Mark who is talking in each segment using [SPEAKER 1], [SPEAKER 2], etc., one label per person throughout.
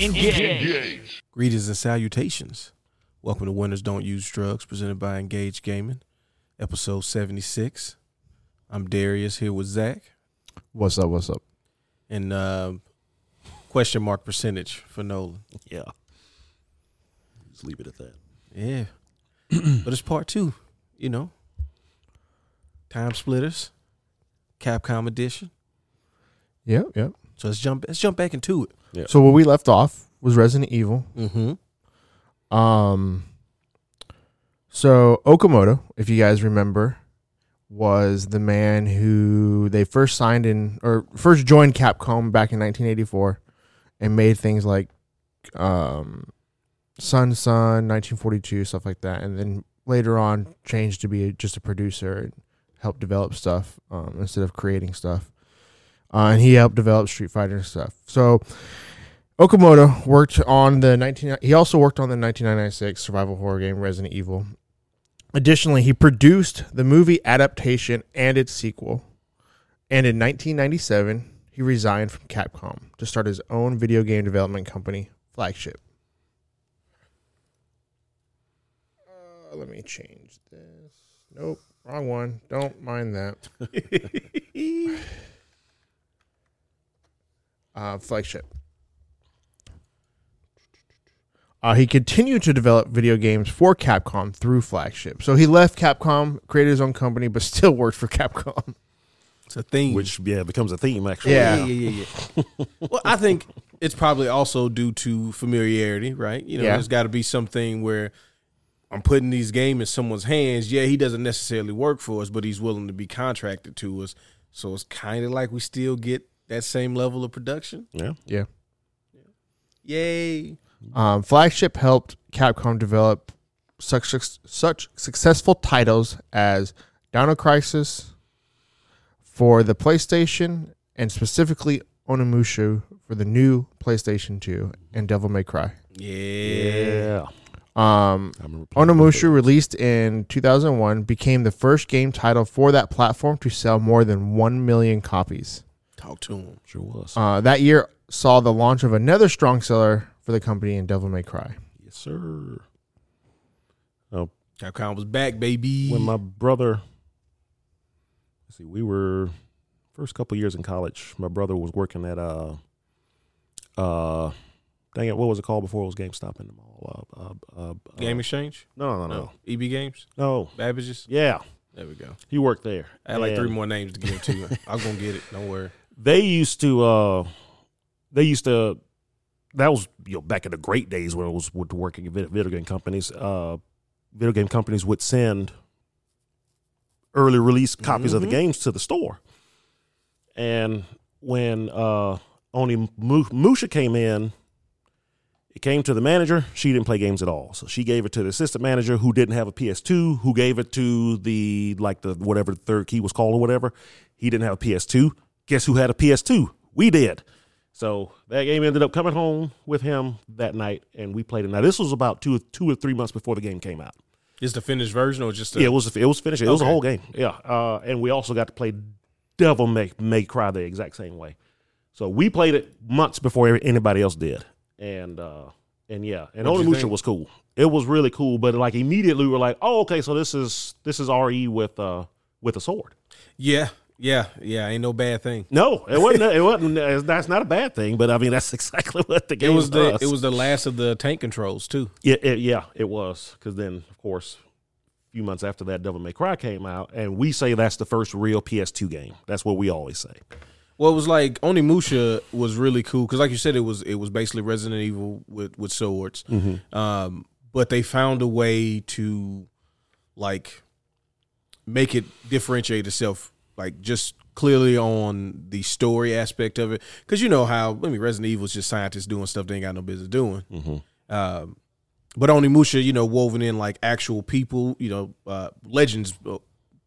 [SPEAKER 1] Engage.
[SPEAKER 2] Greetings and salutations. Welcome to Winners Don't Use Drugs, presented by Engage Gaming, episode 76. I'm Darius here with Zach,
[SPEAKER 3] What's up? What's up?
[SPEAKER 2] and uh, question mark percentage for Nolan.
[SPEAKER 4] Yeah. Just leave it at that.
[SPEAKER 2] Yeah. but it's part two, you know. Time Splitters, Capcom Edition.
[SPEAKER 3] Yeah, yeah.
[SPEAKER 2] So let's jump let's jump back into it.
[SPEAKER 4] Yeah.
[SPEAKER 3] So where we left off was Resident Evil.
[SPEAKER 2] Mm-hmm.
[SPEAKER 3] Um, so Okamoto, if you guys remember, was the man who they first signed in or first joined Capcom back in 1984, and made things like um, Sun Sun 1942 stuff like that, and then later on changed to be just a producer and helped develop stuff um, instead of creating stuff. Uh, and he helped develop Street Fighter and stuff. So Okamoto worked on the 19 he also worked on the 1996 survival horror game Resident Evil. Additionally, he produced the movie adaptation and its sequel. And in 1997, he resigned from Capcom to start his own video game development company, Flagship. Uh, let me change this. Nope, wrong one. Don't mind that. uh, Flagship. Uh, he continued to develop video games for Capcom through Flagship. So he left Capcom, created his own company, but still worked for Capcom.
[SPEAKER 2] It's a thing.
[SPEAKER 4] Which yeah becomes a theme actually.
[SPEAKER 3] Yeah.
[SPEAKER 2] yeah, yeah, yeah. yeah. well, I think it's probably also due to familiarity, right? You know,
[SPEAKER 3] Yeah.
[SPEAKER 2] there's got to be something where I'm putting these game in someone's hands. Yeah, he doesn't necessarily work for us, but he's willing to be contracted to us. So it's kind of like we still get that same level of production.
[SPEAKER 4] Yeah.
[SPEAKER 3] Yeah.
[SPEAKER 2] Yay!
[SPEAKER 3] Um, Flagship helped Capcom develop such such successful titles as Dino Crisis for the PlayStation and specifically Onimusha for the new PlayStation 2 and Devil May Cry.
[SPEAKER 2] Yeah.
[SPEAKER 3] Um,
[SPEAKER 4] I remember playing
[SPEAKER 3] Onimusha, released in 2001, became the first game title for that platform to sell more than 1 million copies.
[SPEAKER 2] Talk to him.
[SPEAKER 4] that. Sure was.
[SPEAKER 3] Uh, that year saw the launch of another strong seller for the company in Devil May Cry.
[SPEAKER 4] yes, sir.
[SPEAKER 2] Capcom was back, baby.
[SPEAKER 4] When my brother let's see, we were first couple years in college, my brother was working at uh uh dang it, what was it called before it was GameStop in the mall? Uh, uh, uh, uh,
[SPEAKER 2] Game Exchange,
[SPEAKER 4] No, no, no,
[SPEAKER 2] no.
[SPEAKER 4] no.
[SPEAKER 2] EB Games,
[SPEAKER 4] No.
[SPEAKER 2] Babbage's.
[SPEAKER 4] Yeah.
[SPEAKER 2] There we go.
[SPEAKER 4] He worked there.
[SPEAKER 2] I had like
[SPEAKER 4] And-
[SPEAKER 2] three more names to give to you. I'm gonna get it. Don't worry.
[SPEAKER 4] they used to uh they used to that was you know back in the great days when it was with working at vid- video game companies uh video game companies would send early release copies of the
[SPEAKER 2] Mhm.
[SPEAKER 4] games to the store and when uh only Mu- musha came in it came to the manager she didn't play games at all so she gave it to the assistant manager who didn't have a ps2 who gave it to the like the whatever the third key was called or whatever he didn't have a ps2 guess who had a ps2 we did so that game ended up coming home with him that night and we played it now this was about two two or three months before the game came out
[SPEAKER 2] Just the finished version or just the
[SPEAKER 4] yeah, it was it was finished. It was a
[SPEAKER 2] Okay.
[SPEAKER 4] whole game. Yeah, uh, and we also got to play Devil May May Cry the exact same way. So we played it months before e-, anybody else did, and uh, and yeah, and
[SPEAKER 2] What'd you
[SPEAKER 4] Onimusha
[SPEAKER 2] think?
[SPEAKER 4] was cool. It was really cool, but like immediately we were like, oh okay, so this is this is Re with uh with a sword.
[SPEAKER 2] Yeah, yeah, yeah. Ain't no bad thing.
[SPEAKER 4] No, it wasn't. it wasn't. it's- That's not a bad thing, but I mean that's exactly what the
[SPEAKER 2] It
[SPEAKER 4] game
[SPEAKER 2] was the
[SPEAKER 4] does.
[SPEAKER 2] it was the last of the tank controls too.
[SPEAKER 4] Yeah, it, yeah, it was. Because then, of course, a few months after that, Devil May Cry came out, and we say that's the first real PS2 game. That's what we always say.
[SPEAKER 2] Well, it was like Onimusha was really cool because, like you said, it was it was basically Resident Evil with with swords. Um, but they found a way to like make it differentiate itself, like just clearly on the story aspect of it. Because you know how I mean, Resident Evil is just scientists doing stuff they ain't got no business doing. Um, but Onimusha, you know, woven in like actual people, you know, uh, legends, uh,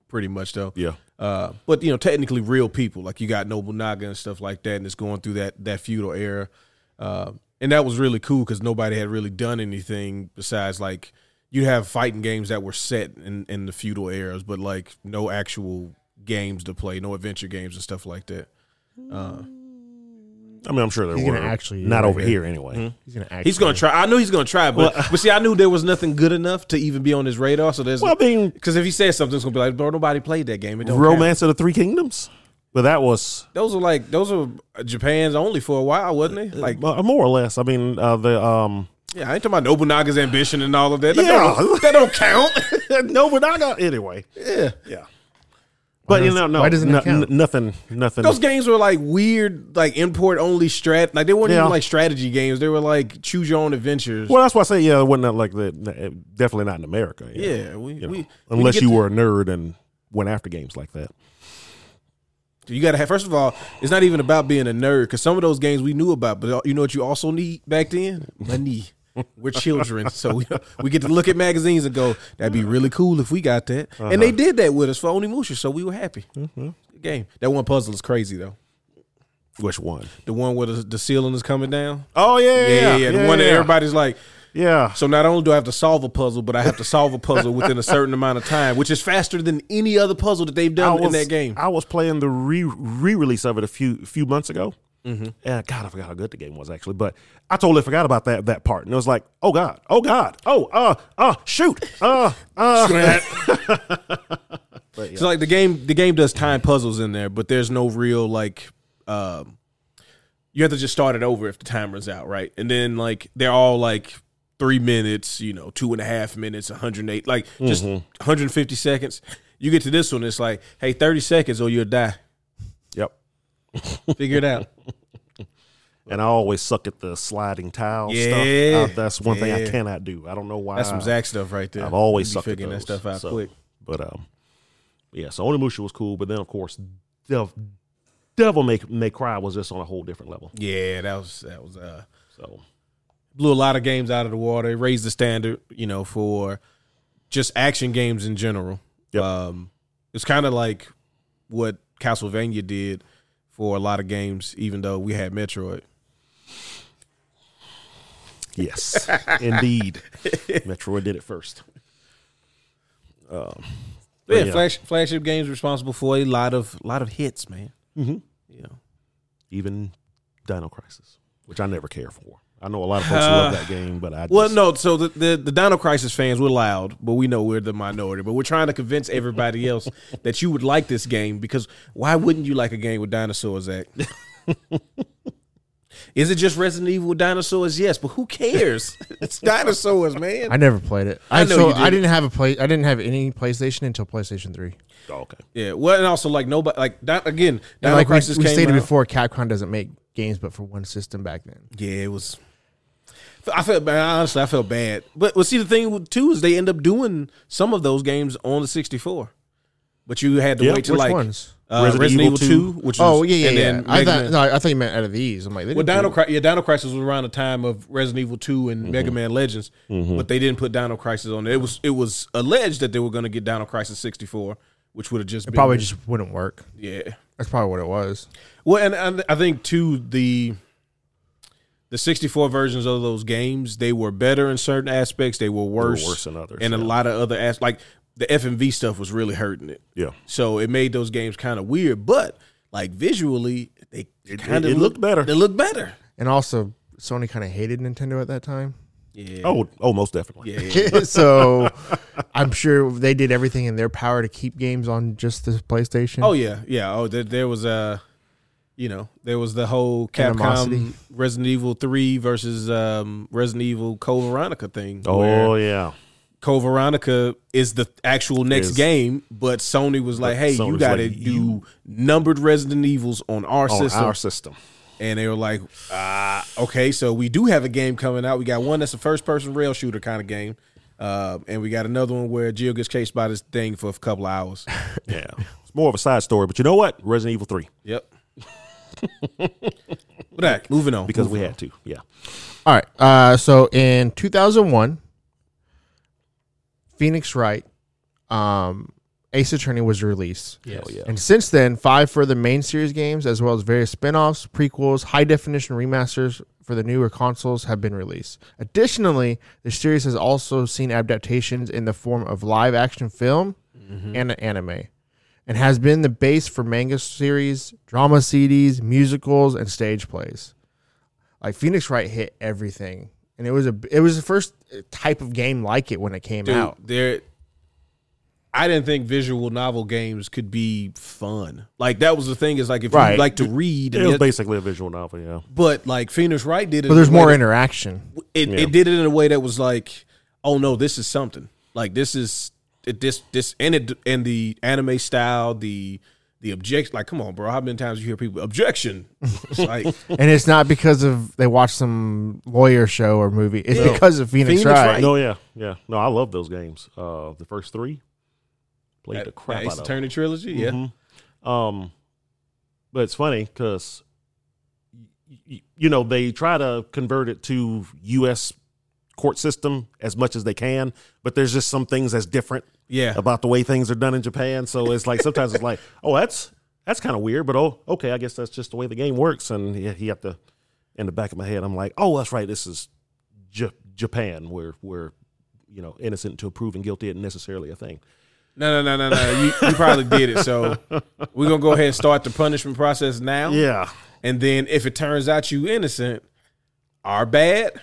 [SPEAKER 2] pretty much though.
[SPEAKER 4] Yeah.
[SPEAKER 2] Uh, but you know, technically real people like you got Nobunaga and stuff like that, and it's going through that that feudal era, uh, and that was really cool because nobody had really done anything besides like you have fighting games that were set in in the feudal eras, but like no actual games to play, no adventure games and stuff like that. Uh,
[SPEAKER 4] I mean, I'm sure there
[SPEAKER 3] He's
[SPEAKER 4] were.
[SPEAKER 3] gonna actually-
[SPEAKER 4] not
[SPEAKER 3] right
[SPEAKER 4] over
[SPEAKER 3] here.
[SPEAKER 4] here anyway.
[SPEAKER 2] Mm-hmm.
[SPEAKER 3] He's gonna act.
[SPEAKER 2] He's gonna try. I knew he's gonna try, but but see, I knew there was nothing good enough to even be on his radar. So there's
[SPEAKER 4] Well, I mean,
[SPEAKER 2] because if he says something, it's gonna be like, bro, nobody played that game. It don't count."
[SPEAKER 4] Romance of the Three Kingdoms, but that was
[SPEAKER 2] Those were like those were Japan's only for a while, wasn't they? Like,
[SPEAKER 4] like uh, more or less. I mean, uh, the um,
[SPEAKER 2] yeah, I ain't talking about Nobunaga's ambition and all of that. That,
[SPEAKER 4] Yeah.
[SPEAKER 2] don't, that don't count.
[SPEAKER 4] Nobunaga. Anyway,
[SPEAKER 2] yeah,
[SPEAKER 4] yeah. But you
[SPEAKER 3] does-
[SPEAKER 4] know, no,
[SPEAKER 3] why doesn't
[SPEAKER 4] no,
[SPEAKER 3] that count?
[SPEAKER 4] n- nothing, nothing.
[SPEAKER 2] those games were like weird, like import only strat. Like they weren't
[SPEAKER 4] Yeah.
[SPEAKER 2] even like strategy games. They were like choose your own adventures.
[SPEAKER 4] well, that's why I say, yeah, it wasn't that like that. Definitely not in America. you know,
[SPEAKER 2] yeah, we,
[SPEAKER 4] you know,
[SPEAKER 2] we
[SPEAKER 4] unless
[SPEAKER 2] we get
[SPEAKER 4] you
[SPEAKER 2] to-
[SPEAKER 4] were a nerd and went after games like that.
[SPEAKER 2] You gotta have. First of all, it's not even about being a nerd because some of those games we knew about, but uh, you know what you also need back then? Money. We're children, so we, we get to look at magazines and go, "That'd be really cool if we got that." And
[SPEAKER 4] Uh-huh.
[SPEAKER 2] they did that with us for Onimusha, so we were happy.
[SPEAKER 4] Mm-hmm.
[SPEAKER 2] Good Game that one puzzle is crazy though.
[SPEAKER 4] Which one?
[SPEAKER 2] The one where the, the ceiling is coming down.
[SPEAKER 4] Oh
[SPEAKER 2] Yeah,
[SPEAKER 4] yeah,
[SPEAKER 2] yeah, yeah. The one that everybody's like.
[SPEAKER 4] Yeah,
[SPEAKER 2] So not only do I have to solve a puzzle, but I have to solve a puzzle within a certain amount of time, which is faster than any other puzzle that they've
[SPEAKER 4] I
[SPEAKER 2] done in
[SPEAKER 4] was-
[SPEAKER 2] that game.
[SPEAKER 4] I was playing the re re release of it a few few months ago. And God, I forgot how good the game was actually, but I totally forgot about that that part. And it was like, oh God, oh God, oh uh uh shoot, uh uh.
[SPEAKER 2] So like the game, the game does time puzzles in there, but there's no real like, um, you have to just start it over if the timer's out, right? And then like they're all like three minutes, you know, two and a half minutes, 108, like just 150 seconds. You get to this one, it's like, hey, 30 seconds or you'll die.
[SPEAKER 4] yep.
[SPEAKER 2] Figure it out.
[SPEAKER 4] And I always suck at the sliding tile
[SPEAKER 2] Yeah.
[SPEAKER 4] stuff. Uh, that's one thing I
[SPEAKER 2] Yeah.
[SPEAKER 4] cannot do. I don't know why.
[SPEAKER 2] That's some Zach stuff right there.
[SPEAKER 4] Uh, I've always
[SPEAKER 2] You be
[SPEAKER 4] sucked at
[SPEAKER 2] figuring
[SPEAKER 4] those,
[SPEAKER 2] that stuff out
[SPEAKER 4] so-
[SPEAKER 2] quick.
[SPEAKER 4] But um, yeah. So Onimusha was cool, but then of course, Dev, Devil May, May Cry was just on a whole different level.
[SPEAKER 2] Yeah, that was that was uh
[SPEAKER 4] So
[SPEAKER 2] blew a lot of games out of the water. It raised the standard, you know, for just action games in general.
[SPEAKER 4] Yep.
[SPEAKER 2] Um, it's kind of like what Castlevania did for a lot of games, even though we had Metroid.
[SPEAKER 4] Yes, indeed. Metroid did it first.
[SPEAKER 2] But yeah,
[SPEAKER 4] Oh, yeah.
[SPEAKER 2] Flash, flagship games responsible for a lot of lot of hits, man.
[SPEAKER 4] Mhm.
[SPEAKER 2] You know,
[SPEAKER 4] Even Dino Crisis, which I never care for. I know a lot of folks love that game, but I just,
[SPEAKER 2] well, no. So the, the the Dino Crisis fans we're loud, but we know we're the minority. But we're trying to convince everybody else that you would like this game because why wouldn't you like a game with dinosaurs? Zach? Is it just Resident Evil with dinosaurs? Yes, but who cares? it's dinosaurs, man.
[SPEAKER 3] I never played it. I,
[SPEAKER 2] I know
[SPEAKER 3] so
[SPEAKER 2] you
[SPEAKER 3] I
[SPEAKER 2] didn't.
[SPEAKER 3] didn't have a play. I didn't have any PlayStation until PlayStation Three.
[SPEAKER 4] Oh, okay.
[SPEAKER 2] Yeah. Well, and also like nobody like Di- again.
[SPEAKER 3] And
[SPEAKER 2] Dino
[SPEAKER 3] like we, we
[SPEAKER 2] Crisis came
[SPEAKER 3] stated
[SPEAKER 2] out.
[SPEAKER 3] before, Capcom doesn't make games but for one system back then.
[SPEAKER 2] Yeah, it was. I felt bad. Honestly, I felt bad. But well, see, the thing with- too is they end up doing some of those games on the 64, but you had to
[SPEAKER 4] Yeah,
[SPEAKER 2] wait till
[SPEAKER 3] Which
[SPEAKER 2] like
[SPEAKER 3] ones?
[SPEAKER 2] Uh, Resident,
[SPEAKER 4] Resident
[SPEAKER 2] Evil
[SPEAKER 4] Evil
[SPEAKER 2] 2, which is,
[SPEAKER 3] Oh yeah, yeah,
[SPEAKER 2] and
[SPEAKER 3] yeah.
[SPEAKER 2] then
[SPEAKER 3] I
[SPEAKER 2] Mega
[SPEAKER 3] thought
[SPEAKER 2] Man.
[SPEAKER 3] no, I thought you meant out of these. I'm like, they
[SPEAKER 2] Well,
[SPEAKER 3] didn't Mm-hmm.
[SPEAKER 2] Dino
[SPEAKER 3] do-
[SPEAKER 2] Crisis, yeah, Dino Crisis was around the time of Resident Evil 2 and Mega Man Legends,
[SPEAKER 3] Mm-hmm.
[SPEAKER 2] but they didn't put Dino Crisis on there. It was it was alleged that they were going to get Dino Crisis 64, which would have just been
[SPEAKER 3] probably just wouldn't work.
[SPEAKER 2] yeah.
[SPEAKER 3] That's probably what it was.
[SPEAKER 2] Well, and, and I think too the the 64 versions of those games they were better in certain aspects, they were worse,
[SPEAKER 4] worse in others,
[SPEAKER 2] and a
[SPEAKER 4] yeah.
[SPEAKER 2] lot of other as like the FMV stuff was really hurting it.
[SPEAKER 4] Yeah.
[SPEAKER 2] So it made those games kind of weird, but like visually they kind of
[SPEAKER 4] it looked better.
[SPEAKER 2] They looked better.
[SPEAKER 3] And also, Sony kind of hated Nintendo at that time.
[SPEAKER 2] Yeah.
[SPEAKER 4] Oh, oh, most definitely.
[SPEAKER 2] yeah.
[SPEAKER 3] so I'm sure they did everything in their power to keep games on just the PlayStation.
[SPEAKER 2] Oh yeah, yeah. Oh, there, there was uh, you know, there was the whole Capcom
[SPEAKER 3] Animosity.
[SPEAKER 2] Resident Evil Three versus um, Resident Evil Code Veronica thing.
[SPEAKER 4] Oh yeah.
[SPEAKER 2] Code Veronica is the actual next
[SPEAKER 4] Is-
[SPEAKER 2] game, but Sony was like, "Hey, you
[SPEAKER 4] Sony's
[SPEAKER 2] got to
[SPEAKER 4] like,
[SPEAKER 2] do
[SPEAKER 4] you-
[SPEAKER 2] numbered Resident Evils on our
[SPEAKER 4] On
[SPEAKER 2] system,"
[SPEAKER 4] our system.
[SPEAKER 2] and they were like, uh, "Okay, so we do have a game coming out. We got one that's a first-person rail shooter kind of game." Uh, and we got another one where Jill gets chased by this thing for a couple of hours.
[SPEAKER 4] Yeah. It's more of a side story, but you know what? Resident Evil Three,
[SPEAKER 2] Yep. but all right, moving on
[SPEAKER 4] because we had to. Yeah.
[SPEAKER 3] All right. Uh, so in 2001, Phoenix Wright, um, Ace Attorney was released.
[SPEAKER 2] Yes.
[SPEAKER 4] Hell yeah.
[SPEAKER 3] And since then, five further main series games, as well as various spin offs, prequels, high definition remasters for the newer consoles, have been released. Additionally, the series has
[SPEAKER 4] Mm-hmm.
[SPEAKER 3] also seen adaptations in the form of live action film and an anime. and has been the base for manga series, drama CDs, musicals, and stage plays. Like Phoenix Wright hit everything, and it was a it was the first type of game like it when it came
[SPEAKER 2] Dude,
[SPEAKER 3] out.
[SPEAKER 2] there. I didn't think visual novel games could be fun. Like that was the thing is like if
[SPEAKER 4] Right.
[SPEAKER 2] you like to read,
[SPEAKER 4] It
[SPEAKER 2] and
[SPEAKER 4] was
[SPEAKER 2] yet-
[SPEAKER 4] basically a visual novel, yeah.
[SPEAKER 2] but like Phoenix Wright did it.
[SPEAKER 3] But there's
[SPEAKER 2] in a way
[SPEAKER 3] more
[SPEAKER 2] that-
[SPEAKER 3] interaction.
[SPEAKER 2] It
[SPEAKER 4] Yeah.
[SPEAKER 2] it did it in a way that was like, oh no, this is something. Like this is it, this this and it and the anime style the. The object, like, come on, bro. How many times you hear people objection? It's like
[SPEAKER 3] and it's not because of they watched some lawyer show or movie. It's
[SPEAKER 2] No.
[SPEAKER 3] because of Phoenix,
[SPEAKER 2] Phoenix
[SPEAKER 3] Wright.
[SPEAKER 2] Wright.
[SPEAKER 4] No, yeah, yeah. No, I love those games. Uh, the first three played the
[SPEAKER 2] that,
[SPEAKER 4] crap
[SPEAKER 2] that
[SPEAKER 4] out
[SPEAKER 2] Ace
[SPEAKER 4] of. them.
[SPEAKER 2] Attorney trilogy. Yeah,
[SPEAKER 4] Mhm. Um, but it's funny because you know they try to convert it to U.S. court system as much as they can, but there's just some things that's different
[SPEAKER 2] yeah.
[SPEAKER 4] about the way things are done in Japan. So it's like sometimes it's like, oh, that's that's kind of weird, but oh, okay, I guess that's just the way the game works. And he, he have to. In the back of my head, I'm like, oh, that's right. This is J- Japan, where where you know innocent until proven guilty isn't necessarily a thing.
[SPEAKER 2] No, no, no, no, no. You, you probably did it. So we're gonna go ahead and start the punishment process now.
[SPEAKER 4] Yeah,
[SPEAKER 2] And then if it turns out you innocent, are bad,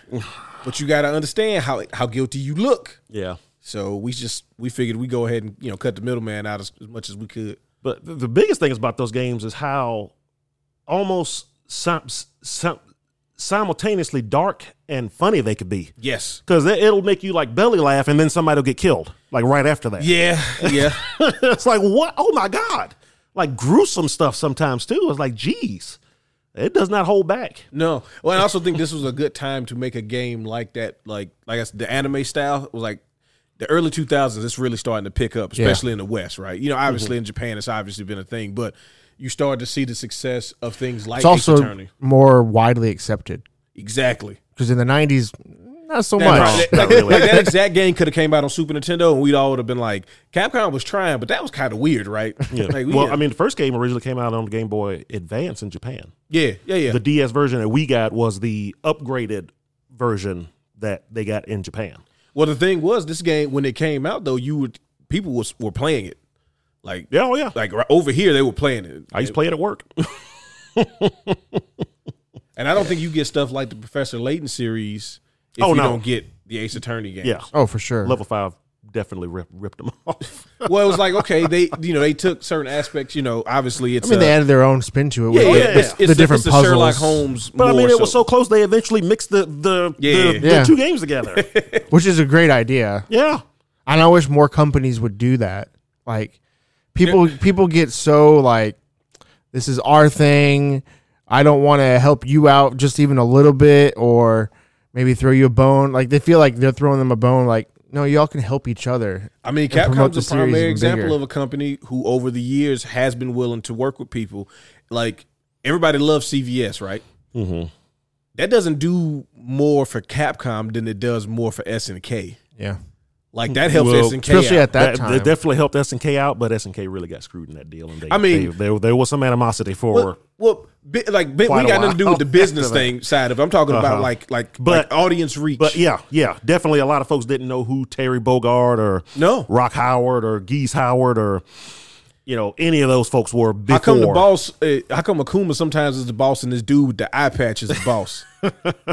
[SPEAKER 2] but you gotta understand how how guilty you look.
[SPEAKER 4] yeah.
[SPEAKER 2] So we just we figured we go ahead and you know cut the middleman out as, as much as we could.
[SPEAKER 4] But th- the biggest thing about those games is how almost sim- sim- simultaneously dark and funny they could be.
[SPEAKER 2] Yes.
[SPEAKER 4] Because it'll make you like belly laugh, and then somebody will get killed like right after that.
[SPEAKER 2] Yeah. Yeah.
[SPEAKER 4] it's like what? Oh my god! Like gruesome stuff sometimes too. It's like, geez, it does not hold back.
[SPEAKER 2] No. Well, I also think this was a good time to make a game like that, like like I said, the anime style was like the early 2000s. It's really starting to pick up, especially in the West, right? You know, obviously in Japan, it's obviously been a thing, but you started to see the success of things like
[SPEAKER 3] It's
[SPEAKER 2] Ace
[SPEAKER 3] also
[SPEAKER 2] Attorney.
[SPEAKER 3] more widely accepted
[SPEAKER 2] Exactly.
[SPEAKER 3] because in the '90s, not so
[SPEAKER 2] That,
[SPEAKER 3] much.
[SPEAKER 2] like,
[SPEAKER 4] not
[SPEAKER 2] like-
[SPEAKER 4] really.
[SPEAKER 2] like that exact game could have came out on Super Nintendo, and we'd all would have been like, "Capcom was trying, but that was kind of weird, right?" Yeah. Like, we
[SPEAKER 4] well,
[SPEAKER 2] had-
[SPEAKER 4] I mean, the first game originally came out on the Game Boy Advance in Japan.
[SPEAKER 2] yeah, yeah, yeah.
[SPEAKER 4] The DS version that we got was the upgraded version that they got in Japan.
[SPEAKER 2] well, the thing was, this game when it came out though, you would people was were playing it, like
[SPEAKER 4] Yeah, oh yeah.
[SPEAKER 2] like right over here they were playing it.
[SPEAKER 4] I used to play it at work.
[SPEAKER 2] And I don't think you get stuff like the Professor Layton series if
[SPEAKER 4] Oh,
[SPEAKER 2] you
[SPEAKER 4] no.
[SPEAKER 2] don't get the Ace Attorney games.
[SPEAKER 4] Yeah,
[SPEAKER 3] oh, for sure.
[SPEAKER 4] level five definitely rip, ripped them off.
[SPEAKER 2] Well, it was like okay, they you know they took certain aspects. You know, obviously it's
[SPEAKER 3] I mean,
[SPEAKER 2] uh,
[SPEAKER 3] they added their own spin to it.
[SPEAKER 2] yeah,
[SPEAKER 3] with
[SPEAKER 2] yeah,
[SPEAKER 3] the,
[SPEAKER 2] it's, it's
[SPEAKER 3] the different
[SPEAKER 2] it's
[SPEAKER 3] puzzles.
[SPEAKER 2] Sherlock Holmes,
[SPEAKER 4] But I mean,
[SPEAKER 2] more
[SPEAKER 4] it was so close they eventually mixed the the,
[SPEAKER 2] Yeah.
[SPEAKER 4] the,
[SPEAKER 3] Yeah.
[SPEAKER 4] the two games together.
[SPEAKER 3] which is a great idea.
[SPEAKER 4] yeah,
[SPEAKER 3] And I wish more companies would do that. Like people, people get so like, this is our thing. I don't want to help you out just even a little bit, or maybe throw you a bone. Like they feel like they're throwing them a bone. Like no, y'all can help each other.
[SPEAKER 2] I mean,
[SPEAKER 3] promote
[SPEAKER 2] Capcom's
[SPEAKER 3] the
[SPEAKER 2] a
[SPEAKER 3] series
[SPEAKER 2] primary
[SPEAKER 3] even
[SPEAKER 2] example
[SPEAKER 3] bigger.
[SPEAKER 2] of a company who, over the years, has been willing to work with people. Like everybody loves CVS, right? Mm-hmm. That doesn't do more for Capcom than it does more for SNK.
[SPEAKER 3] Yeah,
[SPEAKER 2] Like that helps
[SPEAKER 4] Well,
[SPEAKER 2] SNK,
[SPEAKER 3] especially
[SPEAKER 2] out.
[SPEAKER 3] at that,
[SPEAKER 4] that,
[SPEAKER 3] time.
[SPEAKER 4] that definitely helped SNK out, but SNK really got screwed in that deal. And they,
[SPEAKER 2] I mean-
[SPEAKER 4] they- there there was some animosity for.
[SPEAKER 2] Well, well bi- like bi- we
[SPEAKER 4] Quite a
[SPEAKER 2] got nothing to do
[SPEAKER 4] while
[SPEAKER 2] with the business
[SPEAKER 4] after that.
[SPEAKER 2] thing side of it. I'm talking about
[SPEAKER 4] Uh-huh.
[SPEAKER 2] like like
[SPEAKER 4] But-
[SPEAKER 2] like audience reach.
[SPEAKER 4] But yeah, yeah, definitely a lot of folks didn't know who Terry Bogard or
[SPEAKER 2] No.
[SPEAKER 4] Rock Howard or Geese Howard or you know any of those folks were
[SPEAKER 2] how
[SPEAKER 4] before.
[SPEAKER 2] come the boss? Uh, how come Akuma sometimes is the boss and this dude with the eye patch is the boss?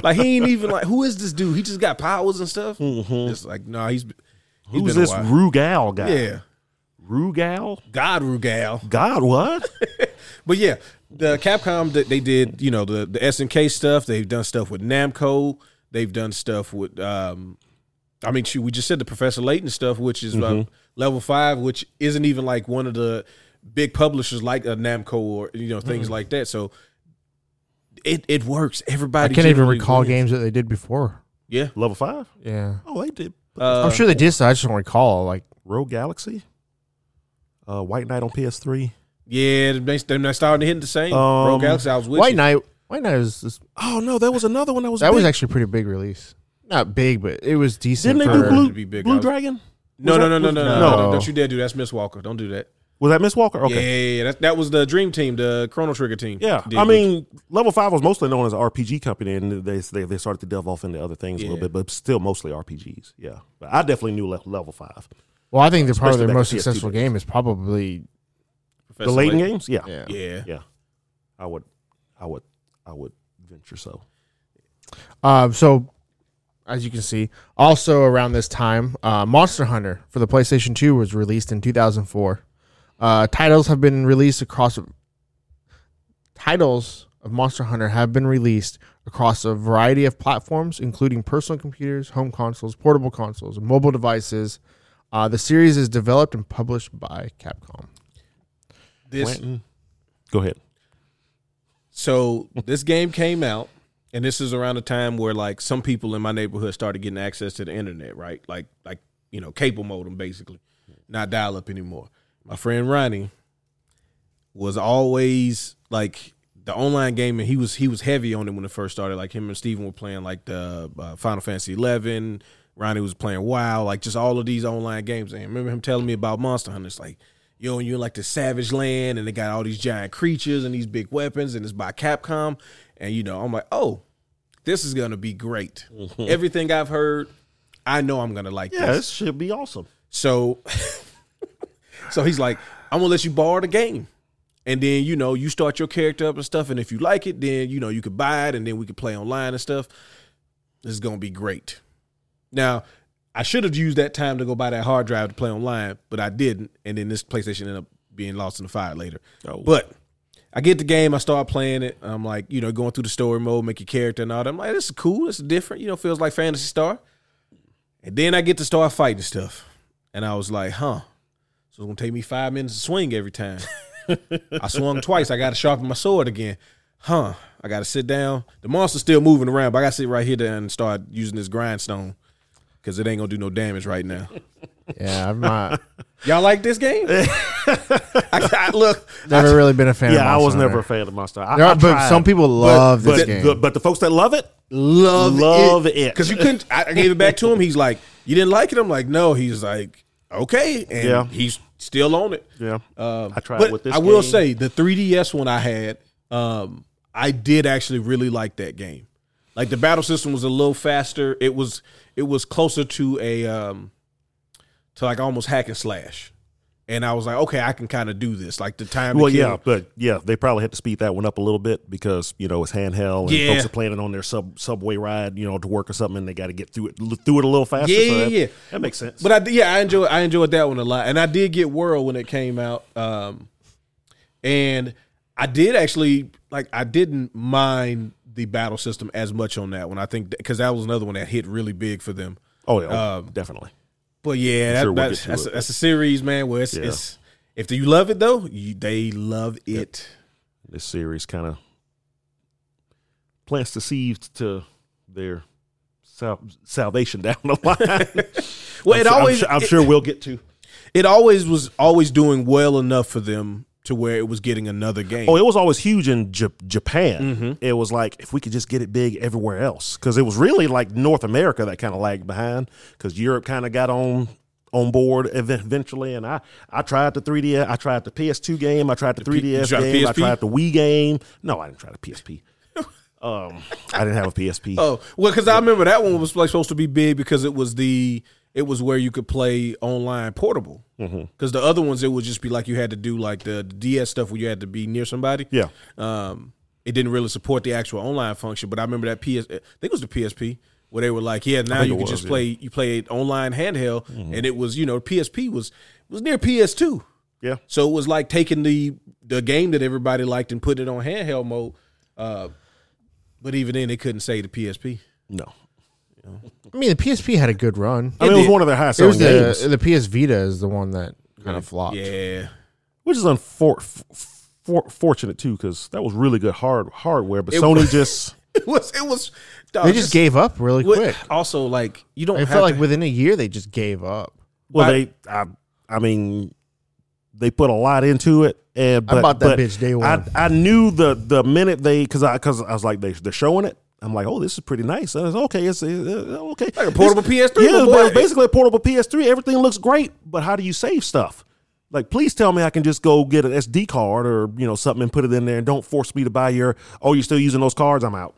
[SPEAKER 2] like he ain't even like who is this dude? He just got powers and stuff. It's like nah, he's he's
[SPEAKER 4] Mm-hmm. Who's
[SPEAKER 2] been a
[SPEAKER 4] this
[SPEAKER 2] while.
[SPEAKER 4] Rugal guy?
[SPEAKER 2] yeah,
[SPEAKER 4] Rugal.
[SPEAKER 2] God Rugal.
[SPEAKER 4] God, what?
[SPEAKER 2] But yeah, the Capcom that they did, you know, the the SNK stuff. They've done stuff with Namco. They've done stuff with. um I mean, shoot, we just said the Professor Layton stuff, which is uh,
[SPEAKER 3] Mm-hmm.
[SPEAKER 2] level five, which isn't even like one of the big publishers like a Namco or you know things
[SPEAKER 3] Mm-hmm.
[SPEAKER 2] like that. So it it works.
[SPEAKER 3] I
[SPEAKER 2] Everybody
[SPEAKER 3] can't even
[SPEAKER 2] generally
[SPEAKER 3] recall
[SPEAKER 2] wins.
[SPEAKER 3] games that they did before.
[SPEAKER 2] Yeah,
[SPEAKER 4] Level five?
[SPEAKER 3] Yeah,
[SPEAKER 4] Oh, they did.
[SPEAKER 2] uh,
[SPEAKER 3] I'm sure they did. So I just don't recall. Like
[SPEAKER 4] Rogue Galaxy, uh, White Knight on PS3.
[SPEAKER 2] yeah, they- they're not starting to hit the same. Bro,
[SPEAKER 4] Um,
[SPEAKER 2] Galaxy, I was with
[SPEAKER 3] White
[SPEAKER 2] you.
[SPEAKER 3] Knight. White Knight was this,
[SPEAKER 4] Oh no, that was another one that was
[SPEAKER 3] that was
[SPEAKER 4] big.
[SPEAKER 3] actually a pretty big release. Not big, but it was decent.
[SPEAKER 4] didn't they
[SPEAKER 3] for-
[SPEAKER 4] do
[SPEAKER 2] for-
[SPEAKER 4] Blue,
[SPEAKER 2] to be big. I
[SPEAKER 4] Blue
[SPEAKER 2] was-
[SPEAKER 4] Dragon?
[SPEAKER 2] No,
[SPEAKER 4] Was
[SPEAKER 2] no, no,
[SPEAKER 4] that-
[SPEAKER 2] no, no, no,
[SPEAKER 3] No.
[SPEAKER 2] no, no! Don't you dare do that. That's Miss Walker. Don't do that.
[SPEAKER 4] Was that Miss Walker? Okay.
[SPEAKER 2] Yeah, yeah, yeah. That, that was the dream team, the Chrono Trigger team.
[SPEAKER 4] Yeah,
[SPEAKER 2] Did
[SPEAKER 4] I
[SPEAKER 2] it.
[SPEAKER 4] mean, Level Five was mostly known as an RPG company, and they they, they started to delve off into other things a
[SPEAKER 2] Yeah.
[SPEAKER 4] little bit, but still mostly RPGs. Yeah, but I definitely knew Le- Level Five.
[SPEAKER 3] Well, I think the probably
[SPEAKER 4] Especially
[SPEAKER 3] their
[SPEAKER 4] back
[SPEAKER 3] most
[SPEAKER 4] in PS2
[SPEAKER 3] successful
[SPEAKER 4] days.
[SPEAKER 3] game is probably uh,
[SPEAKER 2] Professor
[SPEAKER 4] The Layton
[SPEAKER 2] Layton.
[SPEAKER 4] games? Yeah.
[SPEAKER 3] Yeah.
[SPEAKER 2] Yeah.
[SPEAKER 4] I would I would I would venture so.
[SPEAKER 3] Um, so, as you can see, also around this time, uh, Monster Hunter for the PlayStation 2 was released in 2004. Uh, titles have been released across. Titles of Monster Hunter have been released across a variety of platforms, including personal computers, home consoles, portable consoles, mobile devices. Uh, the series is developed and published by Capcom.
[SPEAKER 2] This
[SPEAKER 4] Quentin, go ahead.
[SPEAKER 2] so this game came out, and this is around the time where like some people in my neighborhood started getting access to the internet, right? Like like you know cable modem basically, not dial up anymore. My friend Ronnie was always like the online gaming. He was he was heavy on it when it first started. Like him and Steven were playing like the uh, Final Fantasy Eleven. Ronnie was playing WoW, like just all of these online games. And I remember him telling me about Monster Hunter. It's like, yo, and you're in, like the Savage Land, and they got all these giant creatures and these big weapons, and it's by Capcom. And you know, I'm like, oh, this is gonna be great. Everything I've heard, I know I'm gonna like
[SPEAKER 4] Yeah,
[SPEAKER 2] this.
[SPEAKER 4] this should be awesome.
[SPEAKER 2] So so he's like, I'm gonna let you borrow the game. And then, you know, you start your character up and stuff, and if you like it, then you know you could buy it and then we could play online and stuff. This is gonna be great. Now, I should have used that time to go buy that hard drive to play online, but I didn't, and then this PlayStation ended up being lost in the fire later.
[SPEAKER 4] Oh.
[SPEAKER 2] But I get the game, I start playing it. I'm like, you know, going through the story mode, make your character and all that. I'm like, this is cool, this is different, you know, feels like Fantasy Star. And then I get to start fighting stuff. And I was like, huh. So it's gonna take me five minutes to swing every time. I swung twice. I gotta sharpen my sword again. Huh. I gotta sit down. The monster's still moving around, but I gotta sit right here and start using this grindstone. Cause it ain't gonna do no damage right now.
[SPEAKER 3] Yeah, I've not
[SPEAKER 2] Y'all like this game? I, I- look,
[SPEAKER 3] never really been a fan. of
[SPEAKER 4] Yeah, I
[SPEAKER 3] Monster
[SPEAKER 4] was never
[SPEAKER 3] Hunter.
[SPEAKER 4] a fan of Monster. I,
[SPEAKER 3] There
[SPEAKER 4] I
[SPEAKER 3] are- but
[SPEAKER 4] tried,
[SPEAKER 3] some people love
[SPEAKER 4] but,
[SPEAKER 3] this game.
[SPEAKER 4] But, but the folks that love it,
[SPEAKER 3] love,
[SPEAKER 4] love it.
[SPEAKER 2] Because you couldn't. I I gave it back to him. He's like, "You didn't like it." I'm like, "No." He's like, "Okay," and
[SPEAKER 4] Yeah.
[SPEAKER 2] he's still on it.
[SPEAKER 4] yeah,
[SPEAKER 2] Um,
[SPEAKER 4] I tried
[SPEAKER 2] but
[SPEAKER 4] with this.
[SPEAKER 2] I will
[SPEAKER 4] game.
[SPEAKER 2] say the 3DS one I had, um, I did actually really like that game. Like the battle system was a little faster. It was it was closer to a um, to like almost hack and slash. And I was like, okay, I can kind of do this. Like the time. to
[SPEAKER 4] Well,
[SPEAKER 2] kill-
[SPEAKER 4] yeah, but yeah, they probably had to speed that one up a little bit because you know it's handheld and
[SPEAKER 2] Yeah.
[SPEAKER 4] folks are planning on their sub subway ride, you know, to work or something, and they got to get through it through it a little faster.
[SPEAKER 2] Yeah,
[SPEAKER 4] so
[SPEAKER 2] yeah,
[SPEAKER 4] that,
[SPEAKER 2] yeah.
[SPEAKER 4] that makes sense.
[SPEAKER 2] But I yeah, I enjoy I enjoyed that one a lot, and I did get Whirl when it came out. Um, and I did actually like I didn't mind the battle system as much on that one. I think because that was another one that hit really big for them.
[SPEAKER 4] oh yeah,
[SPEAKER 2] um,
[SPEAKER 4] definitely.
[SPEAKER 2] But yeah, that,
[SPEAKER 4] sure we'll
[SPEAKER 2] that-
[SPEAKER 4] get to
[SPEAKER 2] that's,
[SPEAKER 4] it.
[SPEAKER 2] that's a series, man. Where it's,
[SPEAKER 4] Yeah.
[SPEAKER 2] it's if you love it though, you, they love it.
[SPEAKER 4] This series kind of plants the seeds to their sal- salvation down the line.
[SPEAKER 2] Well,
[SPEAKER 4] I'm
[SPEAKER 2] it
[SPEAKER 4] sure- I'm
[SPEAKER 2] always
[SPEAKER 4] sure- I'm
[SPEAKER 2] it-
[SPEAKER 4] sure we'll get to.
[SPEAKER 2] it always was always doing well enough for them to where it was getting another game.
[SPEAKER 4] Oh, it was always huge in J- Japan. It was like if we could just get it big everywhere else, because it was really like North America that kind of lagged behind, because Europe kind of got on on board ev- eventually. And I I tried the 3D, I tried the PS2 game, I tried the 3DS
[SPEAKER 2] tried
[SPEAKER 4] game, I
[SPEAKER 2] PSP?
[SPEAKER 4] tried the Wii game. No, I didn't try the PSP. um, I didn't have a PSP.
[SPEAKER 2] Oh well, because I remember that one was like supposed to be big because it was the it was where you could play online portable. Because
[SPEAKER 4] Mm-hmm.
[SPEAKER 2] the other ones, it would just be like you had to do like the, DS stuff where you had to be near somebody.
[SPEAKER 4] Yeah.
[SPEAKER 2] Um, it didn't really support the actual online function, but I remember that PS. I think it was the PSP where they were like, yeah, now you
[SPEAKER 4] it
[SPEAKER 2] can
[SPEAKER 4] was,
[SPEAKER 2] just
[SPEAKER 4] yeah. Mm-hmm.
[SPEAKER 2] play you play it online handheld, and it was you know PSP was was near PS2.
[SPEAKER 4] Yeah,
[SPEAKER 2] So it was like taking the the game that everybody liked and putting it on handheld mode. Uh, but even then, they couldn't say the PSP.
[SPEAKER 4] no,
[SPEAKER 3] I mean, the PSP had a good run.
[SPEAKER 4] I mean it was
[SPEAKER 2] did.
[SPEAKER 4] one of their highest
[SPEAKER 3] It was
[SPEAKER 4] selling
[SPEAKER 3] the
[SPEAKER 4] games,
[SPEAKER 3] the PS Vita is the one that kind of flopped.
[SPEAKER 2] Yeah.
[SPEAKER 4] which is unfortunate. For, fortunate too, because that was really good hard hardware, but
[SPEAKER 2] It
[SPEAKER 4] Sony
[SPEAKER 2] was-
[SPEAKER 4] just
[SPEAKER 2] It was it was dog,
[SPEAKER 3] They just gave up really
[SPEAKER 2] Oh, what-
[SPEAKER 3] quick.
[SPEAKER 2] Also, like you don't
[SPEAKER 3] It
[SPEAKER 2] have
[SPEAKER 3] felt like
[SPEAKER 2] to-
[SPEAKER 3] within a year they just gave up.
[SPEAKER 4] Well,
[SPEAKER 2] But-
[SPEAKER 4] they, I, I mean, they put a lot into it, and but,
[SPEAKER 3] bought that
[SPEAKER 4] but
[SPEAKER 3] bitch day one.
[SPEAKER 4] I, I knew the the minute they because I because I was like they they're showing it. I'm like, oh, this is pretty nice. And it's okay. It's uh, uh, okay. Like
[SPEAKER 2] a portable PS3,
[SPEAKER 4] Yeah,
[SPEAKER 2] my
[SPEAKER 4] but
[SPEAKER 2] boy.
[SPEAKER 4] it's basically a portable PS3. Everything looks great, but how do you save stuff? Like, please tell me I can just go get an SD card or you know something and put it in there, and don't force me to buy your. Oh, you're still using those cards? I'm out.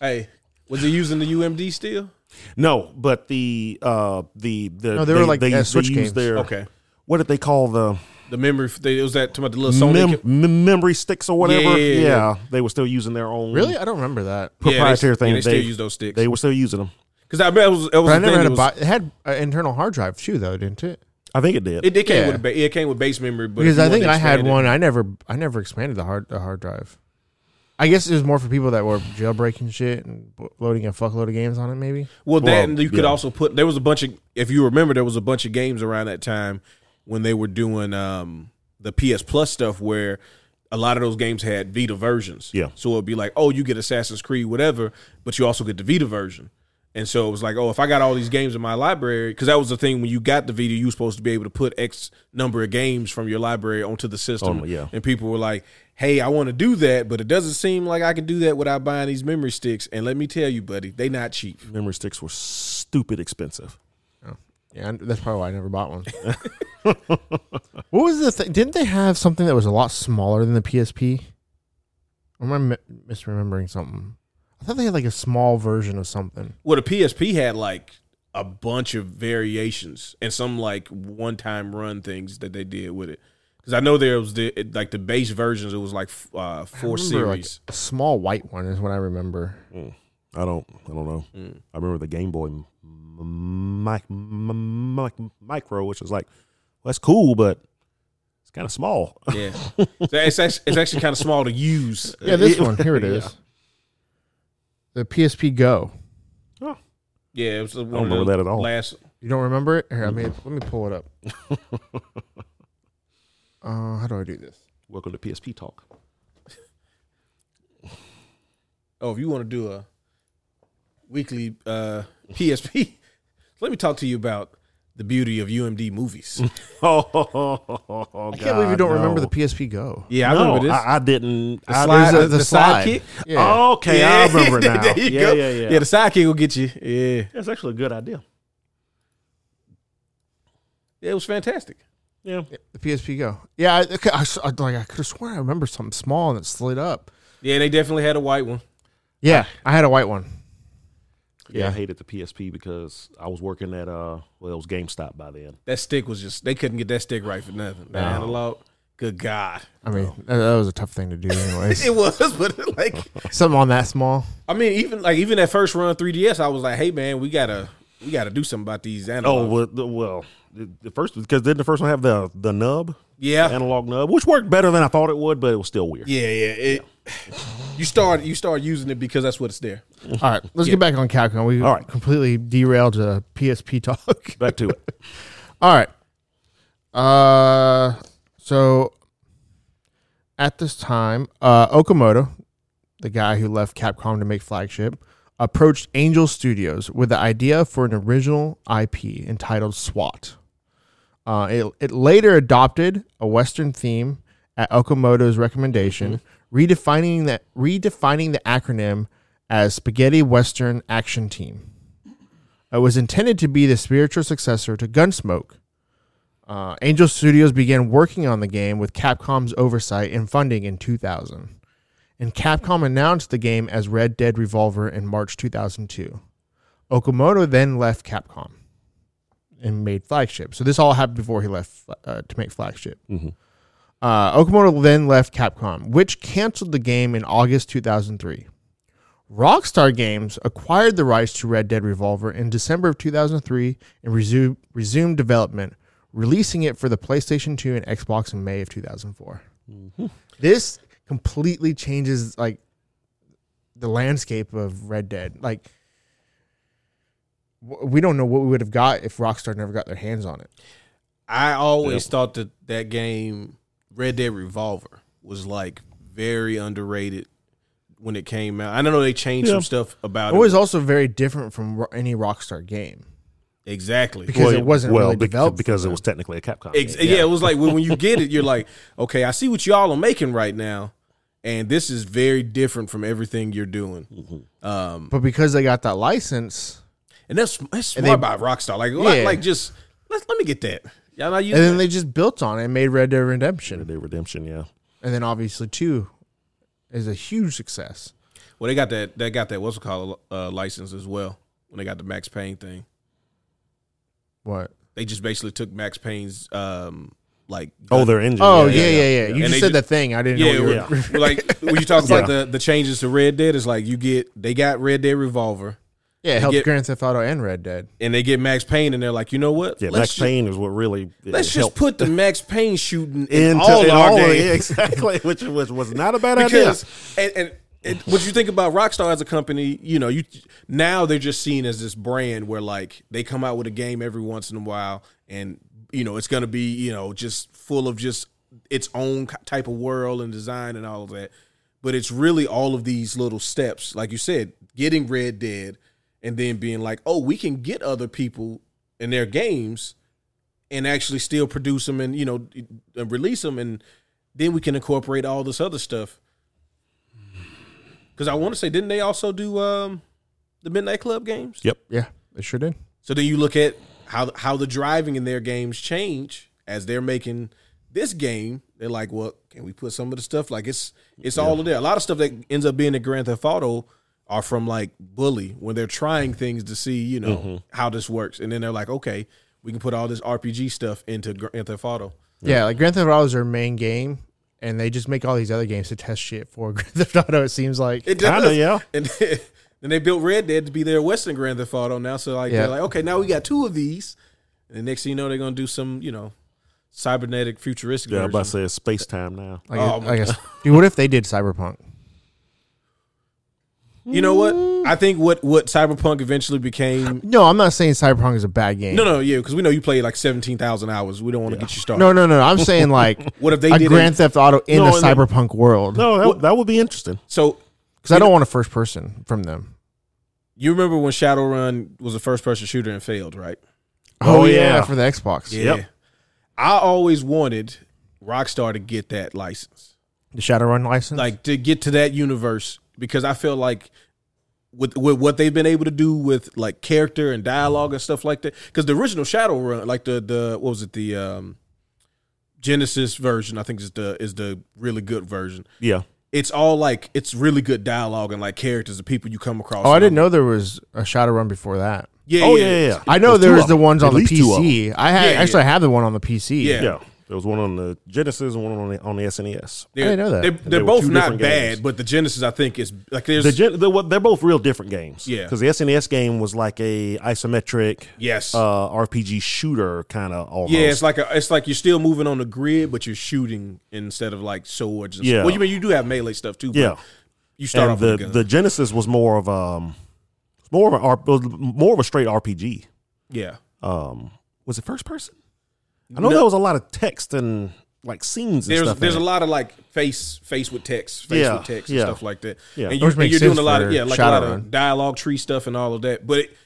[SPEAKER 2] hey, was it using the UMD still?
[SPEAKER 4] No, but the uh the the
[SPEAKER 3] No, they were like, uh, Switch
[SPEAKER 4] use
[SPEAKER 3] games.
[SPEAKER 4] Their,
[SPEAKER 2] Okay.
[SPEAKER 4] what did they call the
[SPEAKER 2] The memory they, it was that talking about the little Sony.
[SPEAKER 4] Mem- mem- memory sticks or whatever.
[SPEAKER 2] Yeah, yeah, yeah, yeah.
[SPEAKER 4] they were still using their own
[SPEAKER 3] Really, I don't remember that.
[SPEAKER 2] yeah, they-
[SPEAKER 4] proprietary thing.
[SPEAKER 2] yeah, they still
[SPEAKER 4] They-
[SPEAKER 2] use those sticks
[SPEAKER 4] They were still using them.
[SPEAKER 2] because I remember it was, it was
[SPEAKER 3] But I
[SPEAKER 2] a thing
[SPEAKER 3] never had
[SPEAKER 2] that
[SPEAKER 3] a
[SPEAKER 2] was-
[SPEAKER 3] bo- it had an internal hard drive too, though, didn't it?
[SPEAKER 4] I think it did.
[SPEAKER 2] It, it came
[SPEAKER 3] Yeah.
[SPEAKER 2] with a ba- it came with base memory, but
[SPEAKER 3] because
[SPEAKER 2] if you
[SPEAKER 3] I
[SPEAKER 2] wanted
[SPEAKER 3] think
[SPEAKER 2] to
[SPEAKER 3] I had
[SPEAKER 2] expand it-
[SPEAKER 3] one. I never, I never expanded the hard the hard drive. I guess it was more for people that were jailbreaking shit and b- loading a fuckload of games on it. Maybe
[SPEAKER 2] Well,
[SPEAKER 4] Well,
[SPEAKER 2] that and you could
[SPEAKER 4] yeah.
[SPEAKER 2] also put. There was a bunch of, if you remember, there was a bunch of games around that time when they were doing um, the PS Plus stuff, where a lot of those games had Vita versions.
[SPEAKER 4] Yeah.
[SPEAKER 2] So it'd be like, oh, you get Assassin's Creed, whatever, but you also get the Vita version. And so it was like, oh, if I got all these games in my library, because that was the thing when you got the Vita, you were supposed to be able to put X number of games from your library onto the system.
[SPEAKER 4] Oh, yeah.
[SPEAKER 2] And people were like, hey, I want to do that, but it doesn't seem like I can do that without buying these memory sticks. And let me tell you, buddy, they not cheap.
[SPEAKER 4] memory sticks were stupid expensive.
[SPEAKER 3] Yeah, and that's probably why I never bought one. what was the thing? Didn't they have something that was a lot smaller than the PSP? Or am I mi- misremembering something? I thought they had like a small version of something.
[SPEAKER 2] Well, the PSP had like a bunch of variations and some like one time run things that they did with it. Because I know there was the it- like the base versions. It was like f- uh, four
[SPEAKER 3] I remember, like,
[SPEAKER 2] series.
[SPEAKER 3] a small white one is what I remember.
[SPEAKER 4] I don't. I don't know.
[SPEAKER 2] Mm.
[SPEAKER 4] I remember the Game Boy m- m- mic, m- mic, Micro, which was like, well, that's cool, but it's kind of small.
[SPEAKER 2] yeah, so it's actually, it's actually kind of small to use.
[SPEAKER 3] Yeah, this
[SPEAKER 4] Yeah.
[SPEAKER 3] one here it
[SPEAKER 4] Yeah.
[SPEAKER 3] is. The PSP Go.
[SPEAKER 2] Yeah, it was one
[SPEAKER 4] remember
[SPEAKER 2] of the
[SPEAKER 4] that at all.
[SPEAKER 2] Last
[SPEAKER 3] You don't remember it? Here, I mean, let me pull it up. uh, how do I do this?
[SPEAKER 4] Welcome to PSP Talk.
[SPEAKER 2] oh, if you want to do a weekly uh, PSP, let me talk to you about the beauty of UMD movies.
[SPEAKER 4] Oh,
[SPEAKER 3] I can't believe you don't remember the PSP Go. Ah,
[SPEAKER 2] yeah, I
[SPEAKER 4] I no,
[SPEAKER 2] remember this.
[SPEAKER 4] I, I didn't. I,
[SPEAKER 2] slide-
[SPEAKER 3] There's
[SPEAKER 2] uh, the sidekick?
[SPEAKER 3] Yeah.
[SPEAKER 4] Okay, I remember now.
[SPEAKER 2] there you
[SPEAKER 4] yeah,
[SPEAKER 2] go.
[SPEAKER 4] yeah, yeah,
[SPEAKER 2] Yeah, the sidekick will get you. Yeah,
[SPEAKER 4] That's actually a good idea.
[SPEAKER 2] yeah it was fantastic.
[SPEAKER 4] Yeah.
[SPEAKER 3] The PSP Go. Yeah, I, okay, I, s- I- like I could have sworn I remember something small and it slid up.
[SPEAKER 2] Yeah, they definitely had a white one.
[SPEAKER 3] Yeah, I had a white one.
[SPEAKER 4] yeah,
[SPEAKER 3] Yeah.
[SPEAKER 4] I hated the PSP because I was working at uh, well, it was GameStop by then.
[SPEAKER 2] That stick was just they couldn't get that stick right for nothing. The analog. Good God.
[SPEAKER 3] I mean, that, that was a tough thing to do, anyways.
[SPEAKER 2] It was, but like
[SPEAKER 3] something on that small.
[SPEAKER 2] I mean, even like even that first run 3DS, I was like, hey man, we gotta we gotta do something about these
[SPEAKER 4] Oh
[SPEAKER 2] analog.
[SPEAKER 4] well, the, well, the, the first because didn't the first one have the the nub,
[SPEAKER 2] yeah.
[SPEAKER 4] analog nub, which worked better than I thought it would, but it was still weird.
[SPEAKER 2] yeah, yeah. It, you start you start using it because that's what's there.
[SPEAKER 3] All right, let's get back on Capcom. We
[SPEAKER 4] All right.
[SPEAKER 3] completely derailed the PSP talk.
[SPEAKER 4] Back to it.
[SPEAKER 3] All right. Uh, so at this time, uh, Okamoto, the guy who left Capcom to make Flagship, approached Angel Studios with the idea for an original IP entitled SWAT. Uh, it, it later adopted a Western theme at Okamoto's recommendation, redefining that redefining the acronym as Spaghetti Western Action Team. It uh, was intended to be the spiritual successor to Gunsmoke. Uh, Angel Studios began working on the game with Capcom's oversight and funding in 2000. And Capcom announced the game as Red Dead Revolver in March 2002. Okamoto then left Capcom and made Flagship. So this all happened before he left uh, to make Flagship. Uh, Okamoto then left Capcom, which canceled the game in August 2003. Rockstar Games acquired the rights to Red Dead Revolver in December of 2003 and resumed, resumed development, releasing it for the PlayStation 2 and Xbox in May of 2004. This completely changes like the landscape of Red Dead. Like w- we don't know what we would have got if Rockstar never got their hands on it.
[SPEAKER 2] I always thought that that game Red Dead Revolver was like very underrated when it came out. I don't know they changed
[SPEAKER 4] Yeah.
[SPEAKER 2] some stuff about
[SPEAKER 3] It was also very different from ro- any Rockstar game.
[SPEAKER 2] exactly
[SPEAKER 3] Because it wasn't really
[SPEAKER 4] bec-
[SPEAKER 3] developed
[SPEAKER 4] because
[SPEAKER 3] for
[SPEAKER 4] it was technically a Capcom.
[SPEAKER 2] Ex-
[SPEAKER 4] game.
[SPEAKER 2] yeah. it was like when, when you get it, you're like, okay, I see what y'all are making right now, and this is very different from everything you're doing. Um,
[SPEAKER 3] But because they got that license,
[SPEAKER 2] and that's that's smart
[SPEAKER 3] And they-
[SPEAKER 2] by Rockstar. Like, like-
[SPEAKER 3] Yeah.
[SPEAKER 2] like just let let me get that. Y'all not
[SPEAKER 3] and then
[SPEAKER 2] using. That?
[SPEAKER 3] they just built on it and made Red Dead Redemption.
[SPEAKER 4] Red Dead Redemption. Yeah,
[SPEAKER 3] and then obviously two is a huge success.
[SPEAKER 2] well, they got that. They got that. What's it called? Uh, license as well. When they got the Max Payne thing,
[SPEAKER 3] What?
[SPEAKER 2] they just basically took Max Payne's um, like
[SPEAKER 4] Oh, their engine.
[SPEAKER 3] Oh yeah, yeah, yeah. You
[SPEAKER 2] And
[SPEAKER 3] just
[SPEAKER 2] they
[SPEAKER 3] said
[SPEAKER 2] ju-
[SPEAKER 3] that thing. I didn't
[SPEAKER 2] Yeah,
[SPEAKER 3] know. What you
[SPEAKER 2] it was- like when you talk about
[SPEAKER 4] Yeah.
[SPEAKER 2] the, the changes to Red Dead, it's like you get they got Red Dead Revolver
[SPEAKER 3] yeah, it helped
[SPEAKER 2] get-
[SPEAKER 3] Grand Theft Auto and Red Dead.
[SPEAKER 2] and they get Max Payne, and they're like, you know what?
[SPEAKER 4] Yeah,
[SPEAKER 2] let's
[SPEAKER 4] Max
[SPEAKER 2] ju-
[SPEAKER 4] Payne is what really
[SPEAKER 2] Let's just put the Max Payne shooting in
[SPEAKER 4] into
[SPEAKER 2] all
[SPEAKER 4] in
[SPEAKER 2] our
[SPEAKER 4] all of it.
[SPEAKER 2] games.
[SPEAKER 4] Yeah, exactly, which was was not a bad idea.
[SPEAKER 2] because and, and, and what you think about Rockstar as a company, you know, you now they're just seen as this brand where like they come out with a game every once in a while, and you know it's gonna be you know just full of just its own ki- type of world and design and all of that. But it's really all of these little steps, like you said, getting Red Dead, and then being like, oh, we can get other people in their games and actually still produce them and you know and release them and then we can incorporate all this other stuff because i want to say didn't they also do um the midnight club games
[SPEAKER 4] Yep.
[SPEAKER 3] Yeah, it sure did.
[SPEAKER 2] so then you look at how how the driving in their games change as they're making this game they're like well can we put some of the stuff like it's it's all in there a lot of stuff that ends up being in grand theft auto are from like bully when they're trying things to see you know how this works and then they're like okay we can put all this rpg stuff into grand theft auto
[SPEAKER 3] Yeah, like Grand Theft Auto is their main game, and they just make all these other games to test shit for Grand Theft Auto. It seems like
[SPEAKER 2] It
[SPEAKER 4] Kinda,
[SPEAKER 2] does.
[SPEAKER 4] yeah.
[SPEAKER 2] And then, then they built Red Dead to be their Western Grand Theft Auto now. So like
[SPEAKER 3] Yeah.
[SPEAKER 2] they're like, okay, now we got two of these. And the next thing you know, they're gonna do some, you know, cybernetic futuristic.
[SPEAKER 4] Yeah, I'm about to
[SPEAKER 2] version.
[SPEAKER 4] say it's space time now.
[SPEAKER 3] like,
[SPEAKER 2] Oh,
[SPEAKER 3] I guess. Dude, what if they did Cyberpunk?
[SPEAKER 2] You know what? I think what what Cyberpunk eventually became.
[SPEAKER 3] No, I'm not saying Cyberpunk is a bad game.
[SPEAKER 2] No, no, yeah, because we know you played like seventeen thousand hours. We don't want to get you started.
[SPEAKER 3] no, no, no. I'm saying like
[SPEAKER 2] What if they
[SPEAKER 3] a
[SPEAKER 2] did
[SPEAKER 3] Grand Theft Auto in
[SPEAKER 4] No,
[SPEAKER 3] a
[SPEAKER 4] in the-
[SPEAKER 3] Cyberpunk world.
[SPEAKER 4] No, that, that would be interesting.
[SPEAKER 2] So
[SPEAKER 3] because I don't want a first person from them.
[SPEAKER 2] you remember when Shadowrun was a first person shooter and failed, right?
[SPEAKER 4] Oh, yeah.
[SPEAKER 3] for the Xbox,
[SPEAKER 4] Yep.
[SPEAKER 2] I always wanted Rockstar to get that license.
[SPEAKER 3] the Shadowrun license.
[SPEAKER 2] like to get to that universe because I feel like with with what they've been able to do with like character and dialogue and stuff like that because the original Shadowrun like the the what was it the um Genesis version I think is the is the really good version
[SPEAKER 4] Yeah.
[SPEAKER 2] it's all like it's really good dialogue and like characters and people you come across
[SPEAKER 3] oh, I didn't know there was a Shadowrun before that.
[SPEAKER 2] yeah
[SPEAKER 4] Oh yeah, yeah. yeah.
[SPEAKER 3] I know
[SPEAKER 4] There's two
[SPEAKER 3] there was
[SPEAKER 4] of
[SPEAKER 3] the
[SPEAKER 4] them.
[SPEAKER 3] ones
[SPEAKER 4] At
[SPEAKER 3] on the
[SPEAKER 4] least two of them.
[SPEAKER 3] PC. I had
[SPEAKER 2] Yeah,
[SPEAKER 3] actually I have the one on the PC.
[SPEAKER 2] Yeah.
[SPEAKER 4] Yeah. There was one on the Genesis and one on the on the E SNES.
[SPEAKER 2] They're,
[SPEAKER 3] didn't know that.
[SPEAKER 2] they're,
[SPEAKER 3] And
[SPEAKER 2] they're
[SPEAKER 4] they were
[SPEAKER 2] both
[SPEAKER 4] two
[SPEAKER 2] not
[SPEAKER 4] different games.
[SPEAKER 2] bad but the Genesis I think is like there's
[SPEAKER 4] The gen, they're, they're both real different games.
[SPEAKER 2] Yeah.
[SPEAKER 4] Because the SNES game was like a isometric
[SPEAKER 2] yes
[SPEAKER 4] uh, RPG shooter kind of almost.
[SPEAKER 2] Yeah, it's like a, it's like you're still moving on the grid, but you're shooting instead of like swords. And
[SPEAKER 4] Yeah.
[SPEAKER 2] Stuff. Well, you mean you do have melee stuff too. but
[SPEAKER 4] Yeah.
[SPEAKER 2] You start
[SPEAKER 4] and
[SPEAKER 2] off with
[SPEAKER 4] the
[SPEAKER 2] a gun.
[SPEAKER 4] the Genesis was more of um more of an R- was more of a straight RPG.
[SPEAKER 2] yeah.
[SPEAKER 4] Um, was it first person? I know
[SPEAKER 2] No.
[SPEAKER 4] there was a lot of text and like scenes. And
[SPEAKER 2] There's
[SPEAKER 4] stuff
[SPEAKER 2] there's
[SPEAKER 4] in
[SPEAKER 2] a
[SPEAKER 4] it.
[SPEAKER 2] lot of like face face with text, face
[SPEAKER 4] Yeah,
[SPEAKER 2] with text
[SPEAKER 4] yeah.
[SPEAKER 2] and stuff like that.
[SPEAKER 4] Yeah.
[SPEAKER 2] And, you,
[SPEAKER 3] Which
[SPEAKER 2] and
[SPEAKER 3] makes
[SPEAKER 2] you're doing
[SPEAKER 3] sense
[SPEAKER 2] a lot of
[SPEAKER 3] for
[SPEAKER 2] yeah, like a lot
[SPEAKER 3] Shadowrun.
[SPEAKER 2] of dialogue tree stuff and all of that. But it,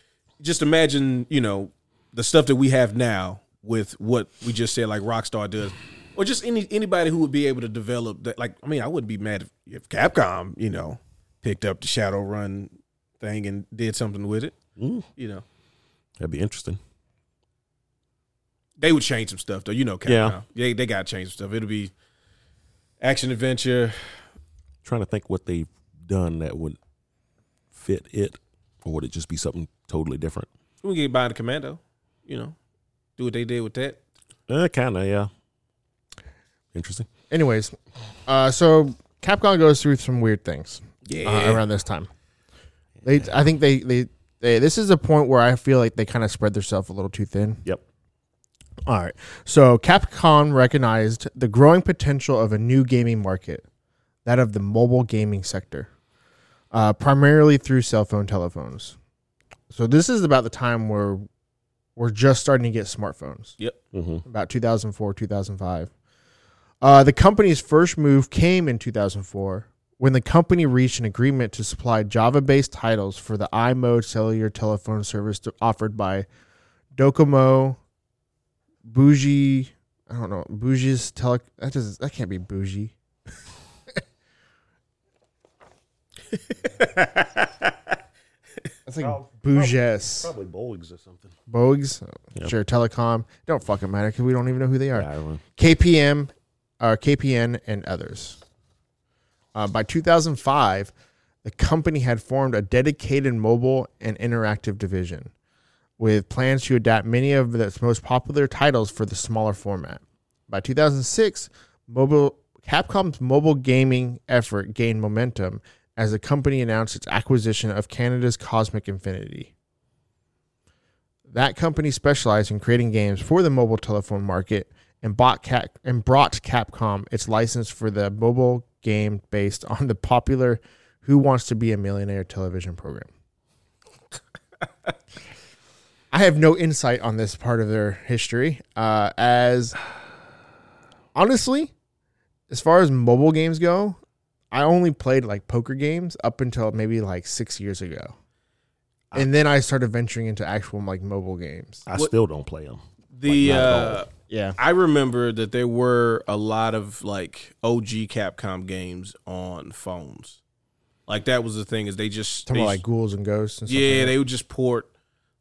[SPEAKER 2] just imagine, you know, the stuff that we have now with what we just said, like Rockstar does. Or just any anybody who would be able to develop that. Like, I mean, I wouldn't be mad if, if Capcom, you know, picked up the Shadowrun thing and did something with it.
[SPEAKER 4] Mm,
[SPEAKER 2] You know,
[SPEAKER 4] that'd be interesting.
[SPEAKER 2] they would change some stuff though. You know, Capcom.
[SPEAKER 4] Yeah.
[SPEAKER 2] They they got to change some stuff. It'll be action adventure.
[SPEAKER 4] trying to think what they've done that would fit it, or would it just be something totally different?
[SPEAKER 2] We can get by the commando. You know, do what they did with that.
[SPEAKER 4] Uh, kind of, yeah. Interesting.
[SPEAKER 3] Anyways, uh, so Capcom goes through some weird things
[SPEAKER 2] Yeah.
[SPEAKER 3] uh, around this time. They, I think they, they, they, this is a point where I feel like they kind of spread themselves a little too thin.
[SPEAKER 4] Yep.
[SPEAKER 3] All right. So Capcom recognized the growing potential of a new gaming market, that of the mobile gaming sector, uh, primarily through cell phone telephones. So this is about the time where we're just starting to get smartphones,
[SPEAKER 4] Mm-hmm.
[SPEAKER 3] about 2004, 2005. Uh, the company's first move came in 2004 when the company reached an agreement to supply Java based titles for the iMode cellular telephone service to, offered by Docomo, Bougie, I don't know, Bougie's tele. That, does, that can't be Bougie. That's like Bouges.
[SPEAKER 4] Probably Bowlings or something.
[SPEAKER 3] Bogues,
[SPEAKER 4] Yep.
[SPEAKER 3] sure, Telecom. Don't fucking matter because we don't even know who they are.
[SPEAKER 4] Yeah, I don't know.
[SPEAKER 3] KPM, uh, KPN, and others. Uh, by 2005, the company had formed a dedicated mobile and interactive division with plans to adapt many of its most popular titles for the smaller format. By 2006, mobile Capcom's mobile gaming effort gained momentum as the company announced its acquisition of Canada's Cosmic Infinity. That company specialized in creating games for the mobile telephone market and bought Cap- and brought Capcom its license for the mobile game based on the popular Who Wants to Be a Millionaire television program. I have no insight on this part of their history. Uh, as honestly, as far as mobile games go, I only played like poker games up until maybe like six years ago. And then I started venturing into actual like mobile games.
[SPEAKER 4] I
[SPEAKER 2] What-
[SPEAKER 4] still don't play them.
[SPEAKER 2] The
[SPEAKER 4] Like, not at
[SPEAKER 2] uh,
[SPEAKER 3] Yeah.
[SPEAKER 2] I remember that there were a lot of like OG Capcom games on phones. Like that was the thing is they just
[SPEAKER 3] Talking
[SPEAKER 2] they
[SPEAKER 3] about like ghouls and ghosts and stuff.
[SPEAKER 2] yeah
[SPEAKER 3] like that.
[SPEAKER 2] they would just port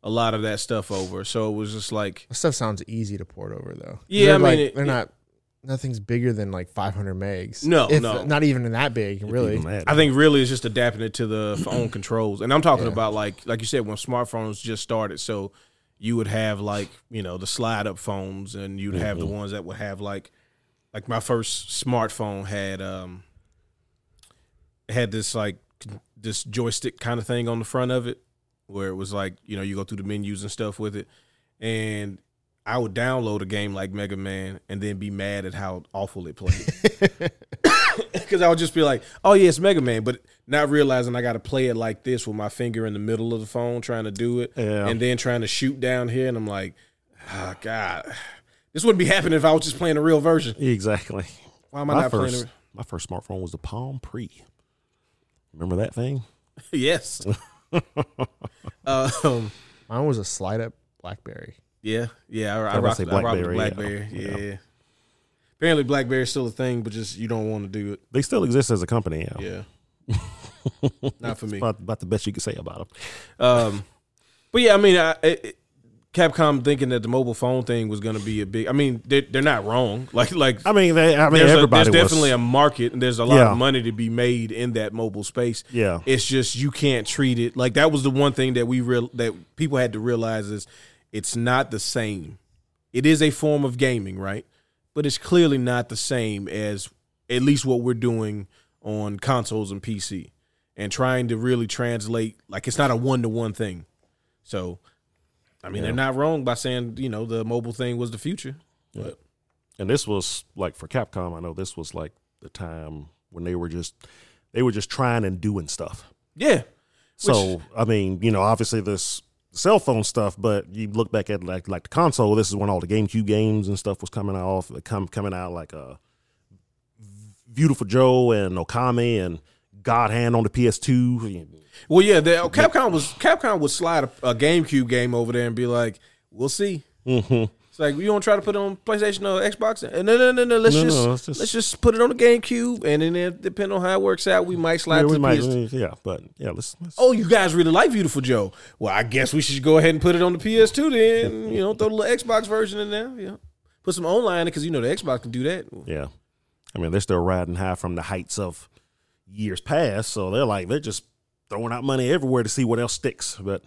[SPEAKER 2] a lot of that stuff over. So it was just like
[SPEAKER 3] That stuff sounds easy to port over though.
[SPEAKER 2] Yeah,
[SPEAKER 3] They're,
[SPEAKER 2] I mean,
[SPEAKER 3] like,
[SPEAKER 2] it-
[SPEAKER 3] they're
[SPEAKER 2] it-
[SPEAKER 3] not. Nothing's bigger than like 500 megs.
[SPEAKER 2] No,
[SPEAKER 3] If-
[SPEAKER 2] no.
[SPEAKER 3] not even that big, really.
[SPEAKER 4] Even that.
[SPEAKER 2] I think really it's just adapting it to the phone controls. And I'm talking about like like you said when smartphones just started, so you would have like, you know, the slide up phones and you'd have the ones that would have like like my first smartphone had um had this like this joystick kind of thing on the front of it where it was like, you know, you go through the menus and stuff with it. And I would download a game like Mega Man and then be mad at how awful it played. Because I would just be like, "Oh yeah, it's Mega Man," but not realizing I got to play it like this with my finger in the middle of the phone, trying to do it,
[SPEAKER 4] Yeah.
[SPEAKER 2] and then trying to shoot down here, and I'm like, "Ah, God, this wouldn't be happening if I was just playing the real version."
[SPEAKER 4] Exactly.
[SPEAKER 2] Why am I
[SPEAKER 4] My
[SPEAKER 2] not
[SPEAKER 4] first,
[SPEAKER 2] playing?
[SPEAKER 4] my first smartphone was the Palm Pre. Remember that thing?
[SPEAKER 2] The, yes. Uh, um,
[SPEAKER 3] Mine was a slide up BlackBerry.
[SPEAKER 2] yeah, yeah. I, I,
[SPEAKER 4] I was
[SPEAKER 2] rocked,
[SPEAKER 4] gonna say
[SPEAKER 2] I rocked the
[SPEAKER 4] Blackberry,
[SPEAKER 2] BlackBerry.
[SPEAKER 4] yeah.
[SPEAKER 2] Yeah. Apparently, BlackBerry's still a thing, but just you don't want to do it.
[SPEAKER 4] They still exist as a company. Yeah.
[SPEAKER 2] Yeah. not for me.
[SPEAKER 4] About, about the best you could say about them.
[SPEAKER 2] Um, but yeah, I mean, I, it, it- Capcom thinking that the mobile phone thing was going to be a big. I mean, they're, they're not wrong. Like, like
[SPEAKER 4] I mean, they, I mean,
[SPEAKER 2] there's, a,
[SPEAKER 4] everybody
[SPEAKER 2] there's
[SPEAKER 4] was-
[SPEAKER 2] definitely a market, and there's a lot
[SPEAKER 4] Yeah.
[SPEAKER 2] of money to be made in that mobile space.
[SPEAKER 4] Yeah.
[SPEAKER 2] it's just you can't treat it like that. Was the one thing that we real that people had to realize is it's not the same. It is a form of gaming, right? But it's clearly not the same as at least what we're doing on consoles and PC, and trying to really translate. Like it's not a one to one thing. So, I mean, they're not wrong by saying you know the mobile thing was the future. But
[SPEAKER 4] and this was like for Capcom. I know this was like the time when they were just they were just trying and doing stuff.
[SPEAKER 2] yeah,
[SPEAKER 4] So I mean, you know, obviously this cell phone stuff, but you look back at like like the console. This is when all the GameCube games and stuff was coming off, come coming out like uh, Beautiful Joe and Okami and God Hand on the PS2.
[SPEAKER 2] Well, yeah, the, Capcom was Capcom would slide a, a GameCube game over there and be like, "We'll see."
[SPEAKER 4] Mm-hmm.
[SPEAKER 2] It's like you don't try to put it on PlayStation or Xbox. Uh, No, no, no, no. Let's
[SPEAKER 4] No, no,
[SPEAKER 2] just,
[SPEAKER 4] let's just-
[SPEAKER 2] let's just put it on the GameCube, and then it, depending on how it works out, we might slide
[SPEAKER 4] Yeah,
[SPEAKER 2] to
[SPEAKER 4] we
[SPEAKER 2] the
[SPEAKER 4] might, uh,
[SPEAKER 2] PS.
[SPEAKER 4] yeah, but yeah, let's. let's
[SPEAKER 2] Oh, you guys really like Beautiful Joe. Well, I guess we should go ahead and put it on the PS2 then. You know, throw the little Xbox version in there. Yeah, put some online because you know the Xbox can do that.
[SPEAKER 4] Yeah, I mean they're still riding high from the heights of years past, so they're like they're just throwing out money everywhere to see what else sticks. But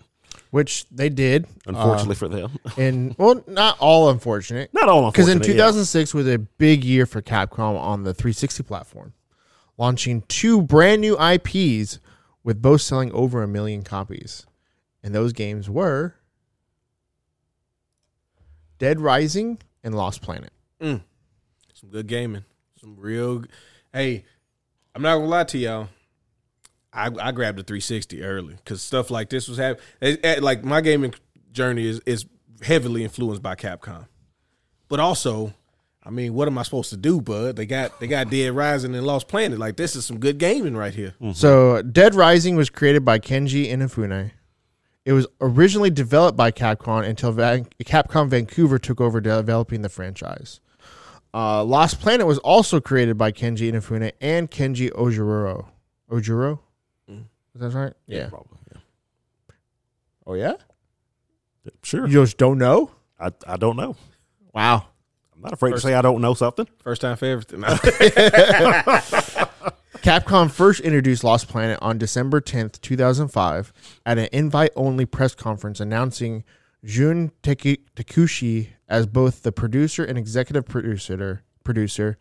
[SPEAKER 3] which they did.
[SPEAKER 4] unfortunately for them,
[SPEAKER 3] and well, not all unfortunate.
[SPEAKER 4] not all
[SPEAKER 3] because in
[SPEAKER 4] unfortunate, yeah.
[SPEAKER 3] 2006 was a big year for Capcom on the 360 platform, launching two brand new IPs with both selling over a million copies, and those games were Dead Rising and Lost Planet.
[SPEAKER 2] Some good gaming. Some real. g- Hey, I'm not gonna lie to y'all. I, I grabbed a 360 early because stuff like this was happening. Like my gaming journey is is heavily influenced by Capcom, but also, I mean, what am I supposed to do, bud? They got they got Dead Rising and Lost Planet. Like this is some good gaming right here.
[SPEAKER 3] Mm. So, Dead Rising was created by Kenji Inafune. It was originally developed by Capcom until Van- Capcom Vancouver took over developing the franchise. Uh, Lost Planet was also created by Kenji Inafune and Kenji Ojiro. Ojiro? Is that right? Mm. Yeah.
[SPEAKER 4] Probably, yeah.
[SPEAKER 3] Oh, yeah?
[SPEAKER 4] Sure.
[SPEAKER 3] You just don't know?
[SPEAKER 4] I, I don't know.
[SPEAKER 3] Wow.
[SPEAKER 4] I'm not afraid to say I don't know something.
[SPEAKER 2] First time for everything.
[SPEAKER 3] Capcom first introduced Lost Planet on December 10th, 2005, at an invite only press conference announcing Jun Teki- Takushi as both the producer and executive producer, producer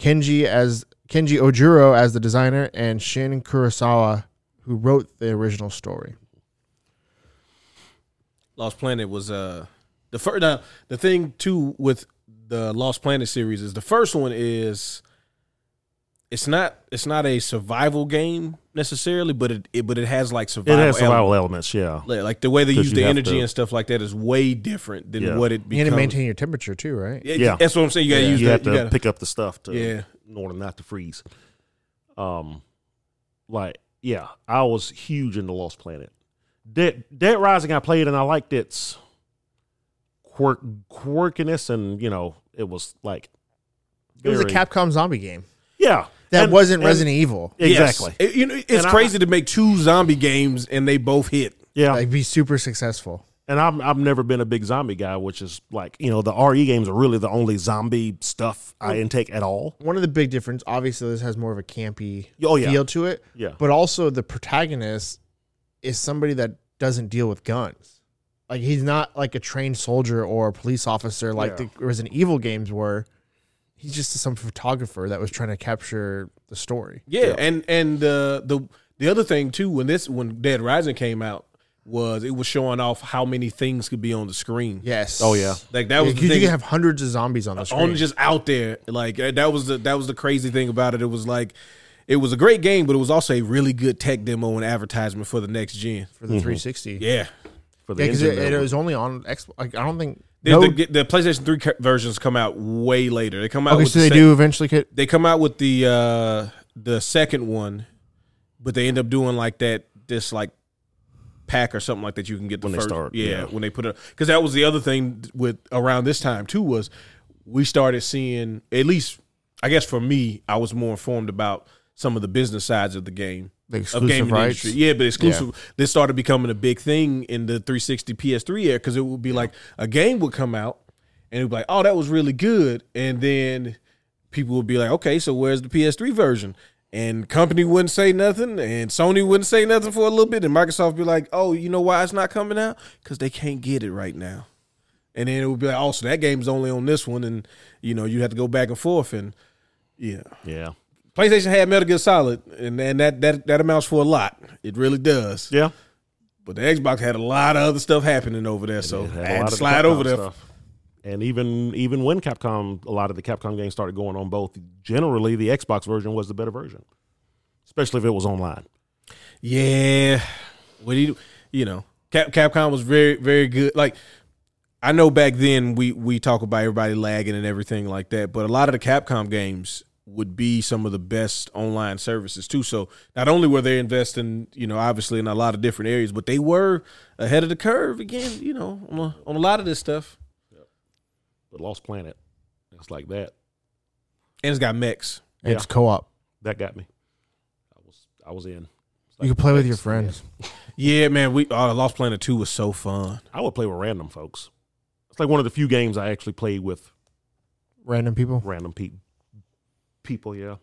[SPEAKER 3] Kenji as Kenji Ojuro as the designer, and Shin Kurosawa, who wrote the original story.
[SPEAKER 2] Lost Planet was uh the first. Now, the thing too with the Lost Planet series is the first one is it's not it's not a survival game necessarily, but it, it but it has like
[SPEAKER 4] It
[SPEAKER 2] survival.
[SPEAKER 4] has
[SPEAKER 2] elements.
[SPEAKER 4] survival elements, yeah.
[SPEAKER 2] Like like the way they
[SPEAKER 4] 'Cause
[SPEAKER 2] use
[SPEAKER 4] you
[SPEAKER 2] the
[SPEAKER 4] have
[SPEAKER 2] energy
[SPEAKER 4] to-
[SPEAKER 2] and stuff like that is way different than
[SPEAKER 4] Yeah.
[SPEAKER 2] what it
[SPEAKER 3] You had to
[SPEAKER 2] becomes.
[SPEAKER 3] maintain your temperature too, right?
[SPEAKER 2] yeah,
[SPEAKER 4] Yeah.
[SPEAKER 2] that's what I'm saying. You gotta use
[SPEAKER 4] you
[SPEAKER 2] that.
[SPEAKER 4] have to
[SPEAKER 2] you gotta,
[SPEAKER 4] pick up the stuff to
[SPEAKER 2] yeah,
[SPEAKER 4] in order not to freeze. Um, like yeah, I was huge in the Lost Planet. Dead Dead Rising, I played and I liked its quirk quirkiness and you know it was like
[SPEAKER 3] It was a
[SPEAKER 4] very-
[SPEAKER 3] Capcom zombie game
[SPEAKER 4] Yeah,
[SPEAKER 3] that
[SPEAKER 4] and-
[SPEAKER 3] wasn't
[SPEAKER 4] and-
[SPEAKER 3] Resident Evil.
[SPEAKER 2] Yes.
[SPEAKER 4] Exactly.
[SPEAKER 2] It- you know, it's
[SPEAKER 4] And I-
[SPEAKER 2] crazy to make two zombie games and they both hit.
[SPEAKER 4] Yeah,
[SPEAKER 3] Like be super successful.
[SPEAKER 4] and I've I've never been a big zombie guy, which is like you know the RE games are really the only zombie stuff I intake at all.
[SPEAKER 3] One of the big difference, obviously, this has more of a campy
[SPEAKER 4] Oh yeah,
[SPEAKER 3] feel to it,
[SPEAKER 4] yeah,
[SPEAKER 3] but also the protagonist is somebody that doesn't deal with guns. Like he's not like a trained soldier or a police officer like
[SPEAKER 4] Yeah.
[SPEAKER 3] the Resident Evil games were. He's just some photographer that was trying to capture the story.
[SPEAKER 2] Yeah, and and the the the other thing too when this when Dead Rising came out was it was showing off how many things could be on the screen.
[SPEAKER 3] Yes.
[SPEAKER 4] Oh, yeah.
[SPEAKER 2] Like that was
[SPEAKER 3] you,
[SPEAKER 2] the
[SPEAKER 3] you
[SPEAKER 2] thing.
[SPEAKER 3] can have hundreds of zombies on the screen.
[SPEAKER 2] only just out there. Like uh, that was the that was the crazy thing about it. It was like it was a great game, but it was also a really good tech demo and advertisement for the next gen.
[SPEAKER 3] for
[SPEAKER 4] Mm-hmm.
[SPEAKER 3] the 360.
[SPEAKER 2] Yeah.
[SPEAKER 4] for the
[SPEAKER 3] Yeah, because
[SPEAKER 4] engine
[SPEAKER 3] it, it
[SPEAKER 4] builder.
[SPEAKER 3] was only on Xbox. Like, I don't think.
[SPEAKER 2] The,
[SPEAKER 3] no,
[SPEAKER 2] the, the PlayStation 3 ca- versions come out way later. They come out
[SPEAKER 3] okay,
[SPEAKER 2] oh, with
[SPEAKER 3] so
[SPEAKER 2] the
[SPEAKER 3] they
[SPEAKER 2] same-
[SPEAKER 3] do eventually get.
[SPEAKER 2] they come out with the uh the second one, but they end up doing like that this like pack or something like that you can get the
[SPEAKER 4] When they
[SPEAKER 2] first
[SPEAKER 4] start,
[SPEAKER 2] yeah,
[SPEAKER 4] yeah.
[SPEAKER 2] when they put it because that was the other thing with around this time too was we started seeing at least I guess for me I was more informed about some of the business sides of the game
[SPEAKER 3] The
[SPEAKER 2] of
[SPEAKER 3] exclusive
[SPEAKER 2] gaming
[SPEAKER 3] rights.
[SPEAKER 2] industry yeah but exclusive this started becoming a big thing in the 360 PS3 era because it would be like a game would come out and it would be like oh that was really good and then people would be like, okay, so where's the PS3 version? And company wouldn't say nothing, and Sony wouldn't say nothing for a little bit, and Microsoft would be like, oh, you know why it's not coming out? Because they can't get it right now. And then it would be like, oh, so that game's only on this one, and you know you'd have to go back and forth, and yeah,
[SPEAKER 4] yeah,
[SPEAKER 2] PlayStation had Metal Gear Solid, and, and that that that amounts for a lot. It really does.
[SPEAKER 4] yeah.
[SPEAKER 2] But the Xbox had a lot of other stuff happening over there, so
[SPEAKER 4] It had
[SPEAKER 2] I
[SPEAKER 4] a
[SPEAKER 2] had
[SPEAKER 4] lot
[SPEAKER 2] to
[SPEAKER 4] of
[SPEAKER 2] slide
[SPEAKER 4] Capcom
[SPEAKER 2] over there.
[SPEAKER 4] stuff. And even even when Capcom, a lot of the Capcom games started going on both. Generally, the Xbox version was the better version, especially if it was online.
[SPEAKER 2] Yeah. What do you you know, Cap, Capcom was very very good. Like I know back then we we talk about everybody lagging and everything like that, but a lot of the Capcom games would be some of the best online services too. So not only were they investing, you know, obviously in a lot of different areas, but they were ahead of the curve again, you know, on a, on a lot of this stuff.
[SPEAKER 4] But Lost Planet, it's like that.
[SPEAKER 2] And it's got mechs.
[SPEAKER 3] and It's
[SPEAKER 4] Yeah.
[SPEAKER 3] co-op.
[SPEAKER 4] That got me. I was I was in. It's
[SPEAKER 3] You
[SPEAKER 4] like
[SPEAKER 3] can play with your
[SPEAKER 4] next-
[SPEAKER 3] friends.
[SPEAKER 2] Yeah, man, we oh, Lost Planet 2 was so fun.
[SPEAKER 4] I would play with random folks. It's like one of the few games I actually played with
[SPEAKER 3] Random people.
[SPEAKER 4] random pe- people. Yeah,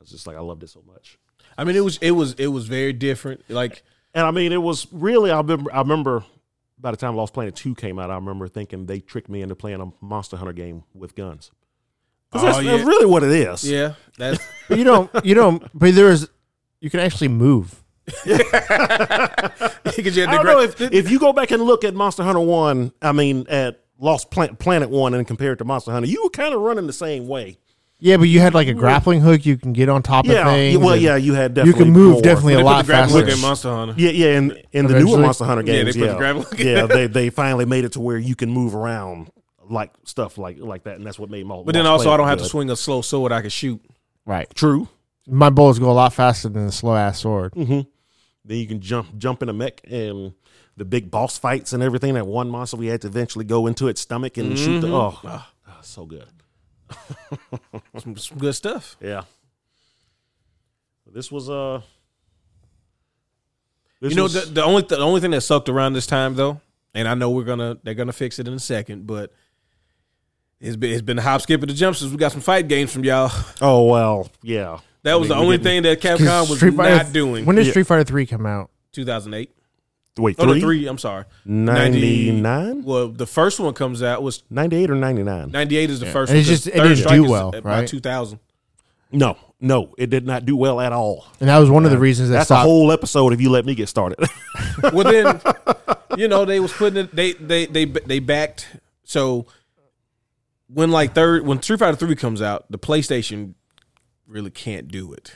[SPEAKER 4] it's just like I loved it so much.
[SPEAKER 2] I mean, it was it was it was very different. Like
[SPEAKER 4] And I mean, it was really. I remember. I remember. By the time Lost Planet Two came out, I remember thinking they tricked me into playing a Monster Hunter game with guns. 'Cause that's,
[SPEAKER 2] Oh,
[SPEAKER 4] that's
[SPEAKER 2] yeah.
[SPEAKER 4] really what it is.
[SPEAKER 2] yeah, that's
[SPEAKER 3] But you don't. You don't. But there is. You can actually move.
[SPEAKER 2] because you had to
[SPEAKER 4] I don't
[SPEAKER 2] gra-
[SPEAKER 4] know if if you go back and look at Monster Hunter One. I mean, at Lost Planet Planet One, and compare it to Monster Hunter, you were kind of running the same way.
[SPEAKER 3] Yeah, but you had like a grappling hook. You can get on top of
[SPEAKER 4] Yeah.
[SPEAKER 3] things.
[SPEAKER 4] Well,
[SPEAKER 3] and-
[SPEAKER 4] yeah, you had definitely
[SPEAKER 3] can move
[SPEAKER 4] more.
[SPEAKER 3] definitely
[SPEAKER 2] They
[SPEAKER 3] a
[SPEAKER 2] put
[SPEAKER 3] lot
[SPEAKER 2] the grappling
[SPEAKER 3] faster.
[SPEAKER 2] hook in Monster Hunter.
[SPEAKER 4] Yeah, yeah, and in the newer
[SPEAKER 3] Eventually?
[SPEAKER 4] Monster Hunter
[SPEAKER 2] Yeah, they
[SPEAKER 4] games,
[SPEAKER 2] put
[SPEAKER 4] yeah,
[SPEAKER 2] the grappling hook in.
[SPEAKER 4] yeah, they they finally made it to where you can move around like stuff like like that, and that's what made Mo.
[SPEAKER 2] But then also, I don't have to swing a slow sword. I can shoot.
[SPEAKER 3] Right.
[SPEAKER 4] True.
[SPEAKER 3] My bullets go a lot faster than the slow ass sword.
[SPEAKER 2] Mm.
[SPEAKER 4] hmm Then you can jump jump in a mech and the big boss fights and everything. That one monster we had to eventually go into its stomach and shoot. The, oh,
[SPEAKER 2] Mm-hmm.
[SPEAKER 4] ah, so good.
[SPEAKER 2] Some, some good stuff.
[SPEAKER 4] Yeah. This was uh. This
[SPEAKER 2] You know,
[SPEAKER 4] was-
[SPEAKER 2] the, the only the only thing that sucked around this time though, and I know we're gonna they're gonna fix it in a second, but it's been it's been a hop, skip, and a jump since we got some fight games from y'all.
[SPEAKER 4] oh well, yeah.
[SPEAKER 2] That was
[SPEAKER 4] mean,
[SPEAKER 2] the
[SPEAKER 4] we
[SPEAKER 2] only
[SPEAKER 4] didn't-
[SPEAKER 2] thing that
[SPEAKER 3] 'Cause
[SPEAKER 2] Capcom was
[SPEAKER 3] Street
[SPEAKER 2] not
[SPEAKER 3] Fighter-
[SPEAKER 2] doing.
[SPEAKER 3] When did
[SPEAKER 4] Yeah.
[SPEAKER 3] Street Fighter Three come out?
[SPEAKER 2] 2008.
[SPEAKER 4] wait,
[SPEAKER 2] Oh, no,
[SPEAKER 4] three?
[SPEAKER 2] three. I'm sorry.
[SPEAKER 4] 99?
[SPEAKER 2] Well, the first one comes out was
[SPEAKER 4] 98 or 99?
[SPEAKER 2] 98 is the first one.
[SPEAKER 3] And it's
[SPEAKER 2] The
[SPEAKER 3] just- it
[SPEAKER 2] Third
[SPEAKER 3] didn't
[SPEAKER 2] Strike
[SPEAKER 3] do
[SPEAKER 2] is uh,
[SPEAKER 3] well,
[SPEAKER 2] by
[SPEAKER 3] right?
[SPEAKER 2] 2000.
[SPEAKER 4] No, no, it did not do well at all.
[SPEAKER 3] And that was one of the reasons that
[SPEAKER 4] That's a
[SPEAKER 3] stopped.
[SPEAKER 4] whole episode if you let me get started.
[SPEAKER 2] well then you know they was putting it they they they they backed so when like third when Street Fighter 3 comes out the PlayStation really can't do it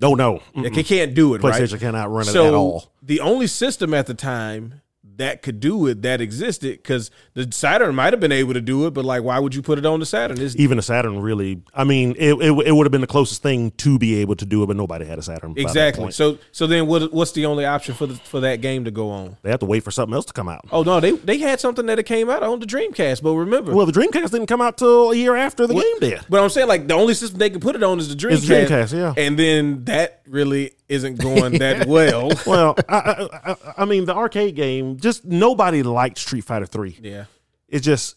[SPEAKER 4] no, no.
[SPEAKER 2] They
[SPEAKER 4] Mm-mm.
[SPEAKER 2] ca- can't do it
[SPEAKER 4] Mm-hmm. PlayStation
[SPEAKER 2] right
[SPEAKER 4] cannot run it
[SPEAKER 2] so
[SPEAKER 4] at all.
[SPEAKER 2] the only system at the time that could do it that existed cuz the Saturn might have been able to do it but like why would you put it on the Saturn It's-
[SPEAKER 4] Even a Saturn really, I mean, it, it, it would have been the closest thing to be able to do it, but nobody had a Saturn. by that
[SPEAKER 2] exactly
[SPEAKER 4] point.
[SPEAKER 2] so so then what what's the only option for the, for that game to go on
[SPEAKER 4] They have to wait for something else to come out.
[SPEAKER 2] Oh no, they they had something that it came out on the Dreamcast, but remember
[SPEAKER 4] Well, the Dreamcast didn't come out till a year after the game did.
[SPEAKER 2] But I'm saying like the only system they can put it on is the Dreamcast.
[SPEAKER 4] It's Dreamcast, yeah.
[SPEAKER 2] And then that really isn't going that well.
[SPEAKER 4] Well, I, I, I, I mean, the arcade game, just nobody liked Street Fighter 3.
[SPEAKER 2] Yeah.
[SPEAKER 4] It's just,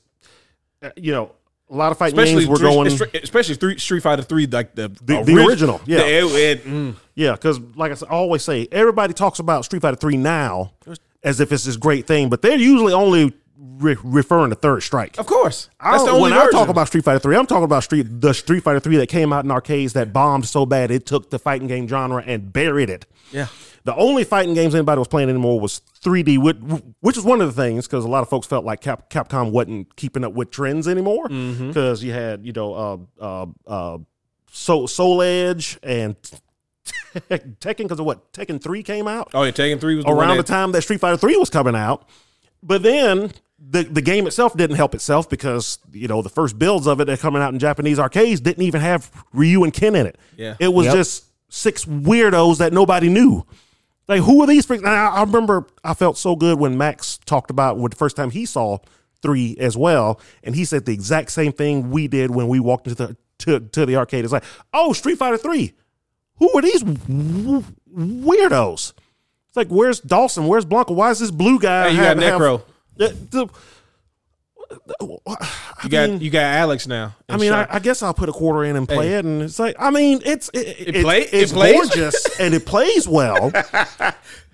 [SPEAKER 4] uh, you know, a lot of fighting
[SPEAKER 2] Especially
[SPEAKER 4] games were
[SPEAKER 2] three-
[SPEAKER 4] going.
[SPEAKER 2] especially three, Street Fighter 3 like the
[SPEAKER 4] The- the original, yeah.
[SPEAKER 2] the- it- it- mm.
[SPEAKER 4] Yeah, because like I s- I always say, everybody talks about Street Fighter Three now as if it's this great thing, but they're usually only re- referring to Third Strike.
[SPEAKER 2] Of course.
[SPEAKER 4] I
[SPEAKER 2] That's
[SPEAKER 4] don't-
[SPEAKER 2] the only
[SPEAKER 4] when I
[SPEAKER 2] version.
[SPEAKER 4] talk about Street Fighter Three, I'm talking about Street the Street Fighter Three that came out in arcades that bombed so bad it took the fighting game genre and buried it.
[SPEAKER 2] Yeah.
[SPEAKER 4] The only fighting games anybody was playing anymore was 3D, which, which is one of the things because a lot of folks felt like Cap, Capcom wasn't keeping up with trends anymore
[SPEAKER 2] Mm-hmm.
[SPEAKER 4] because you had you know uh, uh, uh, Soul, Soul Edge and Tekken because of what Tekken Three came out
[SPEAKER 2] Oh yeah, Tekken 3 was the one
[SPEAKER 4] around the
[SPEAKER 2] that-
[SPEAKER 4] time that Street Fighter Three was coming out. But then the the game itself didn't help itself because you know the first builds of it that coming out in Japanese arcades didn't even have Ryu and Ken in it.
[SPEAKER 2] Yeah.
[SPEAKER 4] it was
[SPEAKER 3] Yep.
[SPEAKER 4] just six weirdos that nobody knew. Like who are these? freaks? And I, I remember I felt so good when Max talked about when the first time he saw three as well, and he said the exact same thing we did when we walked into the to, to the arcade. It's like, oh, Street Fighter three. Who are these w- weirdos? It's like, where's Dawson? Where's Blanco? Why is this blue guy?
[SPEAKER 2] Hey, you got Necro.
[SPEAKER 4] Yeah, the-
[SPEAKER 2] you got you got Alex now.
[SPEAKER 4] I mean, I, I guess I'll put a quarter in and play it, and it's like, I mean, it's it, it,
[SPEAKER 2] play- it
[SPEAKER 4] it's
[SPEAKER 2] plays?
[SPEAKER 4] gorgeous and it plays well,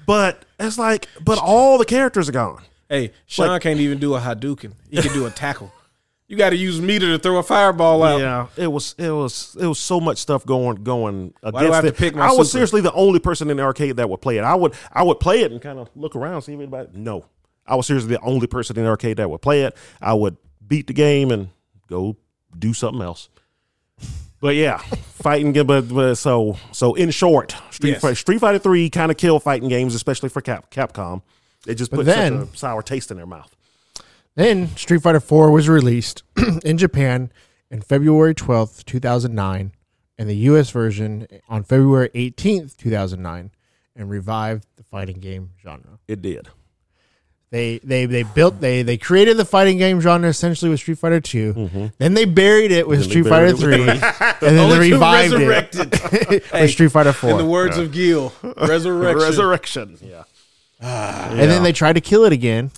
[SPEAKER 4] but it's like, but all the characters are gone.
[SPEAKER 2] hey, Sean can't even do a Hadouken. He can do a tackle. You got to use meter to throw a fireball out.
[SPEAKER 4] Yeah, it was it was it was so much stuff going going against
[SPEAKER 2] do I have
[SPEAKER 4] it.
[SPEAKER 2] to pick my
[SPEAKER 4] I was
[SPEAKER 2] super?
[SPEAKER 4] seriously the only person in the arcade that would play it. I would I would play it and kind of look around see if anybody. No, I was seriously the only person in the arcade that would play it. I would beat the game and go do something else. But yeah, fighting game. But, but so so in short, Street
[SPEAKER 2] Yes.
[SPEAKER 4] Fighter, Street Fighter Three kind of kill fighting games, especially for Cap, Capcom. It just
[SPEAKER 3] But
[SPEAKER 4] puts
[SPEAKER 3] then-
[SPEAKER 4] such a sour taste in their mouth.
[SPEAKER 3] Then Street Fighter 4 was released in Japan in February 12th, 2009, and the US version on February 18th, 2009, and revived the fighting game genre.
[SPEAKER 4] It did.
[SPEAKER 3] They they they built they they created the fighting game genre essentially with Street Fighter 2. Then they buried it with
[SPEAKER 4] they
[SPEAKER 3] Street Fighter
[SPEAKER 4] buried
[SPEAKER 3] 3
[SPEAKER 4] it
[SPEAKER 3] and then they
[SPEAKER 2] Only two
[SPEAKER 3] revived it
[SPEAKER 2] resurrected. Hey,
[SPEAKER 3] with Street Fighter 4.
[SPEAKER 2] In the words of Gil, resurrection.
[SPEAKER 4] Resurrection. Yeah.
[SPEAKER 3] Ah, And then they tried to kill it again.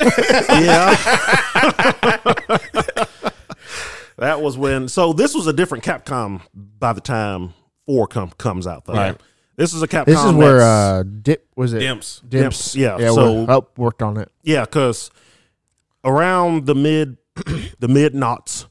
[SPEAKER 4] Yeah. that was when. So this was a different Capcom by the time four com- comes out. Though.
[SPEAKER 3] Right.
[SPEAKER 4] This is a Capcom.
[SPEAKER 3] This is where
[SPEAKER 4] that's-
[SPEAKER 3] uh Dip was it
[SPEAKER 2] Dimps.
[SPEAKER 3] Dimps,
[SPEAKER 4] Dimps, yeah.
[SPEAKER 3] yeah
[SPEAKER 4] So-
[SPEAKER 3] so up worked on it.
[SPEAKER 4] yeah, because around the mid the mid knots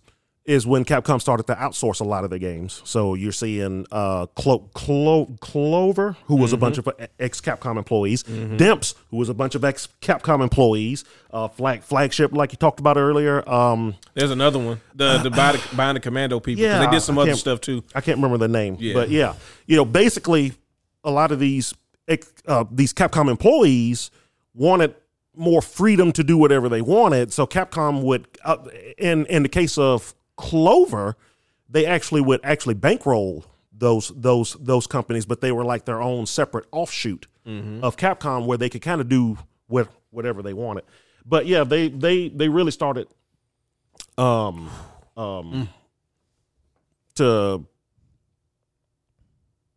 [SPEAKER 4] is when Capcom started to outsource a lot of their games. So you're seeing uh, Clo- Clo- Clover, who was a bunch of ex Capcom employees, Demps, who was a bunch of ex Capcom employees, uh, flag flagship, like you talked about earlier. Um,
[SPEAKER 2] There's another one. The the Bind Bind the Commando people. 'cause
[SPEAKER 4] Uh, Yeah,
[SPEAKER 2] they did some
[SPEAKER 4] I
[SPEAKER 2] other
[SPEAKER 4] can't-
[SPEAKER 2] stuff too.
[SPEAKER 4] I can't remember the name,
[SPEAKER 2] Yeah.
[SPEAKER 4] but yeah, you know, basically, a lot of these ex- uh, these Capcom employees wanted more freedom to do whatever they wanted. So Capcom would, uh, in in the case of Clover, they actually would actually bankroll those those those companies, but they were like their own separate offshoot of Capcom where they could kind of do what whatever they wanted. But yeah, they they they really started um um to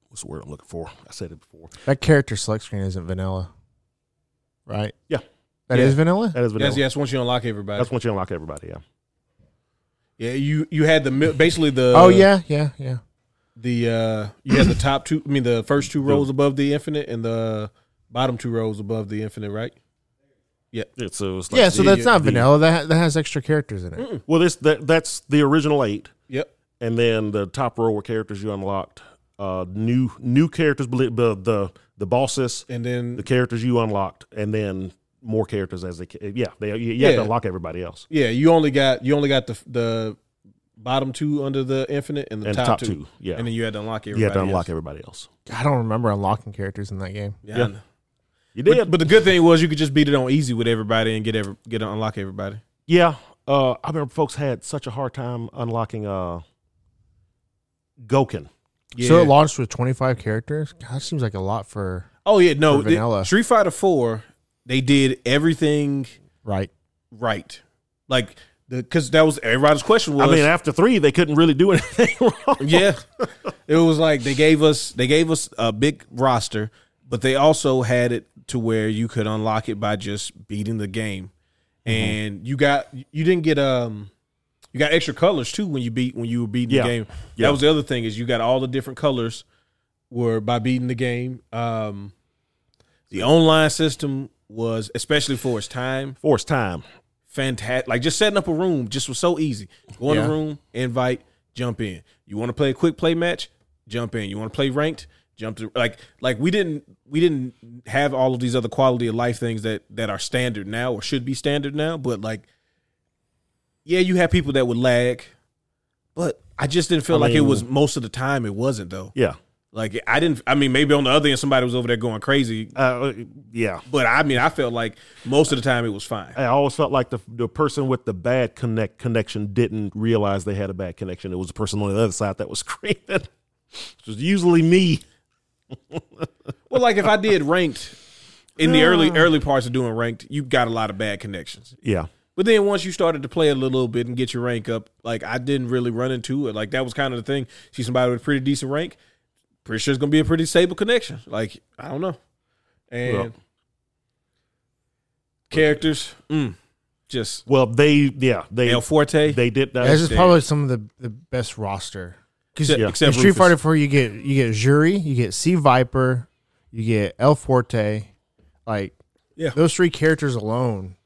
[SPEAKER 4] what's the word I'm looking for? I said it before.
[SPEAKER 3] That character select screen isn't vanilla, right?
[SPEAKER 4] Yeah.
[SPEAKER 3] That is
[SPEAKER 2] Yeah.
[SPEAKER 3] vanilla.
[SPEAKER 4] That is vanilla.
[SPEAKER 2] Yes, yes. Once you unlock everybody,
[SPEAKER 4] That's once you unlock everybody, yeah.
[SPEAKER 2] yeah. You you had the mi- basically the uh,
[SPEAKER 3] oh yeah, yeah, yeah.
[SPEAKER 2] the uh you had the top two. I mean the first two rows above the infinite and the bottom two rows above the infinite, right?
[SPEAKER 4] Yeah, so it's like
[SPEAKER 3] Yeah, so
[SPEAKER 2] the-
[SPEAKER 3] that's not
[SPEAKER 2] the-
[SPEAKER 3] vanilla. That that has extra characters in it.
[SPEAKER 4] well, this that, that's the original eight,
[SPEAKER 2] Yep.
[SPEAKER 4] and then the top row were characters you unlocked, uh, new new characters, bl- the the the bosses,
[SPEAKER 2] And then
[SPEAKER 4] the characters you unlocked, and then more characters as they ca- yeah they you, you have
[SPEAKER 2] Yeah.
[SPEAKER 4] to unlock everybody else
[SPEAKER 2] yeah, you only got you only got the the bottom two under the infinite and the
[SPEAKER 4] and
[SPEAKER 2] top,
[SPEAKER 4] top
[SPEAKER 2] two.
[SPEAKER 4] two yeah
[SPEAKER 2] And then you had to unlock everybody.
[SPEAKER 4] you have to unlock
[SPEAKER 2] else.
[SPEAKER 4] everybody else.
[SPEAKER 3] I don't remember unlocking characters in that game.
[SPEAKER 2] Yeah. I
[SPEAKER 4] Yeah.
[SPEAKER 2] know.
[SPEAKER 4] You
[SPEAKER 2] But,
[SPEAKER 4] did,
[SPEAKER 2] but the good thing was you could just beat it on easy with everybody and get every get to unlock everybody.
[SPEAKER 4] Yeah, uh, I remember folks had such a hard time unlocking uh, Gokin.
[SPEAKER 2] Yeah.
[SPEAKER 3] So it launched with 25 characters. God, that seems like a lot for
[SPEAKER 2] oh yeah, no.
[SPEAKER 3] for
[SPEAKER 2] the-
[SPEAKER 3] vanilla.
[SPEAKER 2] Street Fighter 4, they did everything
[SPEAKER 3] right.
[SPEAKER 2] right. Like the cuz that was everybody's question was
[SPEAKER 4] I mean, after three, they couldn't really do anything wrong.
[SPEAKER 2] Yeah. It was like they gave us they gave us a big roster, but they also had it to where you could unlock it by just beating the game.
[SPEAKER 4] Mm-hmm.
[SPEAKER 2] And you got you didn't get um you got extra colors too when you beat when you were beating
[SPEAKER 4] Yeah.
[SPEAKER 2] the game.
[SPEAKER 4] Yeah.
[SPEAKER 2] That was the other thing is you got all the different colors were by beating the game. Um the online system was especially for its time
[SPEAKER 4] Force time.
[SPEAKER 2] fantastic. Like just setting up a room just was so easy. Go in
[SPEAKER 3] Yeah.
[SPEAKER 2] the room, invite, jump in. You want to play a quick play match? Jump in. You want to play ranked? Jump to like like we didn't we didn't have all of these other quality of life things that that are standard now or should be standard now. But like, yeah, you have people that would lag, but I just didn't feel
[SPEAKER 4] I
[SPEAKER 2] like it
[SPEAKER 4] mean-
[SPEAKER 2] was most of the time. It wasn't though.
[SPEAKER 4] Yeah,
[SPEAKER 2] Like I didn't. I mean, maybe on the other end, somebody was over there going crazy.
[SPEAKER 4] uh, yeah.
[SPEAKER 2] But I mean, I felt like most of the time it was fine.
[SPEAKER 4] I always felt like the the person with the bad connect connection didn't realize they had a bad connection. It was the person on the other side that was screaming. It was usually me.
[SPEAKER 2] Well, like if I did ranked in the
[SPEAKER 4] Hmm.
[SPEAKER 2] early early parts of doing ranked, you got a lot of bad connections.
[SPEAKER 4] Yeah,
[SPEAKER 2] But then once you started to play a little bit and get your rank up, like I didn't really run into it. Like that was kind of the thing. See somebody with a pretty decent rank, pretty sure it's gonna be a pretty stable connection. Like I don't know, and
[SPEAKER 4] Well-
[SPEAKER 2] characters, mm, just
[SPEAKER 4] well, they yeah they
[SPEAKER 2] El Forte,
[SPEAKER 4] they did that.
[SPEAKER 3] This is
[SPEAKER 2] Damn.
[SPEAKER 3] probably some of the, the best roster. Because
[SPEAKER 2] except,
[SPEAKER 4] yeah.
[SPEAKER 2] except
[SPEAKER 3] Street
[SPEAKER 2] Rufus.
[SPEAKER 3] Fighter 4, you get you get Jury, you get C Viper, you get El Forte. Like
[SPEAKER 2] Yeah.
[SPEAKER 3] those three characters alone.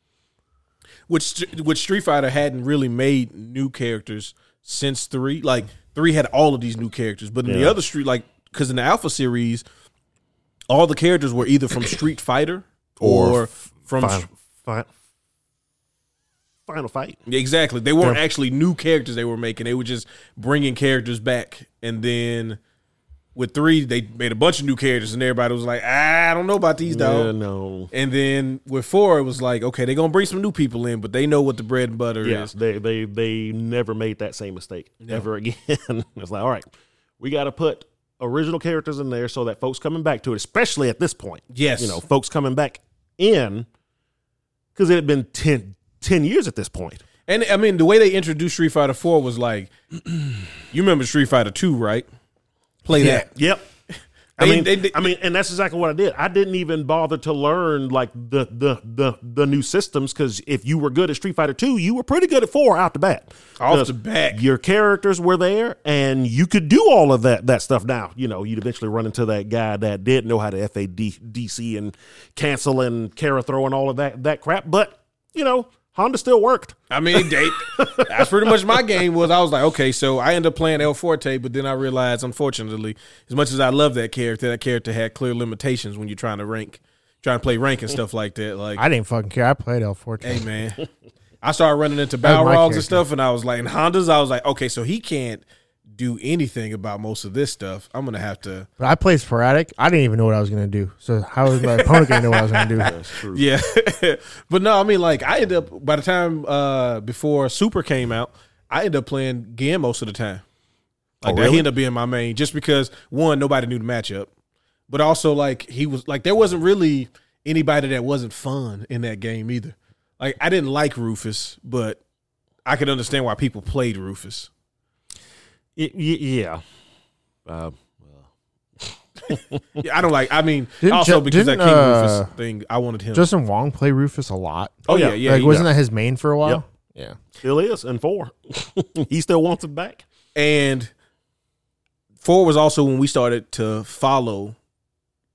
[SPEAKER 2] which which Street Fighter hadn't really made new characters since three. Like three had all of these new characters, but in the
[SPEAKER 4] Yeah.
[SPEAKER 2] other Street, like because in the Alpha series, all the characters were either from Street Fighter or,
[SPEAKER 4] Or
[SPEAKER 2] from
[SPEAKER 4] final, fi- final fight.
[SPEAKER 2] exactly they weren't
[SPEAKER 4] Yeah.
[SPEAKER 2] actually new characters they were making. They were just bringing characters back, and then with three they made a bunch of new characters, and everybody was like, "Ah, I don't know about these
[SPEAKER 4] Yeah,
[SPEAKER 2] dog.
[SPEAKER 4] no.
[SPEAKER 2] And then with four, it was like, okay, they're gonna bring some new people in, but they know what the bread and butter is.
[SPEAKER 4] Yes, they they they never made that same mistake ever again. it's like, all right, we got to put original characters in there so that folks coming back to it, especially at this point,
[SPEAKER 2] Yes,
[SPEAKER 4] you know, folks coming back in because it had been 10, 10 years at this point.
[SPEAKER 2] And I mean, the way they introduced Street Fighter Four was like, you remember Street Fighter Two, right? Play that.
[SPEAKER 4] Yep. I
[SPEAKER 2] They-
[SPEAKER 4] mean,
[SPEAKER 2] they- they-
[SPEAKER 4] I mean, and that's exactly what I did. I didn't even bother to learn like the the the the new systems because if you were good at Street Fighter Two, you were pretty good at Four out the bat.
[SPEAKER 2] Off the
[SPEAKER 4] 'Cause
[SPEAKER 2] bat.
[SPEAKER 4] your characters were there, and you could do all of that that stuff. Now, you know, you'd eventually run into that guy that did know how to FADC and cancel and Kara throw and all of that that crap. But you know, Honda still worked.
[SPEAKER 2] I mean, they, that's pretty much my game was. I was like, okay, so I end up playing El Forte, but then I realized, unfortunately, as much as I love that character, that character had clear limitations when you're trying to rank, trying to play rank and stuff like that. Like,
[SPEAKER 3] I didn't fucking care. I played El Forte.
[SPEAKER 2] hey man, I started running into
[SPEAKER 3] That was my
[SPEAKER 2] Balrogs
[SPEAKER 3] character.
[SPEAKER 2] and stuff, and I was like, in Hondas, I was like, okay, so he can't do anything about most of this stuff. I'm gonna have to.
[SPEAKER 3] But I played sporadic. I didn't even know what I was gonna do. So how was my opponent gonna know what I was gonna do?
[SPEAKER 2] Yeah. but no, I mean like I end up by the time uh before Super came out, I end up playing Gam most of the time. Like
[SPEAKER 4] Oh,
[SPEAKER 2] that
[SPEAKER 4] really?
[SPEAKER 2] he ended up being my main just because one, nobody knew the matchup. But also like he was like there wasn't really anybody that wasn't fun in that game either. Like I didn't like Rufus, but I could understand why people played Rufus.
[SPEAKER 4] Y- y- yeah. Uh,
[SPEAKER 2] Yeah, I don't like I mean
[SPEAKER 3] Didn't
[SPEAKER 2] also
[SPEAKER 3] Ju-
[SPEAKER 2] because that
[SPEAKER 3] didn't,
[SPEAKER 2] King
[SPEAKER 3] uh,
[SPEAKER 2] Rufus thing, I wanted him.
[SPEAKER 3] Justin Wong play Rufus a lot.
[SPEAKER 2] oh
[SPEAKER 4] yeah.
[SPEAKER 2] yeah, yeah.
[SPEAKER 3] like
[SPEAKER 2] he-
[SPEAKER 3] wasn't that his main for a while? Yeah.
[SPEAKER 4] still is and four. he still wants it back.
[SPEAKER 2] And four was also when we started to follow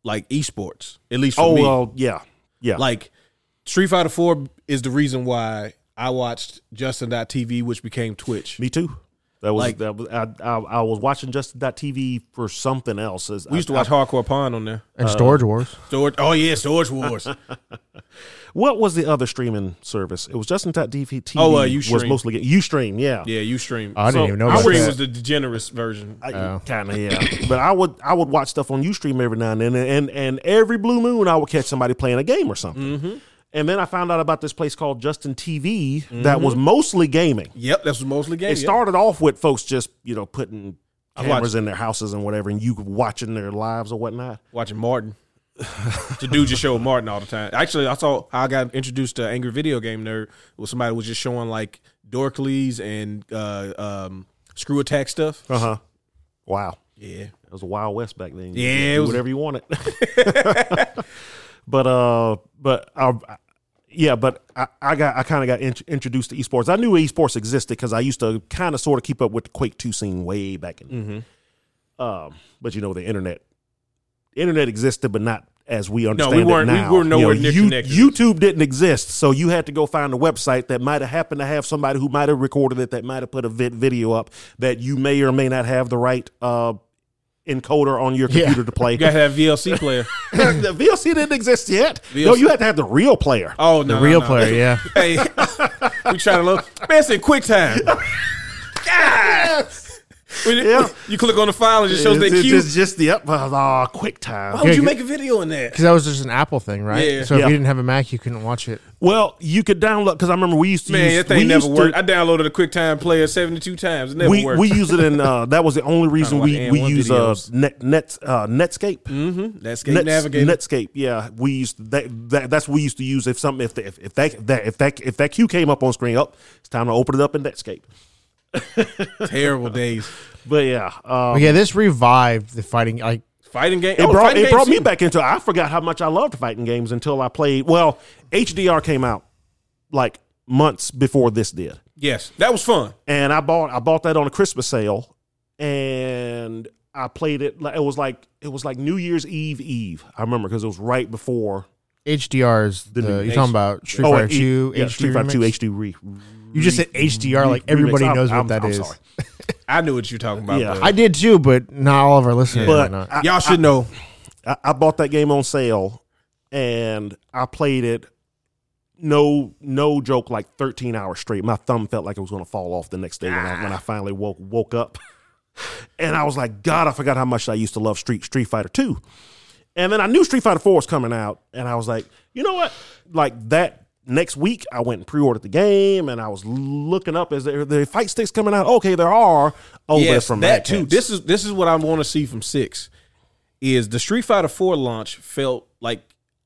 [SPEAKER 2] like esports. At least for
[SPEAKER 4] Oh
[SPEAKER 2] me.
[SPEAKER 4] well, yeah, yeah.
[SPEAKER 2] Like Street Fighter Four is the reason why I watched Justin.tv, which became Twitch.
[SPEAKER 4] Me too. That was
[SPEAKER 2] Like-
[SPEAKER 4] that was I, I, I was watching Justin.tv for something else. As-
[SPEAKER 2] We used to
[SPEAKER 4] I-
[SPEAKER 2] watch Hardcore Pond on there.
[SPEAKER 3] and Storage Wars.
[SPEAKER 2] Storage, oh yeah, Storage Wars.
[SPEAKER 4] What was the other streaming service? It was Justin.tv.
[SPEAKER 2] Oh, uh,
[SPEAKER 4] was
[SPEAKER 2] Ustream.
[SPEAKER 4] mostly Ustream. Yeah,
[SPEAKER 2] yeah, Ustream.
[SPEAKER 3] I didn't
[SPEAKER 4] So,
[SPEAKER 3] even know about
[SPEAKER 2] Ustream was
[SPEAKER 3] that.
[SPEAKER 2] the degenerate version.
[SPEAKER 3] Oh.
[SPEAKER 4] kind of yeah. but I would I would watch stuff on Ustream every now and then, and and every blue moon I would catch somebody playing a game or something.
[SPEAKER 2] Mm-hmm.
[SPEAKER 4] And then I found out about this place called Justin TV
[SPEAKER 2] Mm-hmm.
[SPEAKER 4] that was mostly gaming.
[SPEAKER 2] Yep, that's mostly game.
[SPEAKER 4] It
[SPEAKER 2] yeah.
[SPEAKER 4] started off with folks just you know putting
[SPEAKER 2] I
[SPEAKER 4] cameras
[SPEAKER 2] watched-
[SPEAKER 4] in their houses and whatever, and you watching their lives or whatnot.
[SPEAKER 2] watching Martin. the dude just showed Martin all the time. Actually, I saw how I got introduced to Angry Video Game Nerd was somebody was just showing like Dorkleys and uh, um, Screw Attack stuff.
[SPEAKER 4] Uh huh. Wow.
[SPEAKER 2] Yeah,
[SPEAKER 4] It was the Wild West back then. You
[SPEAKER 2] Yeah,
[SPEAKER 4] could
[SPEAKER 2] it
[SPEAKER 4] do
[SPEAKER 2] was-
[SPEAKER 4] whatever you wanted. but uh, but uh, yeah, but I, I got I kind of got int- introduced to esports. I knew esports existed because I used to kind of sort of keep up with the Quake Two scene way back in.
[SPEAKER 2] Mm-hmm.
[SPEAKER 4] Um, but you know the internet, internet existed, but not as we understand
[SPEAKER 2] we weren't-
[SPEAKER 4] it
[SPEAKER 2] we
[SPEAKER 4] now.
[SPEAKER 2] were nowhere
[SPEAKER 4] you
[SPEAKER 2] near
[SPEAKER 4] you-
[SPEAKER 2] connected.
[SPEAKER 4] YouTube didn't exist, so you had to go find a website that might have happened to have somebody who might have recorded it, that might have put a vid- video up that you may or may not have the right uh, encoder on your computer to play.
[SPEAKER 2] you gotta have VLC player.
[SPEAKER 4] the VLC didn't exist yet. No,
[SPEAKER 2] VLC.
[SPEAKER 4] you had to have the real player.
[SPEAKER 2] Oh no,
[SPEAKER 3] The
[SPEAKER 2] no,
[SPEAKER 3] real
[SPEAKER 2] no.
[SPEAKER 3] player, yeah.
[SPEAKER 2] Hey, we trying to look. Man, it's in QuickTime. When you-
[SPEAKER 4] Yeah.
[SPEAKER 2] you click on the file and it just shows
[SPEAKER 4] it's,
[SPEAKER 2] that
[SPEAKER 4] it's-
[SPEAKER 2] cue.
[SPEAKER 4] it's just the up, uh, quick time.
[SPEAKER 2] Why would you
[SPEAKER 3] Yeah,
[SPEAKER 2] make a video in that?
[SPEAKER 3] Because that was just an Apple thing, right?
[SPEAKER 2] Yeah.
[SPEAKER 3] So if
[SPEAKER 4] Yeah.
[SPEAKER 3] you didn't have a Mac, you couldn't watch it.
[SPEAKER 4] Well, you could download because I remember we used to
[SPEAKER 2] Man,
[SPEAKER 4] use
[SPEAKER 2] that thing
[SPEAKER 4] we
[SPEAKER 2] never
[SPEAKER 4] used
[SPEAKER 2] worked.
[SPEAKER 4] to-
[SPEAKER 2] I downloaded a QuickTime player seventy two times. It never
[SPEAKER 4] we
[SPEAKER 2] worked.
[SPEAKER 4] we use it in uh, that was the only reason
[SPEAKER 2] watch
[SPEAKER 4] we
[SPEAKER 2] N1
[SPEAKER 4] we use uh,
[SPEAKER 2] videos.
[SPEAKER 4] net, net uh, Netscape.
[SPEAKER 2] Hmm? Netscape
[SPEAKER 4] Nets-
[SPEAKER 2] Navigator.
[SPEAKER 4] Netscape, yeah, we used to- that, that. That's what we used to use if something if the, if, if that if that if that if that cue came up on screen, up, it's time to open it up in Netscape.
[SPEAKER 2] Terrible days.
[SPEAKER 4] But yeah, uh,
[SPEAKER 2] Um,
[SPEAKER 3] But yeah, this revived the fighting. Like,
[SPEAKER 2] Fighting game.
[SPEAKER 4] it
[SPEAKER 2] oh,
[SPEAKER 4] brought
[SPEAKER 2] fighting
[SPEAKER 4] it brought
[SPEAKER 2] games,
[SPEAKER 4] me back into. I forgot how much I loved fighting games until I played. Well, HDR came out like months before this did.
[SPEAKER 2] Yes, that was fun.
[SPEAKER 4] and I bought I bought that on a Christmas sale, and I played it. like- It was like it was like New Year's Eve Eve. I remember because it was right before.
[SPEAKER 3] HDR is the,
[SPEAKER 4] new
[SPEAKER 3] you're talking about Street
[SPEAKER 2] oh,
[SPEAKER 3] Fighter
[SPEAKER 4] and
[SPEAKER 3] Two,
[SPEAKER 4] E- yeah,
[SPEAKER 3] HD
[SPEAKER 4] Street Fighter Two
[SPEAKER 3] remix?
[SPEAKER 4] HD re.
[SPEAKER 3] You just said HDR, like
[SPEAKER 4] remix.
[SPEAKER 3] everybody
[SPEAKER 4] I'm-
[SPEAKER 3] knows
[SPEAKER 4] I'm-
[SPEAKER 3] what that
[SPEAKER 4] I'm
[SPEAKER 3] is.
[SPEAKER 4] sorry.
[SPEAKER 2] I knew what you were talking about.
[SPEAKER 4] Yeah.
[SPEAKER 2] though.
[SPEAKER 3] I did too, but not all of our listeners.
[SPEAKER 4] But
[SPEAKER 3] might not.
[SPEAKER 4] I,
[SPEAKER 2] Y'all should know.
[SPEAKER 4] I, I bought that game on sale, and I played it. No, no joke. Like thirteen hours straight, my thumb felt like it was going to fall off the next day when I when I finally woke woke up, and I was like, God, I forgot how much I used to love Street Street Fighter Two. And then I knew Street Fighter 4 was coming out, and I was like, you know what? Like that next week, I went and pre-ordered the game, and I was looking up is there the fight sticks coming out? Okay, there are. Oh, they're
[SPEAKER 2] yes,
[SPEAKER 4] from
[SPEAKER 2] that too.
[SPEAKER 4] This
[SPEAKER 2] This is this is what I want to see from six. Is the Street Fighter Four launch felt like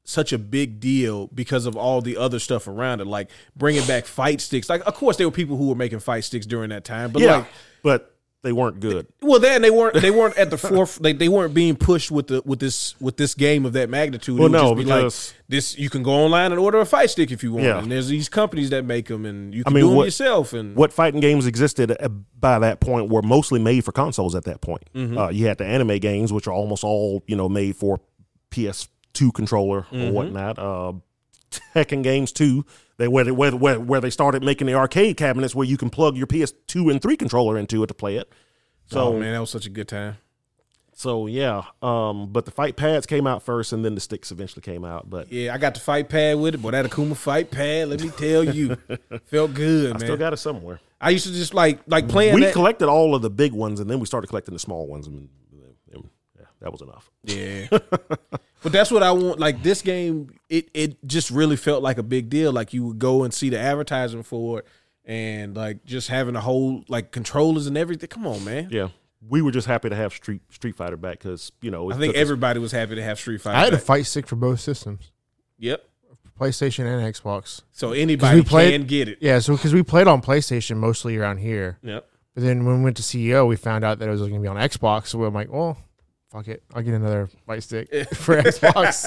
[SPEAKER 2] such a big deal because of all the other stuff around it, like bringing back fight sticks. Like, of course, there were people who were making fight sticks during that time, but
[SPEAKER 4] yeah,
[SPEAKER 2] like,
[SPEAKER 4] but they weren't good.
[SPEAKER 2] well, then they weren't they weren't at the fourth. They, they weren't being pushed with the with this with this game of that magnitude.
[SPEAKER 4] Well,
[SPEAKER 2] it would
[SPEAKER 4] no,
[SPEAKER 2] just be
[SPEAKER 4] because-
[SPEAKER 2] like this. You can go online and order a fight stick if you want,
[SPEAKER 4] Yeah.
[SPEAKER 2] and there's these companies that make them, and you can
[SPEAKER 4] mean,
[SPEAKER 2] do them
[SPEAKER 4] what-
[SPEAKER 2] yourself. And
[SPEAKER 4] What fighting games existed uh, by that point were mostly made for consoles. At that point,
[SPEAKER 2] Mm-hmm.
[SPEAKER 4] uh, you had the anime games, which are almost all you know made for PS2 controller or
[SPEAKER 2] Mm-hmm.
[SPEAKER 4] whatnot. Uh, Tekken games too. They where they, where, where, where they started making the arcade cabinets where you can plug your PS2 and 3 controller into it to play it. So
[SPEAKER 2] oh man, that was such a good time.
[SPEAKER 4] so yeah. Um, but the fight pads came out first, and then the sticks eventually came out. But
[SPEAKER 2] Yeah, I got the fight pad with it, but that Akuma fight pad, let me tell you, felt good,
[SPEAKER 4] I
[SPEAKER 2] man.
[SPEAKER 4] still got it somewhere.
[SPEAKER 2] I used to just like like playing
[SPEAKER 4] we
[SPEAKER 2] that.
[SPEAKER 4] collected all of the big ones, and then we started collecting the small ones, and, and- yeah, that was enough.
[SPEAKER 2] yeah, but that's what I want. Like this game, it it just really felt like a big deal. Like you would go and see the advertising for it, and like just having a whole like controllers and everything. Come on, man.
[SPEAKER 4] Yeah, we were just happy to have Street Street Fighter back because you know it
[SPEAKER 2] I think
[SPEAKER 4] took us-
[SPEAKER 2] everybody was happy to have Street Fighter.
[SPEAKER 3] I had a
[SPEAKER 2] back.
[SPEAKER 3] fight stick for both systems,
[SPEAKER 2] yep.
[SPEAKER 3] PlayStation and Xbox.
[SPEAKER 2] So anybody
[SPEAKER 3] played-
[SPEAKER 2] can get it.
[SPEAKER 3] Yeah, so because we played on PlayStation mostly around here,
[SPEAKER 2] Yep.
[SPEAKER 3] but then when we went to CEO, we found out that it was going to be on Xbox. So I'm like, well, fuck it, I'll get another fight stick for Xbox.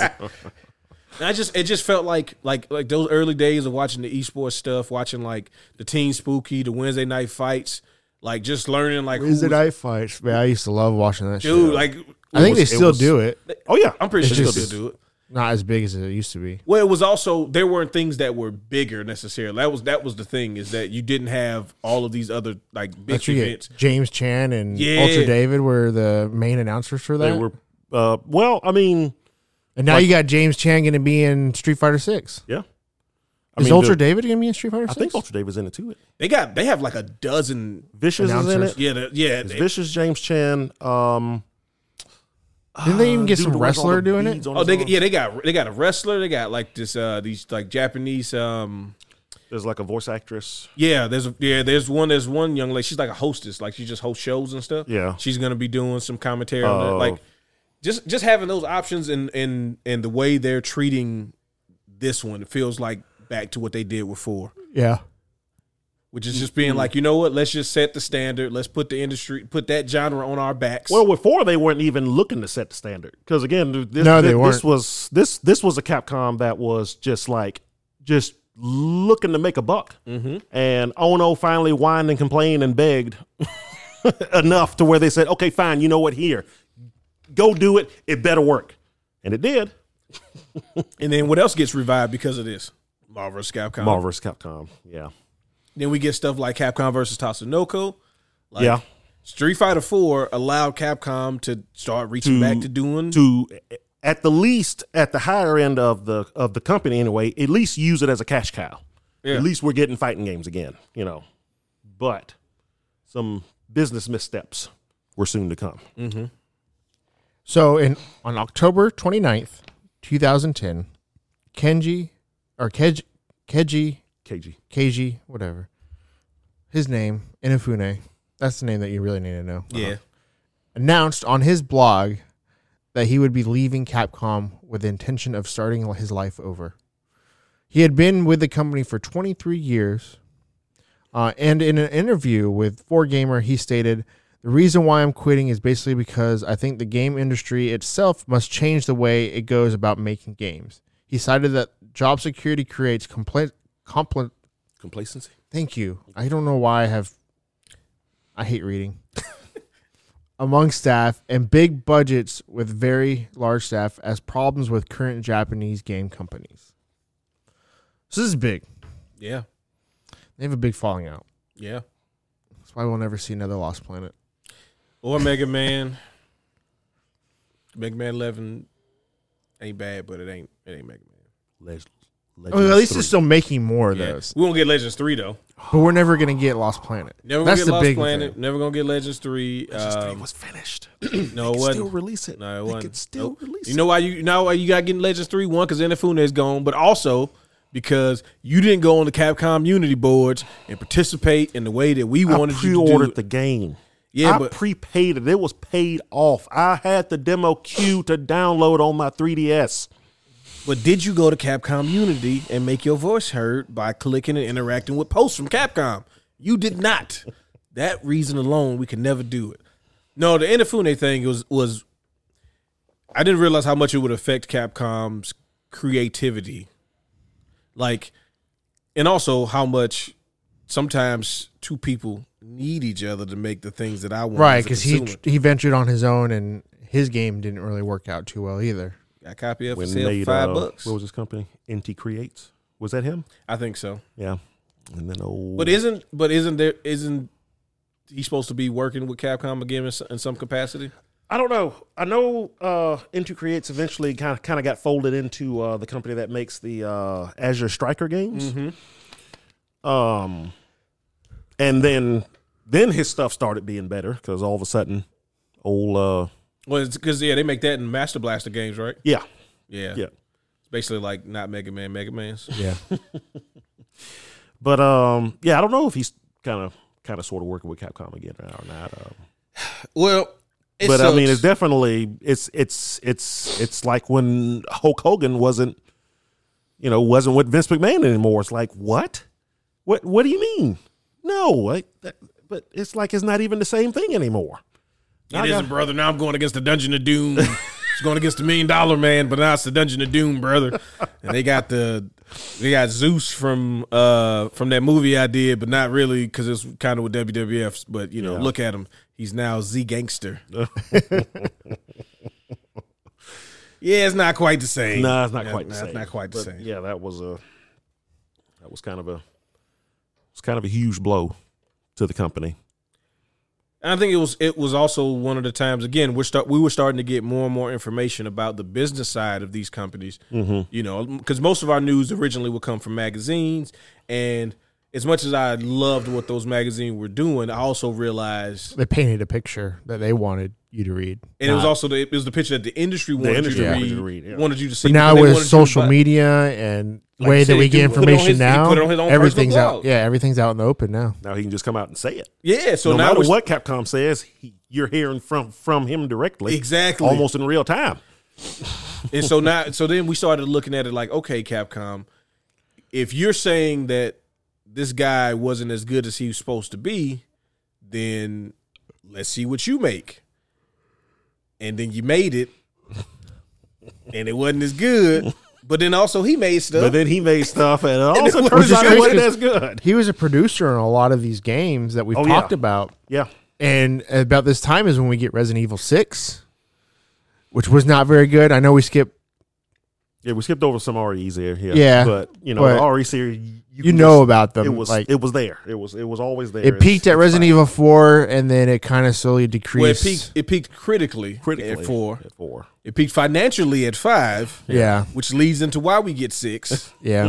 [SPEAKER 2] And I just it just felt like like like those early days of watching the esports stuff, watching like the Teen Spooky, the Wednesday night fights, like just learning like who
[SPEAKER 3] Is it
[SPEAKER 2] was-
[SPEAKER 3] night fights? Man, I used to love watching that
[SPEAKER 2] dude
[SPEAKER 3] shit.
[SPEAKER 2] like
[SPEAKER 3] I think
[SPEAKER 2] was-
[SPEAKER 3] they
[SPEAKER 2] it
[SPEAKER 3] still
[SPEAKER 2] was-
[SPEAKER 3] do it.
[SPEAKER 4] Oh yeah,
[SPEAKER 2] I'm pretty
[SPEAKER 3] It's
[SPEAKER 2] sure they
[SPEAKER 3] just-
[SPEAKER 2] still do it.
[SPEAKER 3] Not as big as it used to be.
[SPEAKER 2] Well, it was also there weren't things that were bigger necessarily. That was that was the thing is that you didn't have all of these other like big
[SPEAKER 3] That's where you get
[SPEAKER 2] events.
[SPEAKER 3] James Chan and
[SPEAKER 2] Yeah.
[SPEAKER 3] Ultra David were the main announcers for that.
[SPEAKER 4] they were. Uh, well, I mean,
[SPEAKER 3] and now you got James Chan going to be in Street Fighter Six.
[SPEAKER 4] yeah. I
[SPEAKER 3] Is
[SPEAKER 4] mean,
[SPEAKER 3] Ultra
[SPEAKER 4] the-
[SPEAKER 3] David going to be in Street Fighter
[SPEAKER 4] I
[SPEAKER 3] Six?
[SPEAKER 4] think Ultra Dave is in it too.
[SPEAKER 2] They got they have like a dozen.
[SPEAKER 4] Vicious is in
[SPEAKER 3] Announcers.
[SPEAKER 4] it.
[SPEAKER 2] Yeah, the, yeah.
[SPEAKER 4] It's
[SPEAKER 2] they-
[SPEAKER 4] Vicious James Chan. Um,
[SPEAKER 3] Didn't they even
[SPEAKER 4] uh,
[SPEAKER 3] get
[SPEAKER 4] dude
[SPEAKER 3] some
[SPEAKER 4] who wears all
[SPEAKER 3] wrestler
[SPEAKER 4] the
[SPEAKER 3] doing
[SPEAKER 4] beads
[SPEAKER 3] it?
[SPEAKER 4] on
[SPEAKER 2] oh,
[SPEAKER 4] his
[SPEAKER 2] they
[SPEAKER 4] arm.
[SPEAKER 2] yeah they got they got a wrestler. They got like this uh these like Japanese um
[SPEAKER 4] There's like a voice actress.
[SPEAKER 2] yeah there's a, yeah there's one there's one young lady. She's like a hostess. Like she just hosts shows and stuff.
[SPEAKER 4] Yeah.
[SPEAKER 2] she's gonna be doing some commentary on that.
[SPEAKER 4] Oh.
[SPEAKER 2] Like just just having those options and and and the way they're treating this one it feels like back to what they did with four.
[SPEAKER 3] yeah.
[SPEAKER 2] which is just being
[SPEAKER 4] Mm-hmm.
[SPEAKER 2] like, you know what? Let's just set the standard. Let's put the industry, put that genre on our backs.
[SPEAKER 4] Well, with four, they weren't even looking to set the standard because again, th- this,
[SPEAKER 3] No, they
[SPEAKER 4] thi- this,
[SPEAKER 3] weren't.
[SPEAKER 4] was this this was a Capcom that was just like just looking to make a buck, mm-hmm. and Ono finally whined and complained and begged enough to where they said, "Okay, fine, you know what? Here, go do it. It better work," and it did.
[SPEAKER 2] and then what else gets revived because of this? Marvel vs. Capcom.
[SPEAKER 4] Marvel vs. Capcom, yeah,
[SPEAKER 2] Then we get stuff like Capcom versus Tatsunoko. Like
[SPEAKER 4] yeah,
[SPEAKER 2] Street Fighter Four allowed Capcom to start reaching
[SPEAKER 4] To-
[SPEAKER 2] back to doing.
[SPEAKER 4] to at the least at the higher end of the of the company anyway, at least use it as a cash cow.
[SPEAKER 2] Yeah.
[SPEAKER 4] At least we're getting fighting games again, you know. But some business missteps were soon to come.
[SPEAKER 3] So in on October 29th, 2010, Kenji or Keji Keji
[SPEAKER 4] KG.
[SPEAKER 3] Keiji, whatever. His name, Inafune. That's the name that you really need to know.
[SPEAKER 2] yeah,
[SPEAKER 4] Uh-huh.
[SPEAKER 3] Announced on his blog that he would be leaving Capcom with the intention of starting his life over. He had been with the company for 23 years. Uh, and in an interview with 4Gamer, he stated, The reason why I'm quitting is basically because I think the game industry itself must change the way it goes about making games. He cited that job security creates compl- compl-
[SPEAKER 4] Complacency.
[SPEAKER 3] Thank you. I don't know why I have. I hate reading. Among staff and big budgets with very large staff as problems with current Japanese game companies. So this is big.
[SPEAKER 2] yeah,
[SPEAKER 3] They have a big falling out.
[SPEAKER 2] yeah.
[SPEAKER 3] That's why we'll never see another Lost Planet.
[SPEAKER 2] Or Mega Man. Mega Man Eleven ain't bad, but it ain't it ain't Mega Man.
[SPEAKER 4] Leg-
[SPEAKER 3] I mean, Oh, at least
[SPEAKER 4] Legends
[SPEAKER 3] they're still making more of
[SPEAKER 2] Yeah.
[SPEAKER 3] those.
[SPEAKER 2] We won't get Legends three though.
[SPEAKER 3] But we're never gonna get Lost Planet.
[SPEAKER 2] Never gonna
[SPEAKER 3] That's
[SPEAKER 2] get
[SPEAKER 3] the
[SPEAKER 2] Lost
[SPEAKER 3] big
[SPEAKER 2] Planet.
[SPEAKER 3] thing.
[SPEAKER 2] Never gonna get Legends three.
[SPEAKER 4] three. Legends three
[SPEAKER 2] Um,
[SPEAKER 4] was finished.
[SPEAKER 2] no, it
[SPEAKER 4] They
[SPEAKER 2] wasn't.
[SPEAKER 4] still release it.
[SPEAKER 2] No, it
[SPEAKER 4] they
[SPEAKER 2] wasn't.
[SPEAKER 4] could still
[SPEAKER 2] Nope.
[SPEAKER 4] release
[SPEAKER 2] You know why you, you know why you got getting Legends three one because Inafune is gone, but also because you didn't go on the Capcom Unity boards and participate in the way that we
[SPEAKER 4] it. I
[SPEAKER 2] wanted you to do.
[SPEAKER 4] pre-ordered
[SPEAKER 2] it.
[SPEAKER 4] the game.
[SPEAKER 2] Yeah,
[SPEAKER 4] I
[SPEAKER 2] but-
[SPEAKER 4] prepaid it. It was paid off. I had the demo queue to download on my 3DS.
[SPEAKER 2] But did you go to Capcom Unity and make your voice heard by clicking and interacting with posts from Capcom? You did not. that reason alone, we could never do it. No, the Inafune thing was was. I didn't realize how much it would affect Capcom's creativity, like, and also how much sometimes two people need each other to make the things that I want.
[SPEAKER 3] Right,
[SPEAKER 2] as a
[SPEAKER 3] because he
[SPEAKER 2] consumer.
[SPEAKER 3] he ventured on his own and his game didn't really work out too well either.
[SPEAKER 2] got a copy of for
[SPEAKER 4] When
[SPEAKER 2] sale
[SPEAKER 4] they,
[SPEAKER 2] for five
[SPEAKER 4] uh,
[SPEAKER 2] bucks.
[SPEAKER 4] What was his company? NT Creates. Was that him?
[SPEAKER 2] I think so.
[SPEAKER 4] Yeah. And then old.
[SPEAKER 2] But isn't but isn't there isn't he supposed to be working with Capcom again in some, in some capacity?
[SPEAKER 4] I don't know. I know uh, Into Creates eventually kind of kind of got folded into uh, the company that makes the uh, Azure Striker games. Um, and then then his stuff started being better because all of a sudden, old uh,
[SPEAKER 2] Well, because yeah, they make that in Master Blaster games, right?
[SPEAKER 4] yeah
[SPEAKER 2] Yeah,
[SPEAKER 4] yeah.
[SPEAKER 2] It's basically like not Mega Man, Mega Man's.
[SPEAKER 3] Yeah.
[SPEAKER 4] But um, yeah, I don't know if he's kind of kind of sort of working with Capcom again or not. Um,
[SPEAKER 2] Well, it
[SPEAKER 4] but I mean, it's
[SPEAKER 2] that
[SPEAKER 4] definitely it's it's it's it's like when Hulk Hogan wasn't, you know, wasn't with Vince McMahon anymore. It's like what, what, what do you mean? No, like, that, but it's like it's not even the same thing anymore.
[SPEAKER 2] it isn't, brother. Now I'm going against the Dungeon of Doom. it's going against the Million Dollar Man, but now it's the Dungeon of Doom, brother. And they got the they got Zeus from uh from that movie I did, but not really because it's kind of with WWF's. But you know, look at him. He's now Z Gangster. Yeah, it's not quite the same.
[SPEAKER 4] No, it's not
[SPEAKER 2] Yeah,
[SPEAKER 4] quite the
[SPEAKER 2] nah,
[SPEAKER 4] same.
[SPEAKER 2] It's not quite the
[SPEAKER 4] But,
[SPEAKER 2] same.
[SPEAKER 4] Yeah, that was a that was kind of a it's kind of a huge blow to the company.
[SPEAKER 2] And I think it was it was also one of the times again we're start we were starting to get more and more information about the business side of these companies. Mm-hmm. You know, because most of our news originally would come from magazines, and as much as I loved what those magazines were doing, I also realized,
[SPEAKER 3] They painted a picture that they wanted you to read.
[SPEAKER 2] and it was also the, it was the picture that the industry wanted
[SPEAKER 4] industry
[SPEAKER 2] you to
[SPEAKER 4] wanted
[SPEAKER 2] read,
[SPEAKER 4] you to read, yeah.
[SPEAKER 2] wanted you to see.
[SPEAKER 3] But now
[SPEAKER 2] because they
[SPEAKER 3] with
[SPEAKER 2] wanted you
[SPEAKER 3] social
[SPEAKER 2] to buy-
[SPEAKER 3] media and
[SPEAKER 2] Like
[SPEAKER 3] way
[SPEAKER 2] you
[SPEAKER 3] that
[SPEAKER 2] said,
[SPEAKER 3] we
[SPEAKER 2] he
[SPEAKER 3] get
[SPEAKER 2] put it on
[SPEAKER 3] information
[SPEAKER 2] his- he
[SPEAKER 3] now,
[SPEAKER 2] put it on his own
[SPEAKER 3] everything's
[SPEAKER 2] personal
[SPEAKER 3] out.
[SPEAKER 2] blog.
[SPEAKER 3] Yeah, everything's out in the open now.
[SPEAKER 4] Now he can just come out and say it.
[SPEAKER 2] Yeah, so
[SPEAKER 4] no
[SPEAKER 2] now
[SPEAKER 4] matter
[SPEAKER 2] we're-
[SPEAKER 4] what Capcom says, he, you're hearing from from him directly,
[SPEAKER 2] Exactly.
[SPEAKER 4] almost in real time.
[SPEAKER 2] and so now so then we started looking at it like okay capcom if you're saying that this guy wasn't as good as he was supposed to be then let's see what you make and then you made it and it wasn't as good but then also he made
[SPEAKER 4] But
[SPEAKER 2] stuff
[SPEAKER 4] then he made stuff, and it also
[SPEAKER 2] it
[SPEAKER 4] turns
[SPEAKER 2] was
[SPEAKER 4] out it
[SPEAKER 3] crazy
[SPEAKER 4] wasn't
[SPEAKER 3] 'cause-
[SPEAKER 4] as good.
[SPEAKER 3] He was a producer on a lot of these games that we've
[SPEAKER 4] Oh, yeah.
[SPEAKER 3] talked about.
[SPEAKER 4] Yeah,
[SPEAKER 3] And about this time is when we get Resident Evil 6, which was not very good. I know we skipped,
[SPEAKER 4] yeah. We skipped over some REs there. Yeah,
[SPEAKER 3] Yeah,
[SPEAKER 4] But you know,
[SPEAKER 3] but
[SPEAKER 4] the RE series,
[SPEAKER 3] you
[SPEAKER 4] can
[SPEAKER 3] know
[SPEAKER 4] just-
[SPEAKER 3] about them.
[SPEAKER 4] it was
[SPEAKER 3] like,
[SPEAKER 4] it was there. It was it was always there.
[SPEAKER 3] It peaked at Resident Evil 4, and then it kind of slowly decreased.
[SPEAKER 2] well, it peaked it peaked critically,
[SPEAKER 4] critically
[SPEAKER 2] at four
[SPEAKER 4] At four.
[SPEAKER 2] it peaked financially at five
[SPEAKER 3] Yeah,
[SPEAKER 2] which leads into why we get six
[SPEAKER 3] yeah.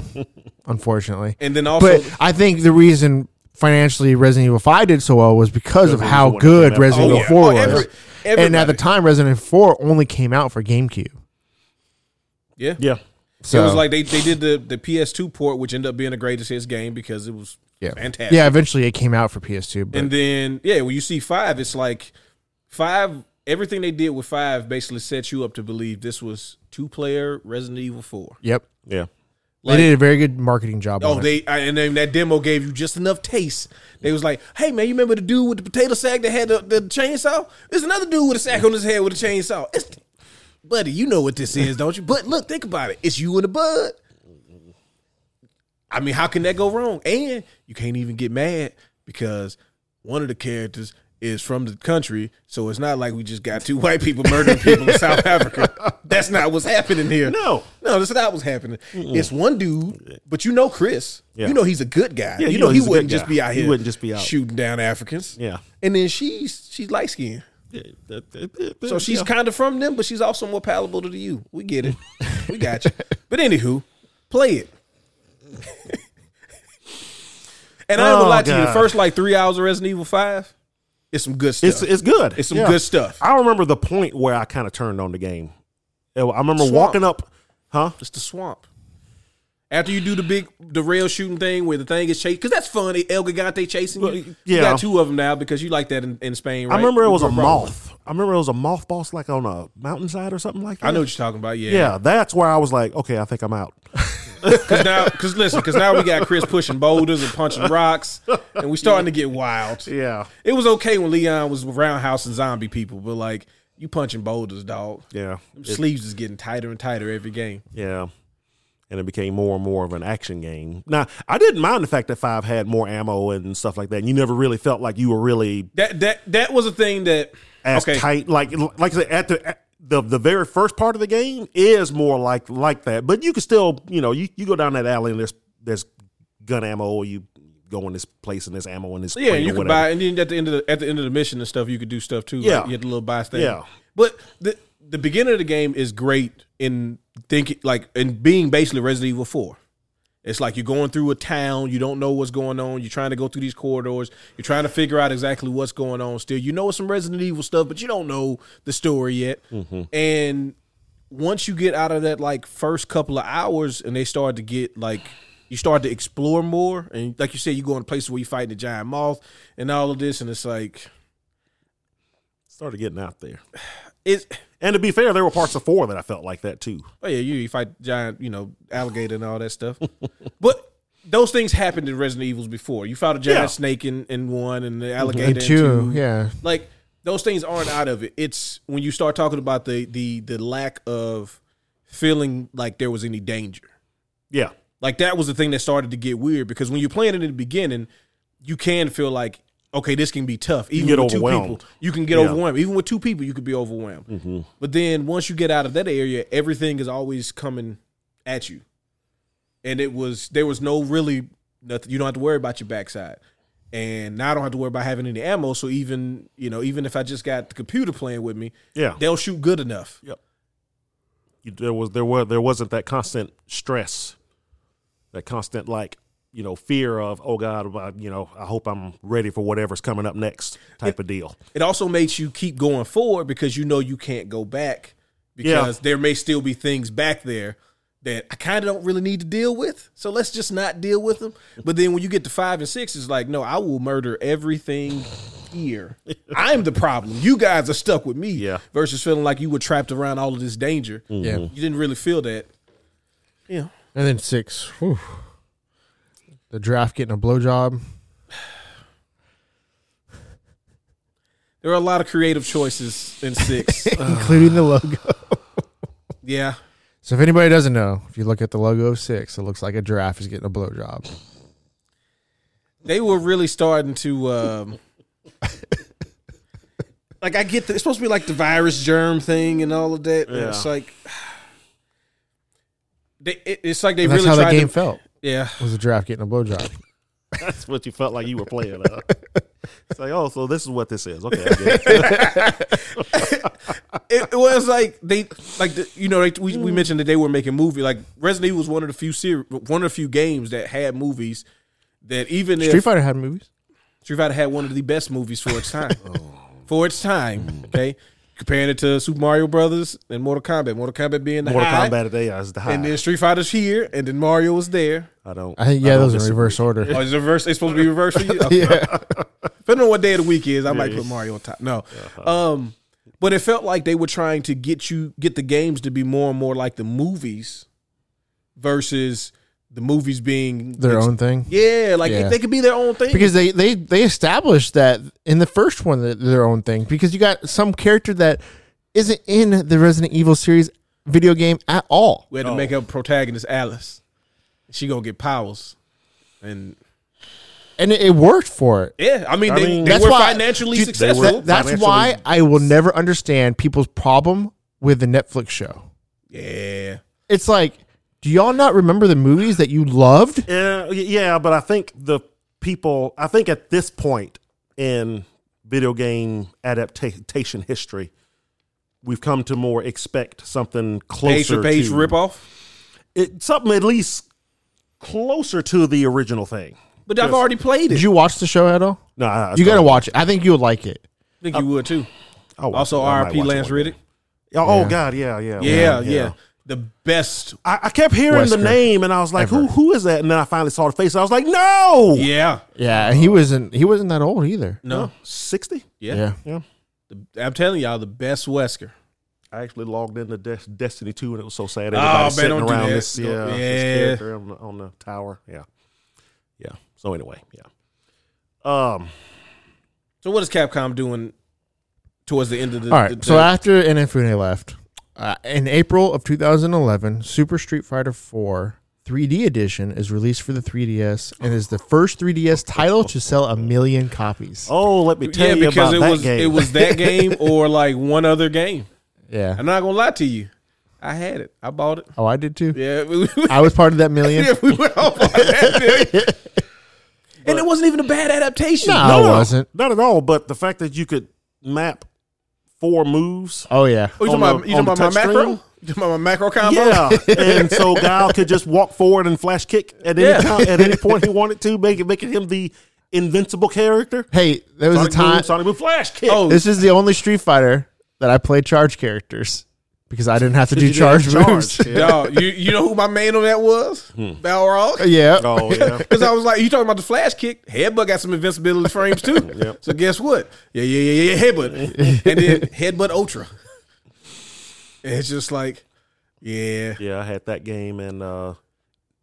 [SPEAKER 3] unfortunately,
[SPEAKER 2] and then also
[SPEAKER 3] but I think the reason financially Resident Evil 5 did so well was because of
[SPEAKER 4] Because it
[SPEAKER 3] how
[SPEAKER 4] was the one
[SPEAKER 3] good
[SPEAKER 4] that came out.
[SPEAKER 3] Resident
[SPEAKER 4] Oh,
[SPEAKER 3] Evil
[SPEAKER 2] yeah.
[SPEAKER 3] 4
[SPEAKER 2] Oh,
[SPEAKER 3] was.
[SPEAKER 2] every-
[SPEAKER 3] and at the
[SPEAKER 2] everybody.
[SPEAKER 3] time, Resident Evil 4 only came out for GameCube.
[SPEAKER 2] yeah
[SPEAKER 4] Yeah,
[SPEAKER 3] So
[SPEAKER 2] It was like they, they did the, the PS2 port, which ended up being the greatest hits game because it was
[SPEAKER 3] yeah,
[SPEAKER 2] fantastic.
[SPEAKER 3] yeah. Eventually, it came out for PS2, but
[SPEAKER 2] And then yeah, when you see five, it's like five. Everything they did with five basically set you up to believe this was two player Resident Evil Four.
[SPEAKER 3] yep,
[SPEAKER 4] yeah.
[SPEAKER 2] Like
[SPEAKER 3] they did a very good marketing job.
[SPEAKER 2] oh
[SPEAKER 3] on it.
[SPEAKER 2] they I, and then that demo gave you just enough taste. They was like, hey man, you remember the dude with the potato sack that had the, the chainsaw? There's another dude with a sack on his head with a chainsaw. It's, buddy, you know what this is, don't you? But look, think about it. It's you and the bud. I mean, how can that go wrong? And you can't even get mad because one of the characters is from the country, so it's not like we just got two white people murdering people in South Africa. That's not what's happening here.
[SPEAKER 4] No.
[SPEAKER 2] no, that's not what's happening. It's one dude, but you know Chris.
[SPEAKER 4] Yeah.
[SPEAKER 2] You know he's a good guy.
[SPEAKER 4] Yeah,
[SPEAKER 2] you,
[SPEAKER 4] you
[SPEAKER 2] know,
[SPEAKER 4] know
[SPEAKER 2] he
[SPEAKER 4] he's a good
[SPEAKER 2] wouldn't just
[SPEAKER 4] guy.
[SPEAKER 2] be out
[SPEAKER 4] He
[SPEAKER 2] here.
[SPEAKER 4] wouldn't just be out-
[SPEAKER 2] shooting down Africans.
[SPEAKER 4] Yeah.
[SPEAKER 2] and then she's she's light skinned. So she's kind of from them, but she's also more palatable to you. We get it. we got you. But anywho, play it. and I ain't gonna
[SPEAKER 4] Oh,
[SPEAKER 2] lie to you. The
[SPEAKER 4] God.
[SPEAKER 2] first like three hours of Resident Evil Five, it's some good stuff.
[SPEAKER 4] it's it's good.
[SPEAKER 2] It's some good stuff.
[SPEAKER 4] I remember the point where I kind of turned on the game. I remember
[SPEAKER 2] Swamp.
[SPEAKER 4] walking up, huh?
[SPEAKER 2] it's the swamp. After you do the big the rail shooting thing where the thing is chased, because that's fun. El Gigante chasing you.
[SPEAKER 4] Well,
[SPEAKER 2] You
[SPEAKER 4] yeah.
[SPEAKER 2] got two of them now because you like that in, in Spain. Right?
[SPEAKER 4] I remember it
[SPEAKER 2] You
[SPEAKER 4] was a
[SPEAKER 2] grew up-
[SPEAKER 4] moth. I remember it was a moth boss like on a mountainside or something like that.
[SPEAKER 2] I know what you're talking about. Yeah,
[SPEAKER 4] Yeah, that's where I was like, okay, I think I'm out.
[SPEAKER 2] Because now, because listen, because now we got Chris pushing boulders and punching rocks, and we starting to get wild.
[SPEAKER 4] Yeah.
[SPEAKER 2] It was okay when Leon was roundhouse and zombie people, but like you punching boulders, dog.
[SPEAKER 4] Yeah.
[SPEAKER 2] Them sleeves is getting tighter and tighter every game.
[SPEAKER 4] Yeah. And it became more and more of an action game. Now, I didn't mind the fact that Five had more ammo and stuff like that. And you never really felt like you were really
[SPEAKER 2] That that that was a thing that
[SPEAKER 4] as
[SPEAKER 2] okay.
[SPEAKER 4] tight. Like, like I said, at the at the the very first part of the game is more like like that. But you can still, you know, you, you go down that alley and there's there's gun ammo, or you go in this place and there's ammo in this.
[SPEAKER 2] Yeah,
[SPEAKER 4] crate or
[SPEAKER 2] you could
[SPEAKER 4] whatever.
[SPEAKER 2] buy, and then at the end of the at the end of the mission and stuff, you could do stuff too.
[SPEAKER 4] Yeah.
[SPEAKER 2] right? you had the little buy thing.
[SPEAKER 4] Yeah.
[SPEAKER 2] but the the beginning of the game is great in thinking like in being basically Resident Evil Four. It's like you're going through a town, you don't know what's going on, you're trying to go through these corridors, you're trying to figure out exactly what's going on. Still, you know it's some Resident Evil stuff, but you don't know the story yet. And once you get out of that like first couple of hours and they start to get like you start to explore more and like you said you go in places where you fight the giant moth and all of this and it's like
[SPEAKER 4] started getting out there.
[SPEAKER 2] it's
[SPEAKER 4] And to be fair, there were parts of four that I felt like that too.
[SPEAKER 2] oh yeah you, you fight giant you know alligator and all that stuff but those things happened in Resident Evils before you fought a giant
[SPEAKER 4] Yeah.
[SPEAKER 2] snake in, in one and the alligator
[SPEAKER 3] Mhm. and
[SPEAKER 2] in
[SPEAKER 3] two, yeah,
[SPEAKER 2] like those things aren't out of it. It's when you start talking about the the the lack of feeling like there was any danger.
[SPEAKER 4] Yeah,
[SPEAKER 2] Like that was the thing that started to get weird because when you're playing it in the beginning, you can feel like okay, this can be tough. Even
[SPEAKER 4] get
[SPEAKER 2] with two
[SPEAKER 4] overwhelmed.
[SPEAKER 2] people, you can get
[SPEAKER 4] Yeah. Mm-hmm.
[SPEAKER 2] overwhelmed. Even with two people, you could be overwhelmed. But then once you get out of that area, everything is always coming at you, and it was there was no really nothing. You don't have to worry about your backside, and now I don't have to worry about having any ammo. So even you know, even if I just got the computer playing with me,
[SPEAKER 4] Yeah.
[SPEAKER 2] they'll shoot good enough.
[SPEAKER 4] you- there was there were there wasn't that constant stress, that constant like you know fear of oh god I- you know I hope I'm ready for whatever's coming up next type of deal.
[SPEAKER 2] It also makes you keep going forward because you know you can't go back because there may still be things back there that I kind of don't really need to deal with. So let's just not deal with them. But then when you get to five and six, it's like, no, I will murder everything here. I'm the problem. You guys are stuck with me.
[SPEAKER 4] Yeah.
[SPEAKER 2] Versus feeling like you were trapped around all of this danger.
[SPEAKER 3] Yeah.
[SPEAKER 2] You didn't really feel that. Yeah.
[SPEAKER 3] And then six. whew. The draft getting a blowjob.
[SPEAKER 2] There are a lot of creative choices in six.
[SPEAKER 3] including the logo.
[SPEAKER 2] yeah.
[SPEAKER 3] So if anybody doesn't know, if you look at the logo of six, it looks like a giraffe is getting a blowjob.
[SPEAKER 2] they were really starting to um like I get the, it's supposed to be like the virus germ thing and all of that. and It's
[SPEAKER 4] Yeah.
[SPEAKER 2] like they, it, it's like they
[SPEAKER 3] And that's
[SPEAKER 2] really
[SPEAKER 3] how
[SPEAKER 2] tried
[SPEAKER 3] that game
[SPEAKER 2] to
[SPEAKER 3] felt.
[SPEAKER 2] yeah.
[SPEAKER 3] Was a giraffe getting a blowjob?
[SPEAKER 4] That's what you felt like you were playing. Huh? It's like oh so this is what this is okay. I get it.
[SPEAKER 2] It, it was like they like the, you know they, we we mentioned that they were making movie like Resident Evil was one of the few ser- one of the few games that had movies that even
[SPEAKER 3] Street
[SPEAKER 2] if
[SPEAKER 3] Fighter had movies.
[SPEAKER 2] Street Fighter had one of the best movies for its time.
[SPEAKER 3] Oh.
[SPEAKER 2] For its
[SPEAKER 3] Mm.
[SPEAKER 2] time, okay. Comparing it to Super Mario Brothers and Mortal Kombat, Mortal Kombat being the
[SPEAKER 4] Mortal
[SPEAKER 2] high,
[SPEAKER 4] Kombat today is the high.
[SPEAKER 2] And then Street Fighter's here, and then Mario was there.
[SPEAKER 4] I don't.
[SPEAKER 3] I think yeah,
[SPEAKER 4] don't
[SPEAKER 3] those in
[SPEAKER 4] disagree.
[SPEAKER 3] reverse order.
[SPEAKER 2] Oh, is it reverse? It's supposed to be reverse for you. Okay.
[SPEAKER 3] yeah,
[SPEAKER 2] Depending on what day of the week is, I might put Mario on top. No, um, but it felt like they were trying to get you get the games to be more and more like the movies, versus the movies being
[SPEAKER 3] their own thing.
[SPEAKER 2] Yeah, like
[SPEAKER 3] Yeah.
[SPEAKER 2] they could be their own thing.
[SPEAKER 3] Because they, they they established that in the first one that they're their own thing. Because you got some character that isn't in the Resident Evil series video game at all.
[SPEAKER 4] Oh.
[SPEAKER 2] we had to make up protagonist Alice. She gonna get powers, and
[SPEAKER 3] And it, it worked for it.
[SPEAKER 2] yeah, I mean,
[SPEAKER 4] I
[SPEAKER 2] they,
[SPEAKER 4] mean-
[SPEAKER 2] they
[SPEAKER 3] That's
[SPEAKER 2] were
[SPEAKER 3] why-
[SPEAKER 2] financially
[SPEAKER 3] Dude, that-
[SPEAKER 2] successful.
[SPEAKER 4] Well,
[SPEAKER 3] That's
[SPEAKER 4] financially-
[SPEAKER 3] why I will never understand people's problem with the Netflix show.
[SPEAKER 2] yeah,
[SPEAKER 3] It's like, do y'all not remember the movies that you loved?
[SPEAKER 4] Yeah, y- yeah, but I think the people. I think at this point in video game adaptation history, we've come to more expect something
[SPEAKER 2] page for
[SPEAKER 4] closer
[SPEAKER 2] page
[SPEAKER 4] to
[SPEAKER 2] ripoff.
[SPEAKER 4] it, something at least closer to the original thing.
[SPEAKER 2] But I've already played it.
[SPEAKER 3] Did you watch the show at all?
[SPEAKER 4] No, I, I
[SPEAKER 3] You got to watch it. I think you'll like it.
[SPEAKER 2] I think you would too.
[SPEAKER 4] I'll watch
[SPEAKER 2] Also,
[SPEAKER 4] it. I might
[SPEAKER 2] R.I.P.
[SPEAKER 4] watch it
[SPEAKER 2] Lance
[SPEAKER 4] one day.
[SPEAKER 2] Riddick.
[SPEAKER 4] Oh, oh God, yeah, yeah,
[SPEAKER 2] Yeah, yeah, The best.
[SPEAKER 4] I, I kept hearing the
[SPEAKER 3] Wesker
[SPEAKER 4] name, and I was like, "Who? Who is that?" And then I finally saw the face. And I was like, "No,
[SPEAKER 2] Yeah.
[SPEAKER 3] Yeah, he wasn't he wasn't that old either.
[SPEAKER 2] No.
[SPEAKER 4] sixty.
[SPEAKER 2] Yeah.
[SPEAKER 3] Yeah.
[SPEAKER 4] Yeah,
[SPEAKER 2] The- I'm telling y'all, the best Wesker.
[SPEAKER 4] I actually logged into Des- Destiny Two, and it was so sad.
[SPEAKER 2] Oh,
[SPEAKER 4] Everybody
[SPEAKER 2] man,
[SPEAKER 4] sitting
[SPEAKER 2] don't do
[SPEAKER 4] around
[SPEAKER 2] that.
[SPEAKER 4] this, yeah,
[SPEAKER 2] Don't-
[SPEAKER 4] this
[SPEAKER 2] yeah.
[SPEAKER 4] character on the, on the tower. Yeah, yeah. So anyway, yeah. Um,
[SPEAKER 2] So what is Capcom doing towards the end of the?
[SPEAKER 3] All right.
[SPEAKER 2] the-
[SPEAKER 3] So
[SPEAKER 2] the-
[SPEAKER 3] after Inafune left, uh, in April of 2011, Super Street Fighter 4 3D edition is released for the 3DS and is the first 3DS title to sell a million copies.
[SPEAKER 4] oh, let me tell
[SPEAKER 2] yeah,
[SPEAKER 4] you about
[SPEAKER 2] because it
[SPEAKER 4] that
[SPEAKER 2] was
[SPEAKER 4] game.
[SPEAKER 2] it was that game or like one other game.
[SPEAKER 3] Yeah.
[SPEAKER 2] I'm not gonna lie to you, I had it. I bought it.
[SPEAKER 3] Oh, I did too.
[SPEAKER 2] Yeah, we, we,
[SPEAKER 3] I was part of that million.
[SPEAKER 2] yeah, we went off on that. dude. and it wasn't even a bad adaptation.
[SPEAKER 3] No. I wasn't.
[SPEAKER 4] not at all. But the fact that you could map four moves
[SPEAKER 3] Oh yeah.
[SPEAKER 2] Oh, you
[SPEAKER 4] On
[SPEAKER 2] talking about
[SPEAKER 4] the-
[SPEAKER 2] you talking
[SPEAKER 4] on the
[SPEAKER 2] about my
[SPEAKER 4] touch
[SPEAKER 2] macro?
[SPEAKER 4] screen?
[SPEAKER 2] You talking about my macro combo?
[SPEAKER 4] Yeah, and so Guile could just walk forward and flash kick at any
[SPEAKER 2] Yeah.
[SPEAKER 4] time, at any point he wanted to, making making him the invincible character.
[SPEAKER 3] Hey, there was
[SPEAKER 4] Sonic
[SPEAKER 3] a time
[SPEAKER 4] Boom, Sonic Boom, flash kick.
[SPEAKER 2] Oh,
[SPEAKER 3] This is the only Street Fighter that I play charge characters because I didn't have to do
[SPEAKER 4] You did have
[SPEAKER 3] charge,
[SPEAKER 4] charge,
[SPEAKER 3] moves.
[SPEAKER 4] yeah.
[SPEAKER 2] dog, you you know who my man on that was?
[SPEAKER 4] Hmm.
[SPEAKER 2] Balrog.
[SPEAKER 3] yeah.
[SPEAKER 4] Oh yeah,
[SPEAKER 2] Because I was like, you talking about the flash kick? Headbutt got some invincibility frames too. So guess what? Yeah, yeah, yeah, yeah, yeah, headbutt. and then headbutt ultra. And it's just like, yeah.
[SPEAKER 4] yeah. I had that game and uh,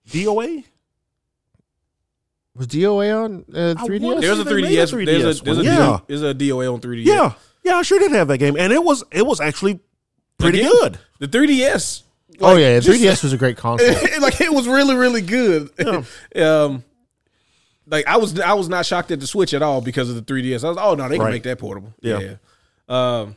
[SPEAKER 4] DOA.
[SPEAKER 3] Was DOA on uh,
[SPEAKER 4] I
[SPEAKER 3] 3DS?
[SPEAKER 4] wonder-
[SPEAKER 2] There's a
[SPEAKER 4] They made a
[SPEAKER 2] 3DS. There's
[SPEAKER 4] 3DS
[SPEAKER 2] a there's a,
[SPEAKER 4] one. Yeah.
[SPEAKER 2] there's a DOA on 3DS.
[SPEAKER 4] Yeah, yeah. I sure did have that game, and it was it was actually pretty
[SPEAKER 2] Again,
[SPEAKER 4] good.
[SPEAKER 2] The 3DS.
[SPEAKER 3] oh yeah, 3DS was a great console.
[SPEAKER 2] like it was really really good. um, like I was I was not shocked at the Switch at all because of the 3DS. I was oh no, they can
[SPEAKER 4] Right.
[SPEAKER 2] make that portable.
[SPEAKER 4] Yeah.
[SPEAKER 2] Yeah. Um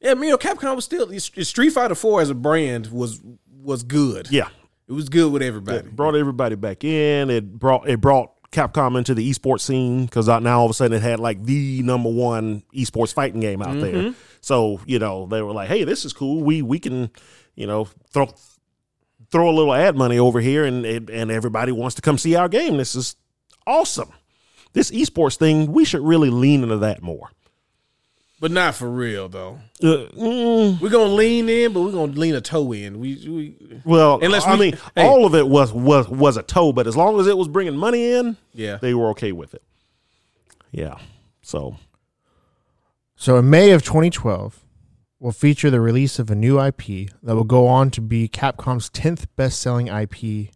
[SPEAKER 2] yeah, I mean, you know, Capcom was still it's- it's Street Fighter 4 as a brand was was good.
[SPEAKER 4] Yeah,
[SPEAKER 2] It was good with everybody.
[SPEAKER 4] it brought everybody back in. It brought it brought Capcom into the esports scene because now all of a sudden it had like the number one esports fighting game out
[SPEAKER 2] Mm-hmm.
[SPEAKER 4] there. So you know they were like, hey, this is cool. We we can you know throw throw a little ad money over here, and and and everybody wants to come see our game. This is awesome. This esports thing, we should really lean into that more.
[SPEAKER 2] But not for real though.
[SPEAKER 4] Uh, mm,
[SPEAKER 2] We're gonna lean in, but we're gonna lean a toe in. We, we
[SPEAKER 4] well,
[SPEAKER 2] Unless
[SPEAKER 4] I
[SPEAKER 2] we-
[SPEAKER 4] mean,
[SPEAKER 2] hey.
[SPEAKER 4] all of it was was was a toe, but as long as it was bringing money in,
[SPEAKER 2] yeah.
[SPEAKER 4] they were okay with it. Yeah. So
[SPEAKER 3] So in May of 2012, will feature the release of a new IP that will go on to be Capcom's 10th best-selling IP.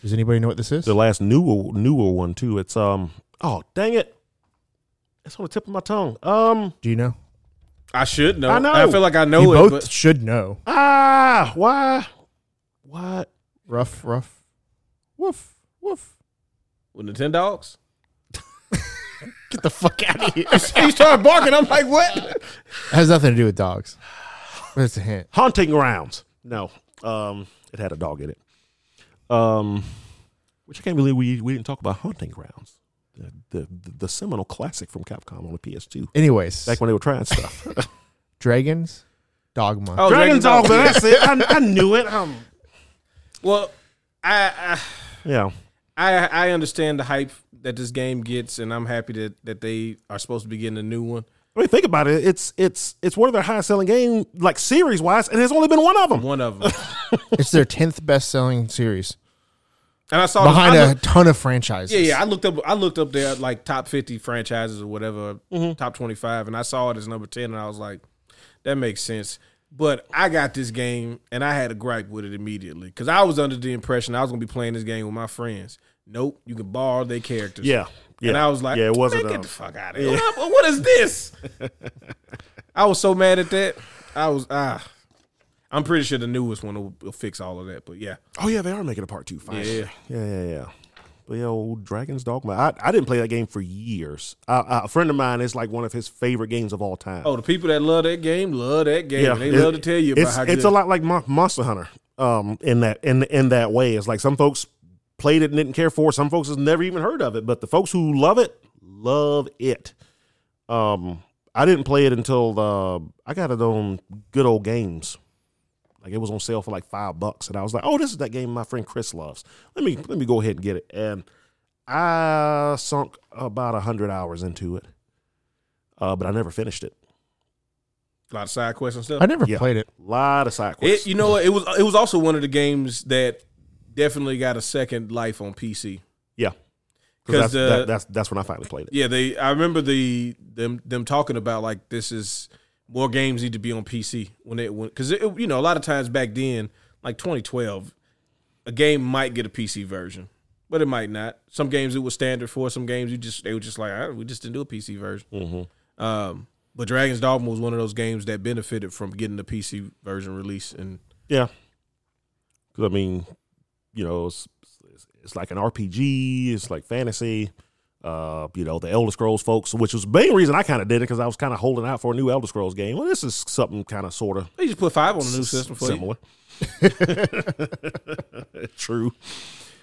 [SPEAKER 3] Does anybody know what this is?
[SPEAKER 4] the last newer newer one too. It's um oh dang it. It's on the tip of my tongue. Um
[SPEAKER 3] Do you know?
[SPEAKER 2] I should know.
[SPEAKER 4] I know.
[SPEAKER 2] I feel like I know
[SPEAKER 3] you
[SPEAKER 2] it.
[SPEAKER 3] both
[SPEAKER 2] but-
[SPEAKER 3] should know.
[SPEAKER 4] ah why what
[SPEAKER 3] Rough, rough, woof, woof.
[SPEAKER 2] with Nintendogs.
[SPEAKER 3] Get the fuck out of here.
[SPEAKER 2] he started barking. I'm like, what?
[SPEAKER 3] has nothing to do with dogs. But it's a hint.
[SPEAKER 4] haunting grounds. No. Um it had a dog in it. Um which I can't believe we we didn't talk about haunting grounds. The the, the seminal classic from Capcom on the PS2
[SPEAKER 3] Anyways,
[SPEAKER 4] back when they were trying stuff.
[SPEAKER 3] dragons, dogma.
[SPEAKER 2] Oh, Dragon's Dogma.
[SPEAKER 4] that's it. I, I knew it. Um,
[SPEAKER 2] Well, I,
[SPEAKER 4] yeah.
[SPEAKER 2] I I I understand the hype that this game gets, and I'm happy that that they are supposed to be getting a new one.
[SPEAKER 4] I mean, think about it. It's it's it's one of their highest selling game, like series wise, and there's only been one of them.
[SPEAKER 2] One of them.
[SPEAKER 3] It's their 10th best-selling series
[SPEAKER 2] And I saw this-
[SPEAKER 3] behind
[SPEAKER 2] I
[SPEAKER 3] a
[SPEAKER 2] looked-
[SPEAKER 3] ton of franchises.
[SPEAKER 2] yeah, Oh, yeah. I looked up. I looked up their like top fifty franchises or whatever,
[SPEAKER 3] Mm-hmm.
[SPEAKER 2] top twenty five, and I saw it as number ten, and I was like, that makes sense. But I got this game, and I had a gripe with it immediately because I was under the impression I was gonna be playing this game with my friends. Nope, you can borrow their characters.
[SPEAKER 4] Yeah, yeah.
[SPEAKER 2] And I was like,
[SPEAKER 4] yeah, it wasn't.
[SPEAKER 2] "Man, get
[SPEAKER 4] um,
[SPEAKER 2] the fuck out of here. What- what is this? I was so mad at that. I was ah. I'm pretty sure the newest one will, will fix all of that. But yeah,
[SPEAKER 4] oh yeah, they are making a part two. Fine.
[SPEAKER 2] Yeah.
[SPEAKER 4] yeah, yeah, yeah. But yeah, old Dragon's Dogma. I, I didn't play that game for years. I, I, a friend of mine is like one of his favorite games of all time.
[SPEAKER 2] oh, the people that love that game love that game.
[SPEAKER 4] yeah,
[SPEAKER 2] and they
[SPEAKER 4] it-
[SPEAKER 2] love to tell you about
[SPEAKER 4] it's,
[SPEAKER 2] how
[SPEAKER 4] it's
[SPEAKER 2] good.
[SPEAKER 4] a lot like Mon- Monster Hunter. Um, in that in in that way, it's like some folks played it and didn't care for. it. Some folks has never even heard of it. But the folks who love it love it. Um, I didn't play it until uh, I got it on good old games. Like it was on sale for like five bucks, and I was like, "Oh, this is that game my friend Chris loves. Let me let me go ahead and get it." And I sunk about a hundred hours into it, uh, but I never finished it.
[SPEAKER 2] a lot of side quests and stuff.
[SPEAKER 3] I never
[SPEAKER 4] Yeah.
[SPEAKER 3] played it.
[SPEAKER 4] A lot of side quests.
[SPEAKER 2] It, you know what? It was it was also one of the games that definitely got a second life on PC.
[SPEAKER 4] Yeah,
[SPEAKER 2] 'Cause
[SPEAKER 4] because that's,
[SPEAKER 2] the-
[SPEAKER 4] that, that's that's when I finally played it.
[SPEAKER 2] Yeah, they. I remember the them them talking about like this is more games need to be on PC when they when because you know a lot of times back then like 2012, a game might get a PC version, but it might not. Some games it was standard for. Some games you just they were just like "Ah, we just didn't do a PC version.
[SPEAKER 4] Mm-hmm.
[SPEAKER 2] Um, but Dragon's Dogma was one of those games that benefited from getting the PC version release, and
[SPEAKER 4] Yeah, because I mean, you know, it's, it's, it's like an RPG. It's like fantasy. Uh, you know, the Elder Scrolls folks, which was the main reason I kind of did it because I was kind of holding out for a new Elder Scrolls game. Well, this is something kind of sort of
[SPEAKER 2] they just put five on the new system for you.
[SPEAKER 4] similar. True.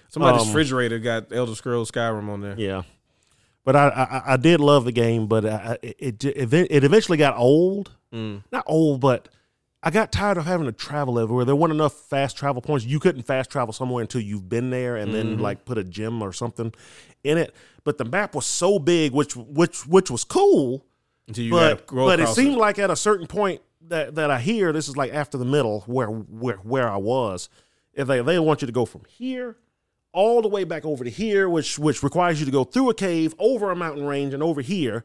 [SPEAKER 2] Somebody's
[SPEAKER 4] Um,
[SPEAKER 2] refrigerator got Elder Scrolls Skyrim on there.
[SPEAKER 4] Yeah, but I I, I did love the game, but I, I- it, it it eventually got old. Not old, but I got tired of having to travel everywhere. There weren't enough fast travel points. You couldn't fast travel somewhere until you've been there and then like put a gym or something in it. But the map was so big, which which which was cool
[SPEAKER 2] Until you
[SPEAKER 4] but
[SPEAKER 2] gotta grow
[SPEAKER 4] but it
[SPEAKER 2] across
[SPEAKER 4] seemed like at a certain point that that I hear this is like after the middle where where where I was. If they they want you to go from here all the way back over to here, which which requires you to go through a cave, over a mountain range, and over here,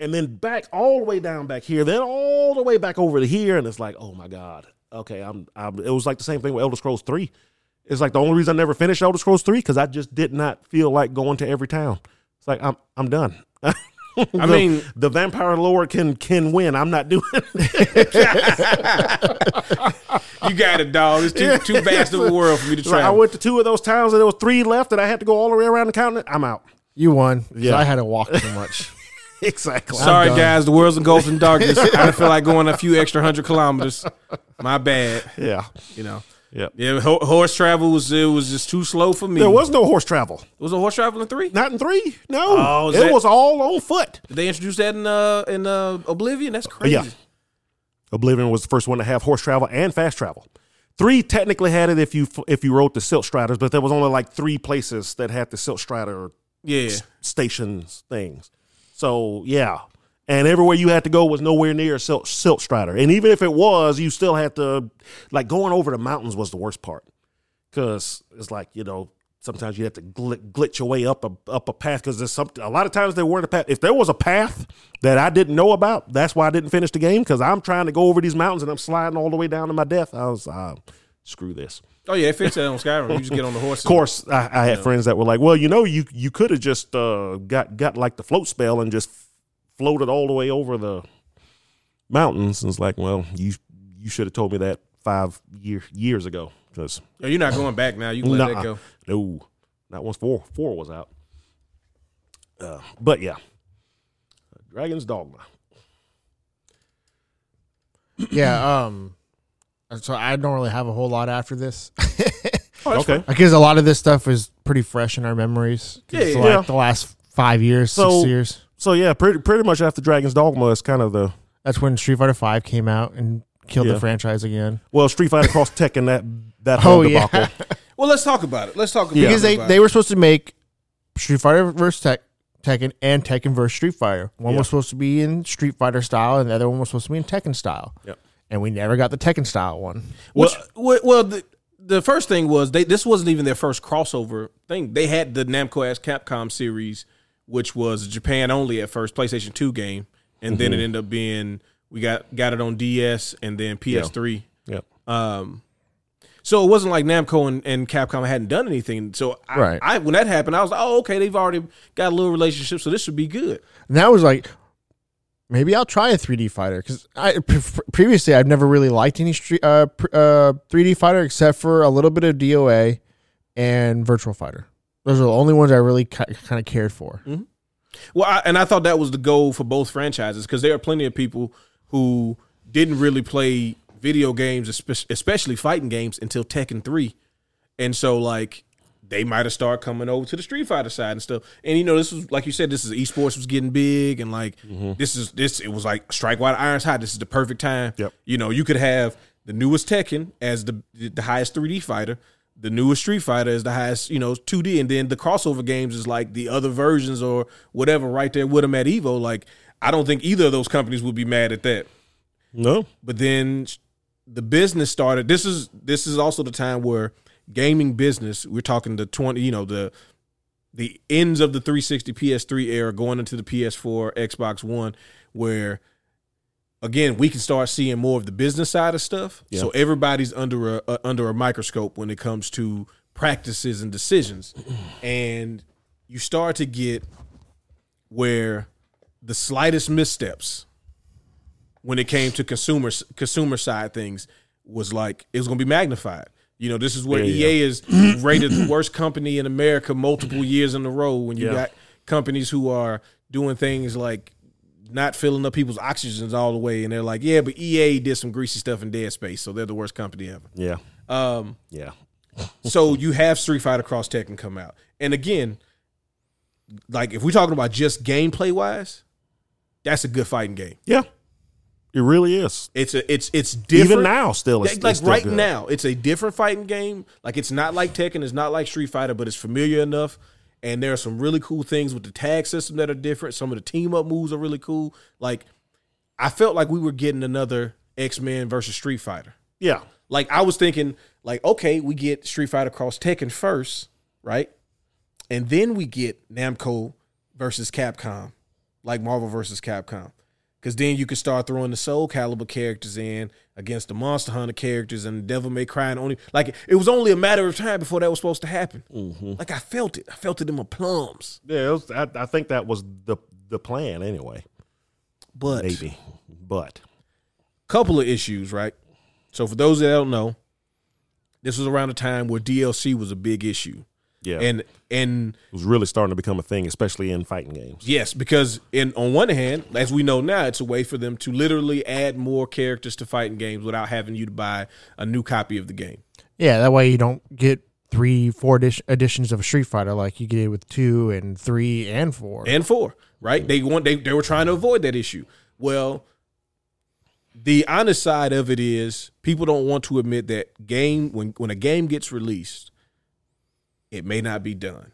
[SPEAKER 4] and then back all the way down back here, then all the way back over to here, and it's like oh my god, okay, I'm, I'm it was like the same thing with Elder Scrolls three. It's like the only reason I never finished Elder Scrolls three because I just did not feel like going to every town. It's like I'm I'm done.
[SPEAKER 2] I mean,
[SPEAKER 4] the vampire lord can can win. I'm not doing it.
[SPEAKER 2] You got it, dog. It's too too vast of a world for me to
[SPEAKER 4] Like, I
[SPEAKER 2] travel.
[SPEAKER 4] went to two of those towns and there was three left, and I had to go all the way around the continent. I'm out.
[SPEAKER 3] You won. 'cause
[SPEAKER 4] Yeah.
[SPEAKER 3] I had to walk too much.
[SPEAKER 4] exactly.
[SPEAKER 2] Sorry,
[SPEAKER 3] done.
[SPEAKER 2] guys. The world's engulfed in darkness. I done feel like going a few extra hundred kilometers. My bad.
[SPEAKER 4] Yeah.
[SPEAKER 2] You know.
[SPEAKER 4] Yep.
[SPEAKER 2] Yeah, ho- horse travel was it was just too slow for me.
[SPEAKER 4] There was no horse travel.
[SPEAKER 2] was a horse travel in three.
[SPEAKER 4] Not in three. No.
[SPEAKER 2] Oh, is
[SPEAKER 4] it
[SPEAKER 2] that-
[SPEAKER 4] was all on foot.
[SPEAKER 2] Did they introduce that in uh in uh Oblivion? That's crazy.
[SPEAKER 4] Oh, yeah. Oblivion was the first one to have horse travel and fast travel. Three technically had it if you if you rode the Silt Striders, but there was only like three places that had the Silt Strider
[SPEAKER 2] Yeah.
[SPEAKER 4] s- stations things. So yeah, and everywhere you had to go was nowhere near Silt, Silt Strider, and even if it was, you still had to like going over the mountains was the worst part because it's like you know sometimes you have to gl- glitch your way up a up a path because there's some a lot of times there weren't a path. If there was a path that I didn't know about, that's why I didn't finish the game because I'm trying to go over these mountains and I'm sliding all the way down to my death. I was uh, screw this.
[SPEAKER 2] Oh yeah, it fits that on Skyrim. You just get on the horse.
[SPEAKER 4] Of course, I, I had friends that were like, "Well, you know, you you could have just uh, got got like the float spell and just floated all the way over the mountains." And it's like, "Well, you you should have told me that five year, years ago." Because
[SPEAKER 2] Yo, Oh, you're not going back now. You can let that
[SPEAKER 4] no,
[SPEAKER 2] go.
[SPEAKER 4] not once four four was out. Uh, but yeah, Dragon's Dogma.
[SPEAKER 3] yeah. Um. So I don't really have a whole lot after this.
[SPEAKER 2] Oh,
[SPEAKER 4] okay,
[SPEAKER 3] Because a lot of this stuff is pretty fresh in our memories. 'Cause it's
[SPEAKER 2] Yeah,
[SPEAKER 3] like
[SPEAKER 4] yeah.
[SPEAKER 3] the last five years,
[SPEAKER 4] So-
[SPEAKER 3] six years.
[SPEAKER 4] so yeah, pretty pretty much after Dragon's Dogma is kind of the
[SPEAKER 3] That's when Street Fighter Five came out and killed
[SPEAKER 4] Yeah.
[SPEAKER 3] the franchise again.
[SPEAKER 4] well Street Fighter Cross Tekken that that whole
[SPEAKER 3] Oh, yeah.
[SPEAKER 4] debacle.
[SPEAKER 2] Well, let's talk about it. Let's talk about
[SPEAKER 3] Because they,
[SPEAKER 2] about
[SPEAKER 3] they
[SPEAKER 2] it.
[SPEAKER 3] were supposed to make Street Fighter versus Tek- Tekken and Tekken versus Street Fighter. One
[SPEAKER 4] Yeah.
[SPEAKER 3] was supposed to be in Street Fighter style, and the other one was supposed to be in Tekken style.
[SPEAKER 4] Yep.
[SPEAKER 3] And we never got the Tekken style one.
[SPEAKER 2] Which, well, well, the, the first thing was they. This wasn't even their first crossover thing. They had the Namco as Capcom series, which was Japan only at first, PlayStation Two game, and then it ended up being we got got it on DS and then PS3.
[SPEAKER 4] Yep.
[SPEAKER 2] Um, so it wasn't like Namco and, and Capcom hadn't done anything. So I,
[SPEAKER 3] Right.
[SPEAKER 2] I when that happened, I was like, oh okay, they've already got a little relationship, so this should be good.
[SPEAKER 3] And that was like, maybe I'll try a 3D fighter because I pre- previously I've never really liked any street, uh, pr- uh, 3D fighter except for a little bit of DOA and Virtual Fighter. Those are the only ones I really ki- kind of cared for.
[SPEAKER 2] Well, I, and I thought that was the goal for both franchises because there are plenty of people who didn't really play video games, espe- especially fighting games, until Tekken three, and so like they might have started coming over to the Street Fighter side and stuff. And you know, this was like you said, this is esports was getting big, and like this is this it was like strike while the iron's hot. This is the perfect time.
[SPEAKER 4] Yep.
[SPEAKER 2] You know, you could have the newest Tekken as the the highest 3D fighter. The newest Street Fighter is the highest, you know, 2D, and then the crossover games is like the other versions or whatever, right there with them at Evo. Like, I don't think either of those companies would be mad at that
[SPEAKER 4] No.
[SPEAKER 2] but then the business started this is this is also the time where gaming business we're talking the 20 you know the the ends of the 360 ps3 era going into the ps4 xbox one where again we can start seeing more of the business side of stuff
[SPEAKER 4] Yeah.
[SPEAKER 2] so everybody's under a, a under a microscope when it comes to practices and decisions and you start to get where the slightest missteps when it came to consumer consumer side things was like it was going to be magnified. You know, this is where
[SPEAKER 4] Yeah,
[SPEAKER 2] EA is rated the worst company in America multiple years in a row. When you
[SPEAKER 4] Yeah.
[SPEAKER 2] got companies who are doing things like not filling up people's oxygens all the way, and they're like, "Yeah, but EA did some greasy stuff in Dead Space, so they're the worst company ever."
[SPEAKER 4] Yeah.
[SPEAKER 2] Um,
[SPEAKER 4] Yeah.
[SPEAKER 2] so you have Street Fighter Cross Tekken come out, and again, like if we're talking about just gameplay wise, that's a good fighting game.
[SPEAKER 4] Yeah. It really is.
[SPEAKER 2] It's a it's it's different
[SPEAKER 4] Even now, still, it's,
[SPEAKER 2] Like- like
[SPEAKER 4] it's still
[SPEAKER 2] right
[SPEAKER 4] good.
[SPEAKER 2] now, it's a different fighting game. Like it's not like Tekken, it's not like Street Fighter, but it's familiar enough. And there are some really cool things with the tag system that are different. Some of the team up moves are really cool. Like I felt like we were getting another X Men versus Street Fighter.
[SPEAKER 4] Yeah.
[SPEAKER 2] Like I was thinking, like okay, we get Street Fighter Cross Tekken first, right? And then we get Namco versus Capcom, like Marvel versus Capcom, because then you can start throwing the Soul Caliber characters in against the Monster Hunter characters and Devil May Cry, and only like it was only a matter of time before that was supposed to happen.
[SPEAKER 4] Mm-hmm.
[SPEAKER 2] Like I felt it, I felt it in my plums.
[SPEAKER 4] Yeah. It was, I, I think that was the the plan anyway.
[SPEAKER 2] But
[SPEAKER 4] Maybe. But
[SPEAKER 2] couple of issues, right? So for those that don't know, this was around the time where DLC was a big issue.
[SPEAKER 4] Yeah.
[SPEAKER 2] and and
[SPEAKER 4] It was really starting to become a thing, especially in fighting games.
[SPEAKER 2] yes, because in on one hand, as we know now, it's a way for them to literally add more characters to fighting games without having you to buy a new copy of the game.
[SPEAKER 3] Yeah, that way you don't get three, four dish- editions of Street Fighter like you get with two and three and four.
[SPEAKER 2] and four, right? They want they they were trying to avoid that issue. Well, the honest side of it is people don't want to admit that game when when a game gets released, it may not be done.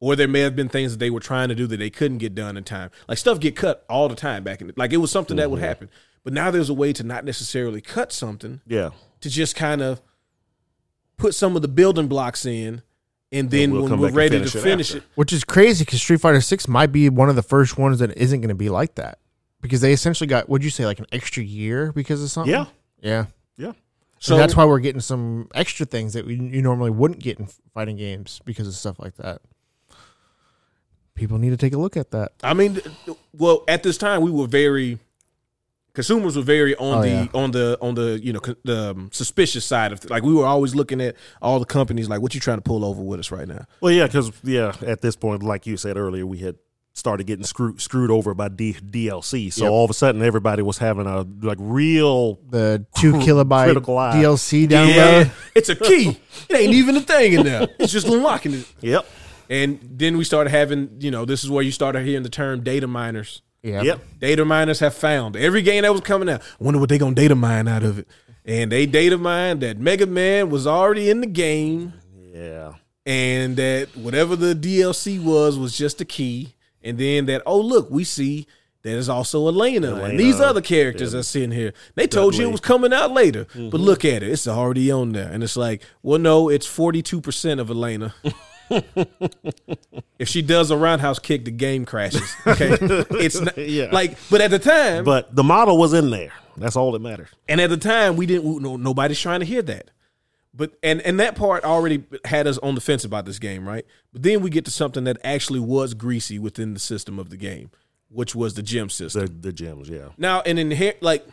[SPEAKER 2] Or there may have been things that they were trying to do that they couldn't get done in time. Like stuff get cut all the time back in the, like it was something that would happen. But now there's a way to not necessarily cut something,
[SPEAKER 4] Yeah.
[SPEAKER 2] to just kind of put some of the building blocks in and then
[SPEAKER 4] we'll
[SPEAKER 2] when
[SPEAKER 4] come
[SPEAKER 2] we're
[SPEAKER 4] back and
[SPEAKER 2] ready
[SPEAKER 4] finish
[SPEAKER 2] to
[SPEAKER 4] it
[SPEAKER 2] finish
[SPEAKER 4] after.
[SPEAKER 2] it
[SPEAKER 3] Which is crazy because Street Fighter Six might be one of the first ones that isn't going to be like that because they essentially got what'd you say like an extra year because of something.
[SPEAKER 4] Yeah.
[SPEAKER 3] yeah.
[SPEAKER 4] Yeah.
[SPEAKER 3] So that's why we're getting some extra things that we, you normally wouldn't get in fighting games because of stuff like that. People need to take a look at that.
[SPEAKER 2] I mean, th- th- well, at this time we were very consumers were very on
[SPEAKER 3] Oh,
[SPEAKER 2] the
[SPEAKER 3] yeah.
[SPEAKER 2] on the on the you know con- the um, suspicious side of th- like we were always looking at all the companies like what you trying to pull over with us right now.
[SPEAKER 4] Well, yeah, because yeah, at this point, like you said earlier, we had started getting screwed screwed over by D- DLC. So
[SPEAKER 2] Yep.
[SPEAKER 4] all of a sudden, everybody was having a like real
[SPEAKER 3] The two kilobyte
[SPEAKER 4] Critical Eye.
[SPEAKER 3] DLC download.
[SPEAKER 2] it's a key. it ain't even a thing in there. It's just unlocking it.
[SPEAKER 4] yep,
[SPEAKER 2] And then we started having you know this is where you started hearing the term data miners.
[SPEAKER 3] Yeah.
[SPEAKER 4] yep.
[SPEAKER 2] Data miners have found every game that was coming out. I wonder what they gonna data mine out of it. And they data mined that Mega Man was already in the game.
[SPEAKER 4] Yeah,
[SPEAKER 2] and that whatever the DLC was was just a key. And then that oh look, we see there's also Elena, and these
[SPEAKER 4] Elena,
[SPEAKER 2] other characters that's in here. They told you it was coming out later, but look at it; it's already on there, and it's like, well, no, it's forty two percent of Elena. if she does a roundhouse kick, the game crashes. Okay, it's not,
[SPEAKER 4] Yeah.
[SPEAKER 2] like, but at the time,
[SPEAKER 4] but the model was in there. That's all that mattered.
[SPEAKER 2] and at the time, we didn't. we- No, nobody's trying to hear that. But and and that part already had us on the fence about this game, right? But then we get to something that actually was greasy within the system of the game, which was the gym system.
[SPEAKER 4] The the gems. Yeah,
[SPEAKER 2] now, and in here, like,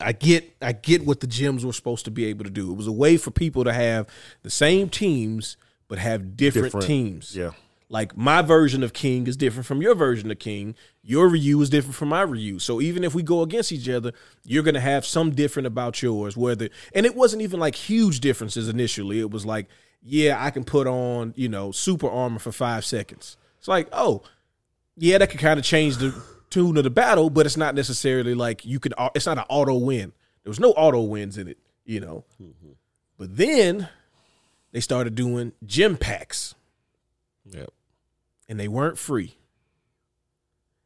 [SPEAKER 2] I get I get what the gyms were supposed to be able to do. It was a way for people to have the same teams but have different,
[SPEAKER 4] Different.
[SPEAKER 2] teams.
[SPEAKER 4] yeah,
[SPEAKER 2] Like my version of King is different from your version of King. Your Ryu is different from my Ryu. So even if we go against each other, you're gonna have some different about yours. Whether and it wasn't even like huge differences initially. It was like, yeah, I can put on you know super armor for five seconds. It's like, oh, yeah, that could kind of change the tune of the battle, but it's not necessarily like you could. au- It's not an auto win. There was no auto wins in it, you know. But then they started doing gym packs
[SPEAKER 4] yep.
[SPEAKER 2] and they weren't free.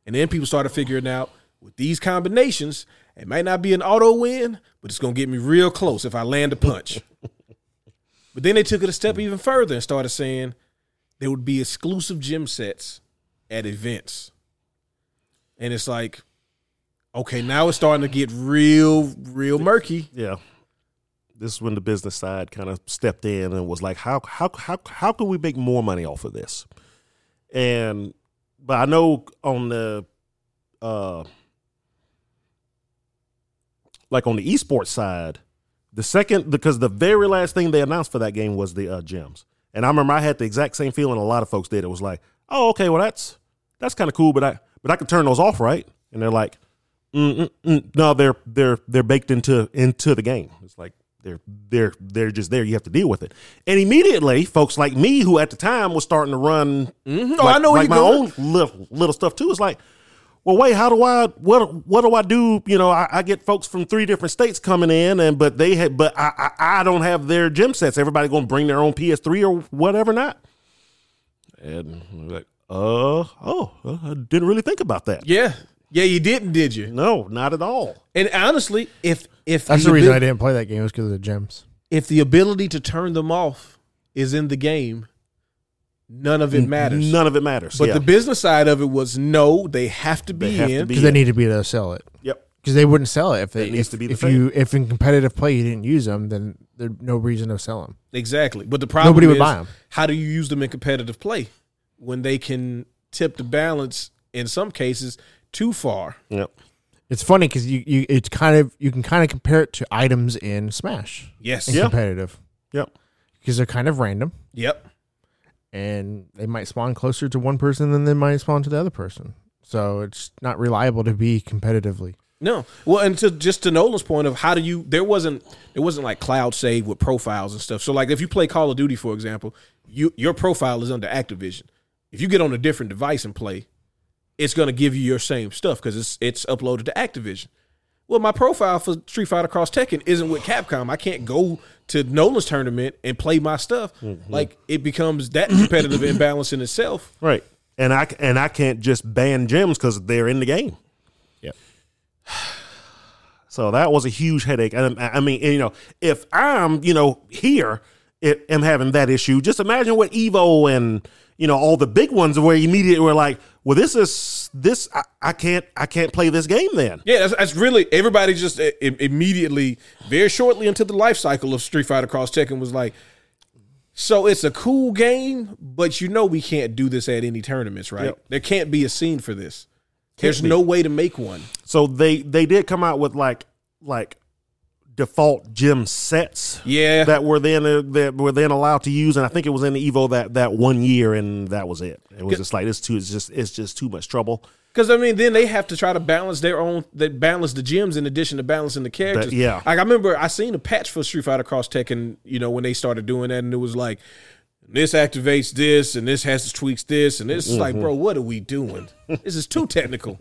[SPEAKER 2] And then people started figuring out with these combinations, it might not be an auto win, but it's going to get me real close if I land a punch. but then they took it a step even further and started saying there would be exclusive gym sets at events. And it's like, okay, now it's starting to get real, real murky.
[SPEAKER 4] yeah. This is when the business side kind of stepped in and was like, how how how how can we make more money off of this? And but I know on the uh like on the esports side, the second because the very last thing they announced for that game was the uh, gems, and I remember I had the exact same feeling a lot of folks did. It was like, oh, okay, well that's that's kind of cool, but I but I could turn those off, right? And they're like, Mm-mm-mm. no, they're they're they're baked into into the game. It's like they're they're they're just there. You have to deal with it. And immediately, folks like me, who at the time was starting to run,
[SPEAKER 2] Oh,
[SPEAKER 4] like,
[SPEAKER 2] I know where
[SPEAKER 4] like
[SPEAKER 2] you're
[SPEAKER 4] my
[SPEAKER 2] going.
[SPEAKER 4] own little little stuff too. It's like, well, wait, how do I what what do I do? You know, I, I get folks from three different states coming in, and but they had but I I, I don't have their gym sets. Everybody going to bring their own PS3 or whatever not. And we're like, uh oh, uh, I didn't really think about that.
[SPEAKER 2] Yeah. Yeah, you didn't, did you?
[SPEAKER 4] No, not at all.
[SPEAKER 2] And honestly, if if
[SPEAKER 3] That's the reason I didn't play that game was because of the gems.
[SPEAKER 2] if the ability to turn them off is in the game, none of it matters.
[SPEAKER 4] None of it matters.
[SPEAKER 2] But
[SPEAKER 4] yeah.
[SPEAKER 2] the business side of it was no, they have to be
[SPEAKER 4] have to
[SPEAKER 2] in.
[SPEAKER 4] be-
[SPEAKER 3] Because
[SPEAKER 4] Yeah.
[SPEAKER 3] they need to be able to sell it.
[SPEAKER 4] yep.
[SPEAKER 3] Because they wouldn't sell it if they
[SPEAKER 4] That needs
[SPEAKER 3] if,
[SPEAKER 4] to be the
[SPEAKER 3] if
[SPEAKER 4] thing.
[SPEAKER 3] you if in competitive play you didn't use them, then there's no reason to sell them.
[SPEAKER 2] Exactly. But the problem
[SPEAKER 3] Nobody would
[SPEAKER 2] is,
[SPEAKER 3] buy 'em.
[SPEAKER 2] how do you use them in competitive play when they can tip the balance in some cases too far?
[SPEAKER 4] Yep.
[SPEAKER 3] It's funny because you, you it's kind of you can kind of compare it to items in Smash
[SPEAKER 2] Yes.
[SPEAKER 3] in
[SPEAKER 4] Yeah.
[SPEAKER 3] competitive
[SPEAKER 4] Yep.
[SPEAKER 3] because they're kind of random
[SPEAKER 2] Yep.
[SPEAKER 3] and they might spawn closer to one person than they might spawn to the other person. So it's not reliable to be competitively.
[SPEAKER 2] No. Well, and to just to Nolan's point of how do you there wasn't there wasn't like cloud save with profiles and stuff. So like if you play Call of Duty for example, you your profile is under Activision. If you get on a different device and play, it's going to give you your same stuff cuz it's it's uploaded to Activision. Well, my profile for Street Fighter Cross Tekken isn't with Capcom. I can't go to Nolan's tournament and play my stuff. Like it becomes that competitive imbalance in itself.
[SPEAKER 4] Right. And I c- and I can't just ban gems because they're in the game.
[SPEAKER 1] Yep.
[SPEAKER 4] So that was a huge headache. And I I mean, you know, if I'm you know here, it, am having that issue. Just imagine what Evo and you know all the big ones where immediately we're like, well, this is this. I, I can't I can't play this game then.
[SPEAKER 2] Yeah, that's, that's really everybody just i- i- immediately, very shortly into the life cycle of Street Fighter Cross Tekken was like, so it's a cool game, but you know we can't do this at any tournaments, right?
[SPEAKER 4] Yep.
[SPEAKER 2] There can't be a scene for this. There's no way to make one.
[SPEAKER 4] So they they did come out with like like default gym sets.
[SPEAKER 2] Yeah.
[SPEAKER 4] that were then uh, that were then allowed to use, and I think it was in the Evo that that one year, and that was it. It was just like it's too, it's just it's just too much trouble.
[SPEAKER 2] Because I mean, then they have to try to balance their own. They balance the gyms in addition to balancing the characters.
[SPEAKER 4] That- yeah.
[SPEAKER 2] like I remember I seen a patch for Street Fighter Cross Tekken. You know when they started doing that, and it was like this activates this, and this has to tweaks this, and this is
[SPEAKER 4] Mm-hmm.
[SPEAKER 2] like, bro, what are we doing? this is too technical.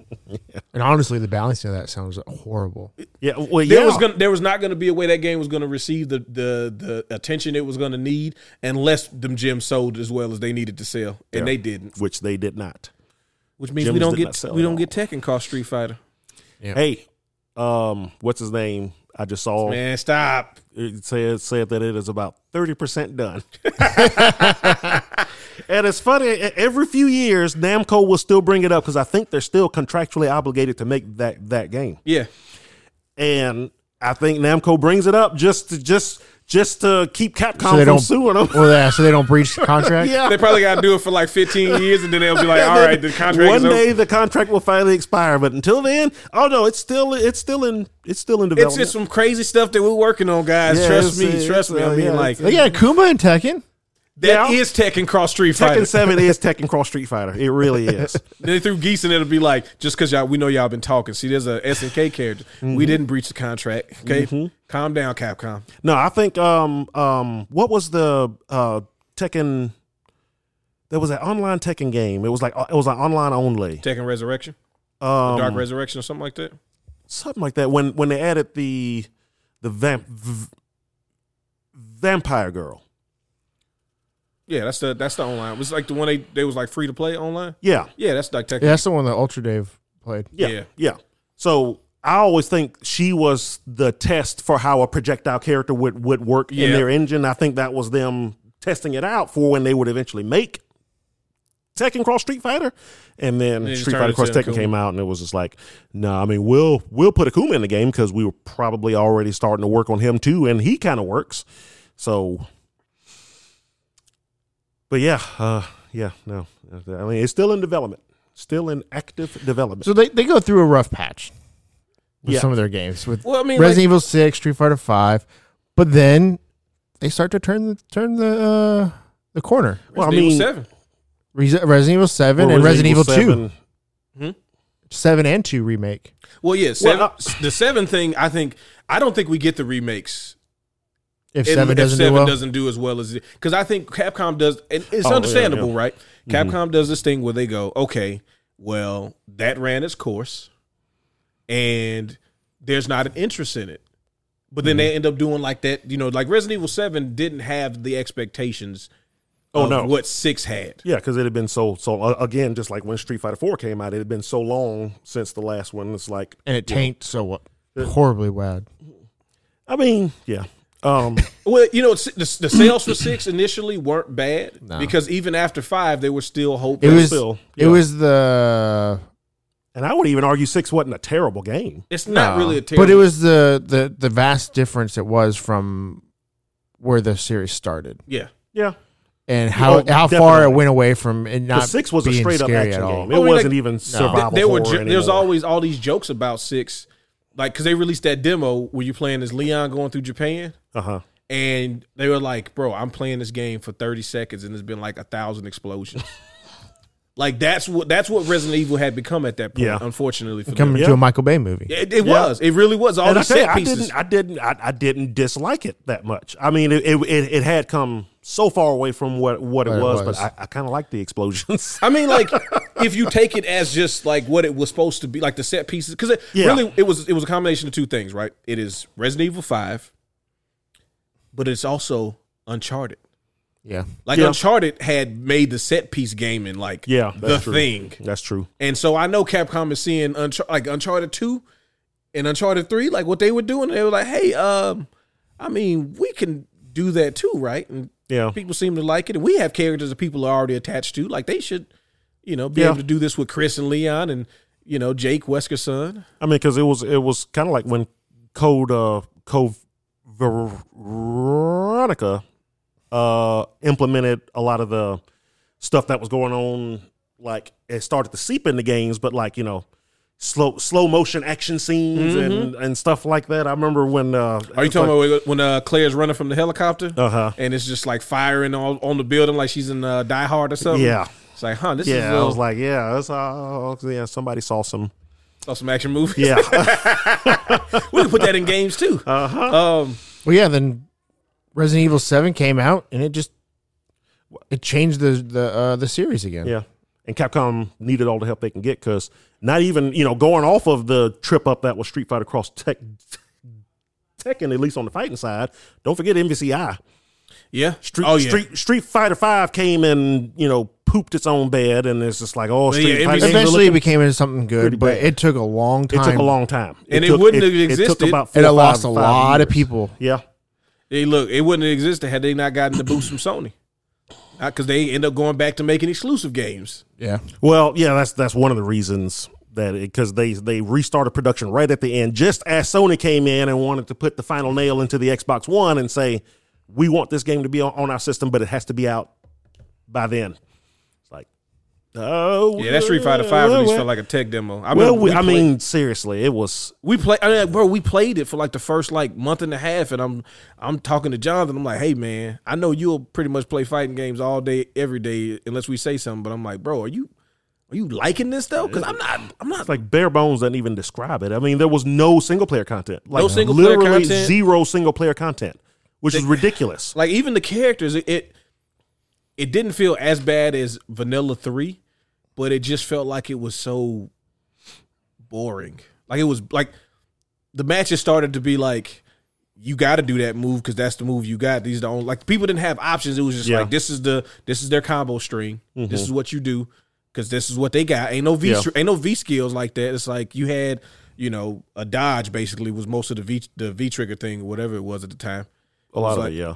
[SPEAKER 3] And honestly, the balancing of that sounds horrible.
[SPEAKER 4] Yeah, well,
[SPEAKER 2] There
[SPEAKER 4] yeah,
[SPEAKER 2] was gonna, there was not going to be a way that game was going to receive the the the attention it was going to need unless them gyms sold as well as they needed to sell, and they didn't.
[SPEAKER 4] which they did not.
[SPEAKER 2] Which means
[SPEAKER 4] Gyms
[SPEAKER 2] we don't
[SPEAKER 4] did not
[SPEAKER 2] get
[SPEAKER 4] sell
[SPEAKER 2] we
[SPEAKER 4] at
[SPEAKER 2] don't
[SPEAKER 4] all.
[SPEAKER 2] get Tekken Cross Street Fighter.
[SPEAKER 4] Hey, um, what's his name? I just saw
[SPEAKER 2] Man, stop.
[SPEAKER 4] it said said that it is about thirty percent done, and it's funny. e- Every few years, Namco will still bring it up because I think they're still contractually obligated to make that that game.
[SPEAKER 2] Yeah.
[SPEAKER 4] and I think Namco brings it up just to just just to keep Capcom
[SPEAKER 3] So they
[SPEAKER 4] from
[SPEAKER 3] don't-
[SPEAKER 4] suing them.
[SPEAKER 3] Well, yeah, so they don't breach the contract.
[SPEAKER 4] yeah.
[SPEAKER 2] They probably got to do it for like 15 years, and then they'll be like, "All right, the contract
[SPEAKER 4] One
[SPEAKER 2] is
[SPEAKER 4] day
[SPEAKER 2] over."
[SPEAKER 4] the contract will finally expire, but until then, oh no, it's still it's still in it's still in
[SPEAKER 2] It's
[SPEAKER 4] development.
[SPEAKER 2] just some crazy stuff that we're working on, guys.
[SPEAKER 4] Yeah,
[SPEAKER 2] trust
[SPEAKER 4] it's-
[SPEAKER 2] me,
[SPEAKER 4] it's-
[SPEAKER 2] trust me. I
[SPEAKER 4] uh,
[SPEAKER 2] mean,
[SPEAKER 4] yeah,
[SPEAKER 2] like
[SPEAKER 3] They got Kuma and Tekken.
[SPEAKER 2] that
[SPEAKER 4] yeah.
[SPEAKER 2] is Tekken Cross Street Fighter.
[SPEAKER 4] Tekken Seven is Tekken Cross Street Fighter. It really is.
[SPEAKER 2] They threw geese, and it'll be like just because y'all we know y'all been talking. See, there's a S and K character.
[SPEAKER 4] Mm-hmm.
[SPEAKER 2] We didn't breach the contract. Okay, calm down, Capcom.
[SPEAKER 4] no, I think um um what was the uh Tekken. There was an online Tekken game. It was like it was like online only,
[SPEAKER 2] Tekken Resurrection,
[SPEAKER 4] um,
[SPEAKER 2] Dark Resurrection, or something like that.
[SPEAKER 4] something like that. When when they added the the vamp v- vampire girl,
[SPEAKER 2] Yeah, that's the that's the online. It was like the one they they was like free to play online.
[SPEAKER 4] yeah,
[SPEAKER 2] Yeah, that's like Tekken.
[SPEAKER 3] Yeah, that's the one that Ultra Dave played.
[SPEAKER 4] Yeah.
[SPEAKER 2] Yeah.
[SPEAKER 4] Yeah. So I always think she was the test for how a projectile character would, would work in
[SPEAKER 2] Yeah.
[SPEAKER 4] their engine. I think that was them testing it out for when they would eventually make Tekken Cross Street Fighter. And then
[SPEAKER 2] just
[SPEAKER 4] Street
[SPEAKER 2] turned
[SPEAKER 4] Fighter
[SPEAKER 2] it
[SPEAKER 4] Cross
[SPEAKER 2] to
[SPEAKER 4] Tekken
[SPEAKER 2] Akuma.
[SPEAKER 4] came out and it was just like, no, I mean, we'll we'll put Akuma in the game because we were probably already starting to work on him too, and he kind of works. So but yeah, uh, yeah, no. I mean, it's still in development. Still in active development.
[SPEAKER 3] So they, they go through a rough patch with
[SPEAKER 4] Yeah.
[SPEAKER 3] some of their games with
[SPEAKER 2] Well, I mean,
[SPEAKER 3] Resident
[SPEAKER 2] like-
[SPEAKER 3] Evil Six, Street Fighter Five, but then they start to turn the turn the uh, the corner.
[SPEAKER 4] Well, I
[SPEAKER 2] Resident Evil
[SPEAKER 4] mean,
[SPEAKER 2] seven.
[SPEAKER 3] Res- Resident Evil Seven
[SPEAKER 4] Well,
[SPEAKER 3] and Resident, Evil, Two,
[SPEAKER 4] 7,
[SPEAKER 3] Seven and Two remake.
[SPEAKER 2] Well, yeah, seven,
[SPEAKER 4] uh,
[SPEAKER 2] the seven thing. I think I don't think we get the remakes
[SPEAKER 3] If
[SPEAKER 2] if-
[SPEAKER 3] Seven
[SPEAKER 2] if
[SPEAKER 3] doesn't
[SPEAKER 2] seven
[SPEAKER 3] do well,
[SPEAKER 2] doesn't do as well as because I think Capcom does, and it's
[SPEAKER 4] Oh, yeah,
[SPEAKER 2] understandable,
[SPEAKER 4] yeah.
[SPEAKER 2] right?
[SPEAKER 3] Mm-hmm.
[SPEAKER 2] Capcom does this thing where they go, okay, well that ran its course, and there's not an interest in it. But then
[SPEAKER 3] Mm-hmm.
[SPEAKER 2] they end up doing like that, you know, like Resident Evil Seven didn't have the expectations.
[SPEAKER 4] Oh,
[SPEAKER 2] of
[SPEAKER 4] no.
[SPEAKER 2] what six had?
[SPEAKER 4] Yeah, because it had been so so uh, again, just like when Street Fighter Four came out, it had been so long since the last one. It's like,
[SPEAKER 3] and it taints so what horribly bad.
[SPEAKER 4] I mean, yeah, um,
[SPEAKER 2] Well, you know, it's- the, the sales for six initially weren't bad because even after five, they were still
[SPEAKER 3] It
[SPEAKER 2] hoping.
[SPEAKER 3] was
[SPEAKER 4] still,
[SPEAKER 3] it
[SPEAKER 4] yeah.
[SPEAKER 3] was the
[SPEAKER 4] and I would even argue six wasn't a terrible game.
[SPEAKER 2] it's not
[SPEAKER 3] No.
[SPEAKER 2] really a terrible,
[SPEAKER 3] but it was the the the vast difference it was from where the series started
[SPEAKER 2] yeah.
[SPEAKER 4] Yeah,
[SPEAKER 3] and how
[SPEAKER 4] Oh,
[SPEAKER 3] how far it
[SPEAKER 4] definitely.
[SPEAKER 3] went away from it not
[SPEAKER 4] because six was a
[SPEAKER 3] being
[SPEAKER 4] straight up
[SPEAKER 3] scary
[SPEAKER 4] action
[SPEAKER 3] at all.
[SPEAKER 4] game. It
[SPEAKER 2] I mean,
[SPEAKER 4] wasn't
[SPEAKER 2] like-
[SPEAKER 4] even survival.
[SPEAKER 2] They were.
[SPEAKER 4] horror
[SPEAKER 2] jo- there's
[SPEAKER 4] anymore.
[SPEAKER 2] always all these jokes about six, like because they released that demo where you playing as Leon going through Japan,
[SPEAKER 4] uh huh.
[SPEAKER 2] and they were like, "Bro, I'm playing this game for 30 seconds, and there's been like a thousand explosions." like that's what that's what Resident Evil had become at that point.
[SPEAKER 4] Yeah.
[SPEAKER 2] Unfortunately for them,
[SPEAKER 3] Coming to a Michael Bay movie.
[SPEAKER 2] it, it was. It really was. All
[SPEAKER 4] and
[SPEAKER 2] the
[SPEAKER 4] I tell you,
[SPEAKER 2] set
[SPEAKER 4] I
[SPEAKER 2] pieces.
[SPEAKER 4] didn't, I didn't, I, I didn't dislike it that much. I mean, it it, it, it had come so far away from what, what it
[SPEAKER 3] What it
[SPEAKER 4] was,
[SPEAKER 3] was.
[SPEAKER 4] but I, I kind of like the explosions.
[SPEAKER 2] I mean, like if you take it as just like what it was supposed to be, like the set pieces, because it
[SPEAKER 4] Yeah.
[SPEAKER 2] really it was it was a combination of two things, right? It is Resident Evil Five, but it's also Uncharted.
[SPEAKER 3] Yeah.
[SPEAKER 2] Like
[SPEAKER 4] Yeah.
[SPEAKER 2] Uncharted had made the set piece game in like
[SPEAKER 4] Yeah, that's
[SPEAKER 2] the
[SPEAKER 4] true.
[SPEAKER 2] thing,
[SPEAKER 4] That's true.
[SPEAKER 2] and so I know Capcom is seeing Unchar- like Uncharted Two and Uncharted Three, like what they were doing. They were like, hey, um, I mean, we can do that too, right? And
[SPEAKER 4] Yeah,
[SPEAKER 2] people seem to like it. And we have characters that people are already attached to. Like they should, you know, be
[SPEAKER 4] Yeah.
[SPEAKER 2] able to do this with Chris and Leon and you know Jake Wesker's son.
[SPEAKER 4] I mean, because it was it was kind of like when Code uh, Code Ver- Veronica uh, implemented a lot of the stuff that was going on. Like it started to seep into games, but like you know, slow slow motion action scenes and and stuff like that. I remember when uh,
[SPEAKER 2] Mm-hmm. Are you talking about when uh, Claire's running from the helicopter?
[SPEAKER 4] Uh huh.
[SPEAKER 2] and it's just like firing all on the building, like she's in uh, Die Hard or something.
[SPEAKER 4] Yeah.
[SPEAKER 2] it's like, huh? This is
[SPEAKER 4] Yeah, I
[SPEAKER 2] uh,
[SPEAKER 4] was like, yeah, that's how. Yeah, somebody saw some.
[SPEAKER 2] some action movie.
[SPEAKER 4] Yeah,
[SPEAKER 2] we can put that in games too.
[SPEAKER 4] Uh,
[SPEAKER 2] Uh-huh. Um,
[SPEAKER 3] Well, yeah. Then Resident Evil Seven came out, and it just it changed the the uh, the series again.
[SPEAKER 4] Yeah. And Capcom needed all the help they can get because not even, you know, going off of the trip up that was Street Fighter Cross Tech, Tekken, at least on the fighting side, don't forget MVCI.
[SPEAKER 2] yeah.
[SPEAKER 4] Street,
[SPEAKER 2] oh yeah.
[SPEAKER 4] Street, Street Fighter 5 came and, you know, pooped its own bed and it's just like, oh, Street
[SPEAKER 2] yeah,
[SPEAKER 4] Fighter.
[SPEAKER 2] MVCI
[SPEAKER 3] Eventually, it became into something
[SPEAKER 4] pretty
[SPEAKER 3] good, but
[SPEAKER 4] bad.
[SPEAKER 3] it took a long time.
[SPEAKER 4] it took a long time.
[SPEAKER 2] And it
[SPEAKER 4] took-
[SPEAKER 2] wouldn't have
[SPEAKER 4] It took
[SPEAKER 2] existed.
[SPEAKER 4] about four
[SPEAKER 3] and it
[SPEAKER 4] or
[SPEAKER 3] lost
[SPEAKER 4] five-
[SPEAKER 3] a
[SPEAKER 4] five
[SPEAKER 3] lot of
[SPEAKER 4] years.
[SPEAKER 3] people.
[SPEAKER 4] Yeah.
[SPEAKER 2] They look, it wouldn't have existed had they not gotten the boost from Sony, because they end up going back to making exclusive games.
[SPEAKER 3] Yeah.
[SPEAKER 4] Well, yeah, that's that's one of the reasons that because they they restarted production right at the end, just as Sony came in and wanted to put the final nail into the Xbox One and say, we want this game to be on, on our system, but it has to be out by then. It's like, oh,
[SPEAKER 2] Yeah, that Street Fighter Five release felt like a tech demo. I
[SPEAKER 4] Well,
[SPEAKER 2] mean,
[SPEAKER 4] we, I mean, seriously, it was
[SPEAKER 2] we play, I mean, bro. We played it for like the first like month and a half, and I'm I'm talking to Jonathan. I'm like, hey man, I know you'll pretty much play fighting games all day, every day, unless we say something. But I'm like, bro, are you are you liking this though? Because I'm not, I'm not.
[SPEAKER 4] it's like bare bones doesn't even describe it. I mean, there was no single player content, like
[SPEAKER 2] single player
[SPEAKER 4] literally
[SPEAKER 2] content.
[SPEAKER 4] zero single player content, which is ridiculous.
[SPEAKER 2] like even the characters it, it it didn't feel as bad as vanilla 3 but it just felt like it was so boring like it was like the matches started to be like you got to do that move because that's the move you got these are the only like people didn't have options it was just
[SPEAKER 4] Yeah. Mm-hmm.
[SPEAKER 2] like this is the this is their combo string this is what you do because this is what they got ain't no v
[SPEAKER 4] Yeah.
[SPEAKER 2] str- ain't no v skills like that it's like you had you know a dodge basically was most of the v the v trigger thing whatever it was at the time
[SPEAKER 4] A lot
[SPEAKER 2] It's
[SPEAKER 4] of
[SPEAKER 2] like-
[SPEAKER 4] it, yeah.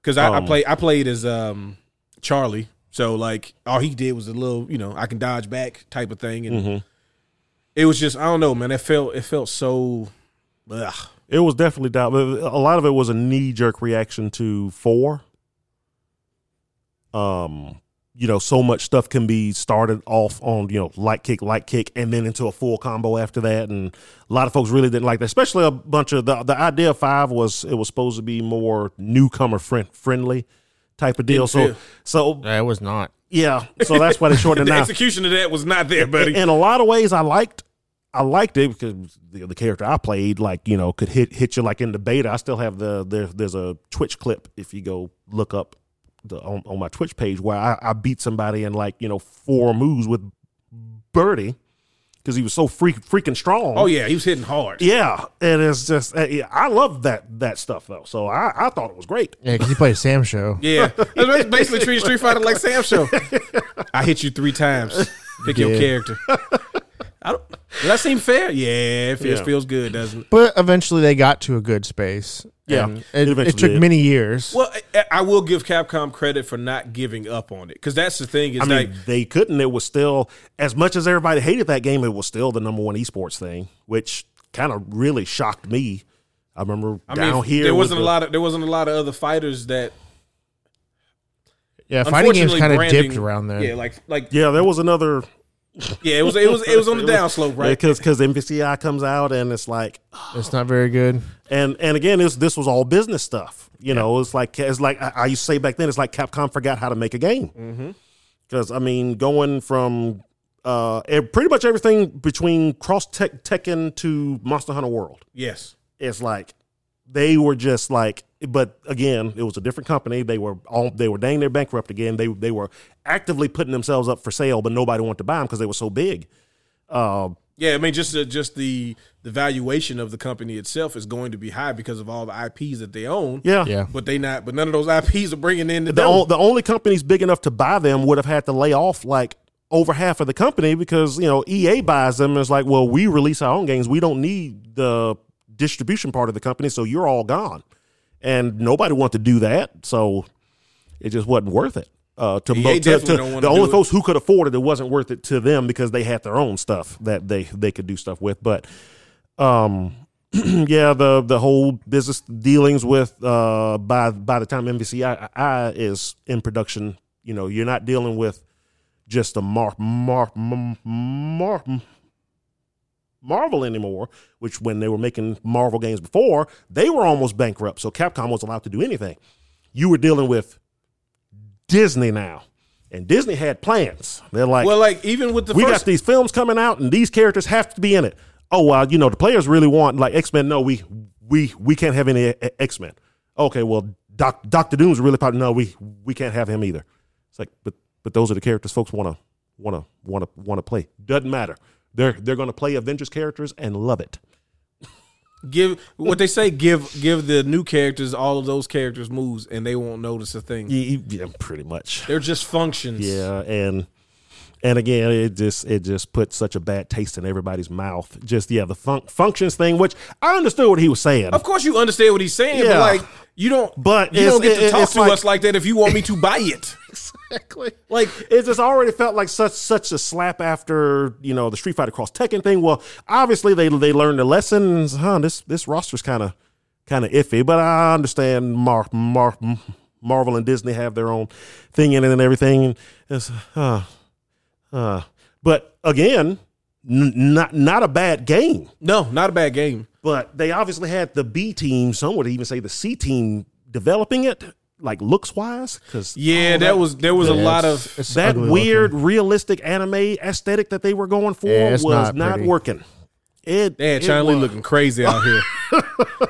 [SPEAKER 2] because I, I
[SPEAKER 4] Um,
[SPEAKER 2] play I played as um Charlie. So like all he did was a little, you know, I can dodge back type of thing, and
[SPEAKER 4] Mm-hmm.
[SPEAKER 2] it was just I don't know, man. It felt it felt so. Ugh.
[SPEAKER 4] It was definitely doubt. but A lot of it was a knee jerk reaction to four. Um, you know, so much stuff can be started off on you know light kick, light kick, and then into a full combo after that. And a lot of folks really didn't like that, especially a bunch of the the idea of five was it was supposed to be more newcomer friend friendly type of deal.
[SPEAKER 2] Didn't
[SPEAKER 4] So
[SPEAKER 2] feel-
[SPEAKER 4] so
[SPEAKER 3] it was not.
[SPEAKER 4] yeah, so that's why they shortened
[SPEAKER 2] The
[SPEAKER 4] it now
[SPEAKER 2] execution of that was not there, buddy.
[SPEAKER 4] in a lot of ways, I liked I liked it because the, the character I played, like you know, could hit hit you like in the beta. I still have the there, there's a Twitch clip if you go look up the on, on my Twitch page where I, I beat somebody in like you know four moves with Birdie because he was so freak, freaking strong.
[SPEAKER 2] oh yeah, he was hitting hard.
[SPEAKER 4] yeah, and it's just uh, yeah, I love that that stuff though. So I, I thought it was great.
[SPEAKER 3] Yeah, because he played Sam Show.
[SPEAKER 2] Yeah, that's basically treating Street Fighter like Sam Show. I hit you three times. Pick your
[SPEAKER 3] Yeah.
[SPEAKER 2] character. I don't, does that seem fair? Yeah, it feels,
[SPEAKER 4] Yeah.
[SPEAKER 2] feels good, doesn't it?
[SPEAKER 3] But eventually, they got to a good space.
[SPEAKER 4] Yeah,
[SPEAKER 3] And
[SPEAKER 4] it
[SPEAKER 3] it, it,
[SPEAKER 4] eventually
[SPEAKER 3] took
[SPEAKER 4] did.
[SPEAKER 3] many years.
[SPEAKER 2] Well, I, I will give Capcom credit for not giving up on it because that's the thing. Is
[SPEAKER 4] I
[SPEAKER 2] like
[SPEAKER 4] mean, they couldn't. It was still as much as everybody hated that game. It was still the number one esports thing, which kind of really shocked me. I remember
[SPEAKER 2] I
[SPEAKER 4] down
[SPEAKER 2] mean,
[SPEAKER 4] here
[SPEAKER 2] there
[SPEAKER 4] with
[SPEAKER 2] wasn't
[SPEAKER 4] the-
[SPEAKER 2] a lot of there wasn't a lot of other fighters that
[SPEAKER 3] yeah, fighting games
[SPEAKER 2] unfortunately,
[SPEAKER 3] kind of
[SPEAKER 2] branding-
[SPEAKER 3] dipped around there.
[SPEAKER 2] Yeah, like like
[SPEAKER 4] Yeah, there was another.
[SPEAKER 2] Yeah, it was it was it was on the downslope, right?
[SPEAKER 4] Because because MVCI comes out and it's like,
[SPEAKER 3] It's not very good.
[SPEAKER 4] and and again, it's, this was all business stuff. You know, it's like it's like I, I used to say back then. It's like Capcom forgot how to make a game.
[SPEAKER 2] Mm-hmm.
[SPEAKER 4] Because I mean, going from uh, eh, pretty much everything between Cross Tech Tekken to Monster Hunter World,
[SPEAKER 2] Yes.
[SPEAKER 4] it's like they were just like. But again, it was a different company. They were all they were dang near bankrupt again. They they were actively putting themselves up for sale, but nobody wanted to buy them because they were so big. Uh,
[SPEAKER 2] Yeah, I mean, just the, just the the valuation of the company itself is going to be high because of all the IPs that they own.
[SPEAKER 4] yeah,
[SPEAKER 3] Yeah.
[SPEAKER 2] but they not, but none of those IPs are bringing in the,
[SPEAKER 4] the,
[SPEAKER 2] dough.
[SPEAKER 4] on, the only companies big enough to buy them would have had to lay off like over half of the company because you know EA buys them. And it's like, well, we release our own games. We don't need the distribution part of the company, so you're all gone. And nobody wanted to do that, so it just wasn't worth it. Uh, to,
[SPEAKER 2] EA
[SPEAKER 4] to-
[SPEAKER 2] definitely
[SPEAKER 4] to-
[SPEAKER 2] don't wanna
[SPEAKER 4] the only
[SPEAKER 2] do it.
[SPEAKER 4] folks who could afford it, it wasn't worth it to them because they had their own stuff that they they could do stuff with. But um, yeah, the the whole business dealings with uh, by by the time MVCI is in production, you know, you're not dealing with just a mar mar mar, mar Marvel anymore. Which when they were making Marvel games before, they were almost bankrupt, so Capcom was allowed to do anything. You were dealing with Disney now, and Disney had plans. They're like,
[SPEAKER 2] well, like even with the
[SPEAKER 4] we
[SPEAKER 2] first,
[SPEAKER 4] got these films coming out and these characters have to be in it. Oh well, you know the players really want like X Men. No, we we we can't have any X Men. Okay, well Doc, Doctor Doom's really popular. No, we we can't have him either. It's like, but but those are the characters folks want to want to want to want to play. Doesn't matter. They're they're going to play Avengers characters and love it.
[SPEAKER 2] give what they say give give the new characters all of those characters moves, and they won't notice a thing.
[SPEAKER 4] Yeah, yeah, pretty much.
[SPEAKER 2] They're just functions.
[SPEAKER 4] Yeah, and and again, it just it just put such a bad taste in everybody's mouth. Just yeah, the fun- functions thing, which I understood what he was saying.
[SPEAKER 2] Of course, you understand what he's saying, but
[SPEAKER 4] Yeah.
[SPEAKER 2] like you don't.
[SPEAKER 4] But
[SPEAKER 2] you
[SPEAKER 4] it's-
[SPEAKER 2] don't get to
[SPEAKER 4] it-
[SPEAKER 2] talk
[SPEAKER 4] it's
[SPEAKER 2] to
[SPEAKER 4] like-
[SPEAKER 2] us like that if you want me to buy it.
[SPEAKER 4] exactly.
[SPEAKER 2] Like
[SPEAKER 4] it just already felt like such such a slap after you know the Street Fighter Cross Tekken thing. Well, obviously they they learned the lessons. Huh? This this roster's kind of kind of iffy, but I understand Mar, Mar, Marvel and Disney have their own thing in it and everything. It's, uh, uh. But again, n- not not a bad game.
[SPEAKER 2] no, not a bad game.
[SPEAKER 4] But they obviously had the B team, some would even say the C team, developing it, like looks wise. Because
[SPEAKER 2] Yeah, that was there was a
[SPEAKER 3] Yeah,
[SPEAKER 2] lot
[SPEAKER 3] it's-
[SPEAKER 2] of
[SPEAKER 3] it's
[SPEAKER 4] that
[SPEAKER 3] ugly
[SPEAKER 4] weird realistic anime aesthetic that they were going for
[SPEAKER 3] Yeah,
[SPEAKER 4] was
[SPEAKER 3] it's
[SPEAKER 4] not,
[SPEAKER 3] not pretty.
[SPEAKER 4] working. It
[SPEAKER 2] Yeah,
[SPEAKER 4] it
[SPEAKER 2] Chun Li
[SPEAKER 4] was-
[SPEAKER 2] looking crazy out here.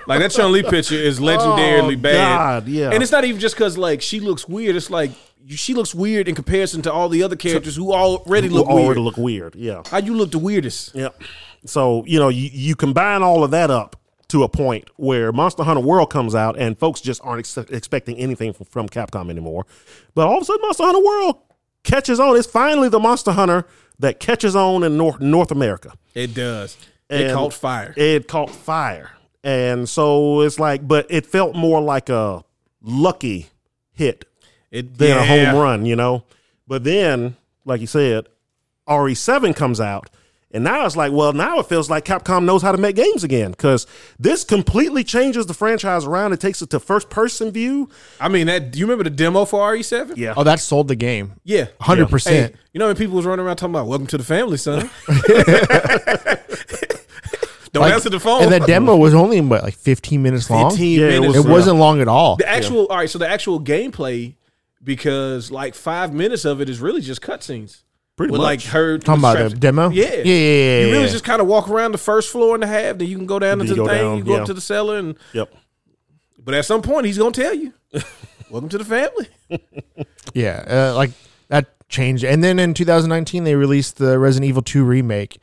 [SPEAKER 2] like that Chun Li picture is legendarily
[SPEAKER 4] Oh,
[SPEAKER 2] bad.
[SPEAKER 4] God, yeah.
[SPEAKER 2] and it's not even just because like she looks weird. It's like you- she looks weird in comparison to all the other characters who already look
[SPEAKER 4] already
[SPEAKER 2] weird.
[SPEAKER 4] look weird. Yeah,
[SPEAKER 2] How you look the weirdest?
[SPEAKER 4] yeah. So you know you, you combine all of that up to a point where Monster Hunter World comes out and folks just aren't ex- expecting anything from, from Capcom anymore. But all of a sudden, Monster Hunter World catches on. It's finally the Monster Hunter that catches on in North North America.
[SPEAKER 2] It does. it
[SPEAKER 4] And-
[SPEAKER 2] caught fire.
[SPEAKER 4] It caught fire. And so it's like, but it felt more like a lucky hit
[SPEAKER 2] It
[SPEAKER 4] than
[SPEAKER 2] yeah.
[SPEAKER 4] a home run, you know? But then, like you said, RE7 comes out. And now it's like, well, now it feels like Capcom knows how to make games again because this completely changes the franchise around. It takes it to first person view.
[SPEAKER 2] I mean, that. Do you remember the demo for RE seven?
[SPEAKER 4] Yeah.
[SPEAKER 3] Oh, that sold the game.
[SPEAKER 2] Yeah.
[SPEAKER 3] Hundred
[SPEAKER 2] Hey,
[SPEAKER 3] percent.
[SPEAKER 2] you know how many people was running around talking about "Welcome to the family, son." Don't answer the phone.
[SPEAKER 3] And the demo was only what, like fifteen minutes long.
[SPEAKER 2] 15
[SPEAKER 4] Yeah, it
[SPEAKER 2] minutes.
[SPEAKER 3] It wasn't long at all.
[SPEAKER 2] The actual all right, so the actual gameplay because like five minutes of it is really just cutscenes.
[SPEAKER 4] Pretty
[SPEAKER 2] With
[SPEAKER 4] much.
[SPEAKER 2] like her
[SPEAKER 3] Talking about
[SPEAKER 2] straps-
[SPEAKER 3] the demo?
[SPEAKER 2] Yeah,
[SPEAKER 3] Yeah, yeah, yeah,
[SPEAKER 2] You
[SPEAKER 3] yeah,
[SPEAKER 2] really
[SPEAKER 3] yeah.
[SPEAKER 2] just kind of walk around the first floor and a half, then you can go down into
[SPEAKER 4] you
[SPEAKER 2] the
[SPEAKER 4] go
[SPEAKER 2] thing,
[SPEAKER 4] down,
[SPEAKER 2] you go
[SPEAKER 4] yeah.
[SPEAKER 2] up to the cellar, and
[SPEAKER 4] Yep.
[SPEAKER 2] but at some point he's gonna tell you, "Welcome to the family."
[SPEAKER 3] Yeah, uh, like that changed. And then in 2019, they released the Resident Evil 2 remake.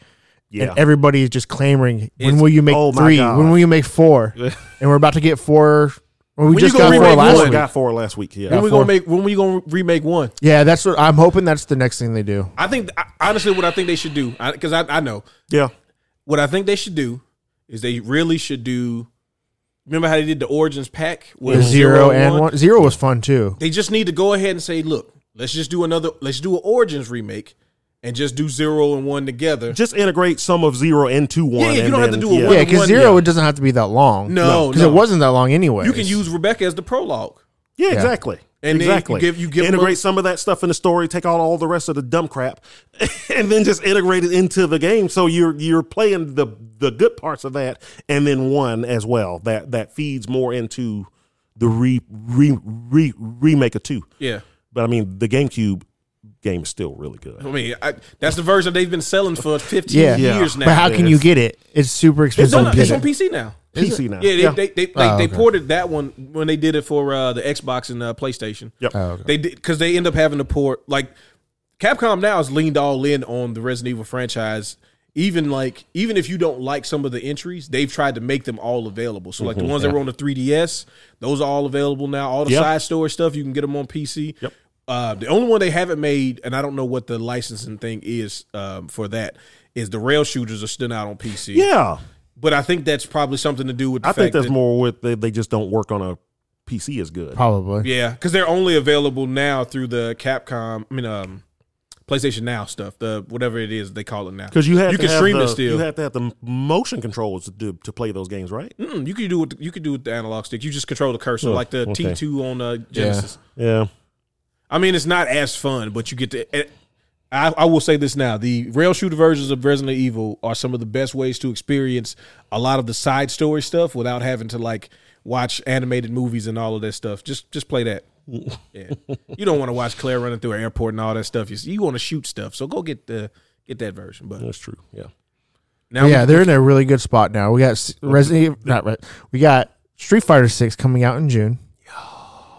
[SPEAKER 4] Yeah.
[SPEAKER 3] And everybody is just clamoring, when
[SPEAKER 2] It's-
[SPEAKER 3] will you make
[SPEAKER 4] oh my
[SPEAKER 3] three?
[SPEAKER 4] God.
[SPEAKER 3] When will you make four? and we're about to get four. Well, we
[SPEAKER 2] When
[SPEAKER 3] just
[SPEAKER 2] you gonna
[SPEAKER 3] got four
[SPEAKER 2] remake
[SPEAKER 3] last
[SPEAKER 2] one?
[SPEAKER 3] week.
[SPEAKER 4] Got four last week.
[SPEAKER 2] When
[SPEAKER 4] Yeah.
[SPEAKER 2] we gonna make? When we gonna remake one?
[SPEAKER 3] Yeah, that's what I'm hoping. That's the next thing they do.
[SPEAKER 2] I think I, honestly, what I think they should do, because I, I know
[SPEAKER 4] Yeah.
[SPEAKER 2] what I think they should do is they really should do. Remember how they did the origins pack
[SPEAKER 3] The
[SPEAKER 2] with
[SPEAKER 3] zero and one. Zero was fun too.
[SPEAKER 2] they just need to go ahead and say, look, let's just do another, let's do an Origins remake and just do zero and one together.
[SPEAKER 4] Just integrate some of zero into one.
[SPEAKER 2] yeah, you
[SPEAKER 4] and
[SPEAKER 2] don't have to
[SPEAKER 4] then-
[SPEAKER 2] do a
[SPEAKER 4] yeah.
[SPEAKER 2] one-
[SPEAKER 3] Yeah, because zero it doesn't have to be that long.
[SPEAKER 2] No,
[SPEAKER 3] because
[SPEAKER 2] no.
[SPEAKER 3] it wasn't that long anyway.
[SPEAKER 2] you can use Rebecca as the prologue.
[SPEAKER 4] Yeah, exactly.
[SPEAKER 2] And then
[SPEAKER 4] exactly.
[SPEAKER 2] you give you give 'em
[SPEAKER 4] integrate
[SPEAKER 2] a,
[SPEAKER 4] some of that stuff in the story, take out all the rest of the dumb crap, and then just integrate it into the game. So you're you're playing the the good parts of that, and then one as well that that feeds more into the re, re, re remake of two.
[SPEAKER 2] yeah.
[SPEAKER 4] But I mean, the GameCube game is still really good.
[SPEAKER 2] I mean, I, that's the version they've been selling for 15
[SPEAKER 3] Yeah. Yeah.
[SPEAKER 2] years now.
[SPEAKER 3] But how can you get it? It's super
[SPEAKER 2] it's,
[SPEAKER 3] expensive.
[SPEAKER 2] on,
[SPEAKER 3] to get
[SPEAKER 2] it's on
[SPEAKER 3] it.
[SPEAKER 2] PC now.
[SPEAKER 4] PC now,
[SPEAKER 2] Yeah, they they they, they,
[SPEAKER 3] Oh,
[SPEAKER 2] they
[SPEAKER 3] okay.
[SPEAKER 2] ported that one when they did it for uh, the Xbox and uh, PlayStation.
[SPEAKER 4] Yep.
[SPEAKER 3] Oh, okay.
[SPEAKER 2] They did because they end up having to port like Capcom now has leaned all in on the Resident Evil franchise. Even like even if you don't like some of the entries, they've tried to make them all available. So like
[SPEAKER 4] Mm-hmm.
[SPEAKER 2] the ones that were on the 3DS, those are all available now. All the
[SPEAKER 4] Yep.
[SPEAKER 2] side store stuff you can get them on PC.
[SPEAKER 4] Yep.
[SPEAKER 2] Uh, the only one they haven't made, and I don't know what the licensing thing is um, for that, is the rail shooters are still out on PC.
[SPEAKER 4] yeah.
[SPEAKER 2] But I think that's probably something to do with the
[SPEAKER 4] I
[SPEAKER 2] fact
[SPEAKER 4] think that's
[SPEAKER 2] that,
[SPEAKER 4] more with they, they just don't work on a PC as good.
[SPEAKER 3] Probably.
[SPEAKER 2] Yeah, because they're only available now through the Capcom. I mean, um, PlayStation Now stuff. The whatever it is they call it now.
[SPEAKER 4] Because you had
[SPEAKER 2] You
[SPEAKER 4] to
[SPEAKER 2] can
[SPEAKER 4] have
[SPEAKER 2] stream
[SPEAKER 4] the,
[SPEAKER 2] it still.
[SPEAKER 4] You had to have the motion controls to do, to play those games, right?
[SPEAKER 2] Mm, you could do it. You could do it with the analog stick. You just control the cursor
[SPEAKER 4] Oh,
[SPEAKER 2] like the
[SPEAKER 4] okay.
[SPEAKER 2] T two on uh, Genesis.
[SPEAKER 4] Yeah.
[SPEAKER 2] I mean, it's not as fun, but you get to. eh, I, I will say this now: the rail shooter versions of Resident Evil are some of the best ways to experience a lot of the side story stuff without having to like watch animated movies and all of that stuff. Just just play that. Yeah, you don't want to watch Claire running through an airport and all that stuff. You, you want to shoot stuff, so go get the get that version. But
[SPEAKER 4] That's true. Yeah.
[SPEAKER 2] now,
[SPEAKER 3] yeah, they're in a really good spot now. We got S- Resident Evil, not Re- we got Street Fighter Six coming out in June.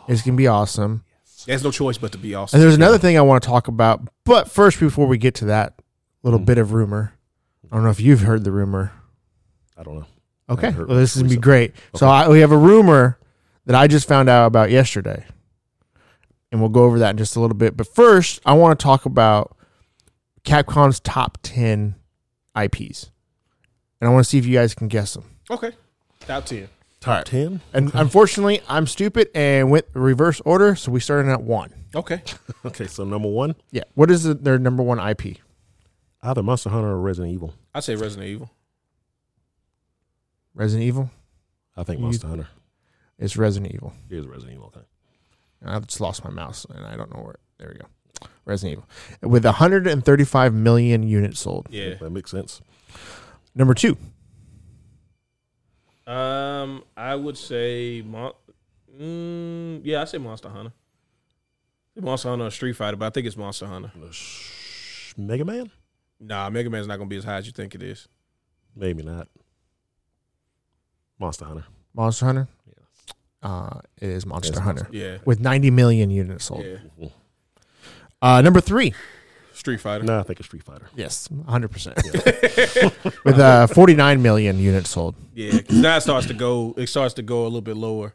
[SPEAKER 3] It's gonna be awesome.
[SPEAKER 2] there's no choice but to be
[SPEAKER 3] And
[SPEAKER 2] awesome.
[SPEAKER 3] there's another thing I want to talk about, but first, before we get to that little bit of rumor, I don't know if you've heard the rumor.
[SPEAKER 4] I don't know.
[SPEAKER 3] Okay,
[SPEAKER 4] heard
[SPEAKER 3] well, this is gonna be
[SPEAKER 4] recently.
[SPEAKER 3] great. So I, we have a rumor that I just found out about yesterday, and we'll go over that in just a little bit. But first, I want to talk about Capcom's top ten IPs, and I want to see if you guys can guess them.
[SPEAKER 2] okay, top ten.
[SPEAKER 4] Top ten.
[SPEAKER 3] And unfortunately, I'm stupid and went reverse order, so we started at one.
[SPEAKER 2] Okay,
[SPEAKER 4] Okay, so number one,
[SPEAKER 3] Yeah. What is the, their number one IP?
[SPEAKER 4] either Monster Hunter or Resident Evil.
[SPEAKER 2] I say Resident Evil.
[SPEAKER 3] Resident Evil.
[SPEAKER 4] I think
[SPEAKER 3] You-
[SPEAKER 4] Monster Hunter
[SPEAKER 3] It's Resident Evil.
[SPEAKER 4] is Resident Evil. Okay.
[SPEAKER 3] And I just lost my mouse, and I don't know where. There we go. Resident Evil with 135 million units sold.
[SPEAKER 2] Yeah.
[SPEAKER 4] That makes sense.
[SPEAKER 3] Number two,
[SPEAKER 2] Um, I would say, Mon- mm, yeah, I say Monster Hunter. Monster Hunter or Street Fighter, but I think it's Monster Hunter.
[SPEAKER 4] Uh, Sh- Mega Man?
[SPEAKER 2] Nah, Mega Man's not gonna be as high as you think it is.
[SPEAKER 4] Maybe not. Monster Hunter.
[SPEAKER 3] Monster Hunter. Uh, it is Monster
[SPEAKER 4] It's
[SPEAKER 3] Hunter
[SPEAKER 2] Yeah,
[SPEAKER 3] with 90 million units sold.
[SPEAKER 2] yeah,
[SPEAKER 3] Uh, number three.
[SPEAKER 2] Street Fighter.
[SPEAKER 4] No, I think it's Street Fighter.
[SPEAKER 3] Yes, 100. percent With uh, 49 million units sold.
[SPEAKER 2] Yeah, 'cause now it starts to go. It starts to go a little bit lower.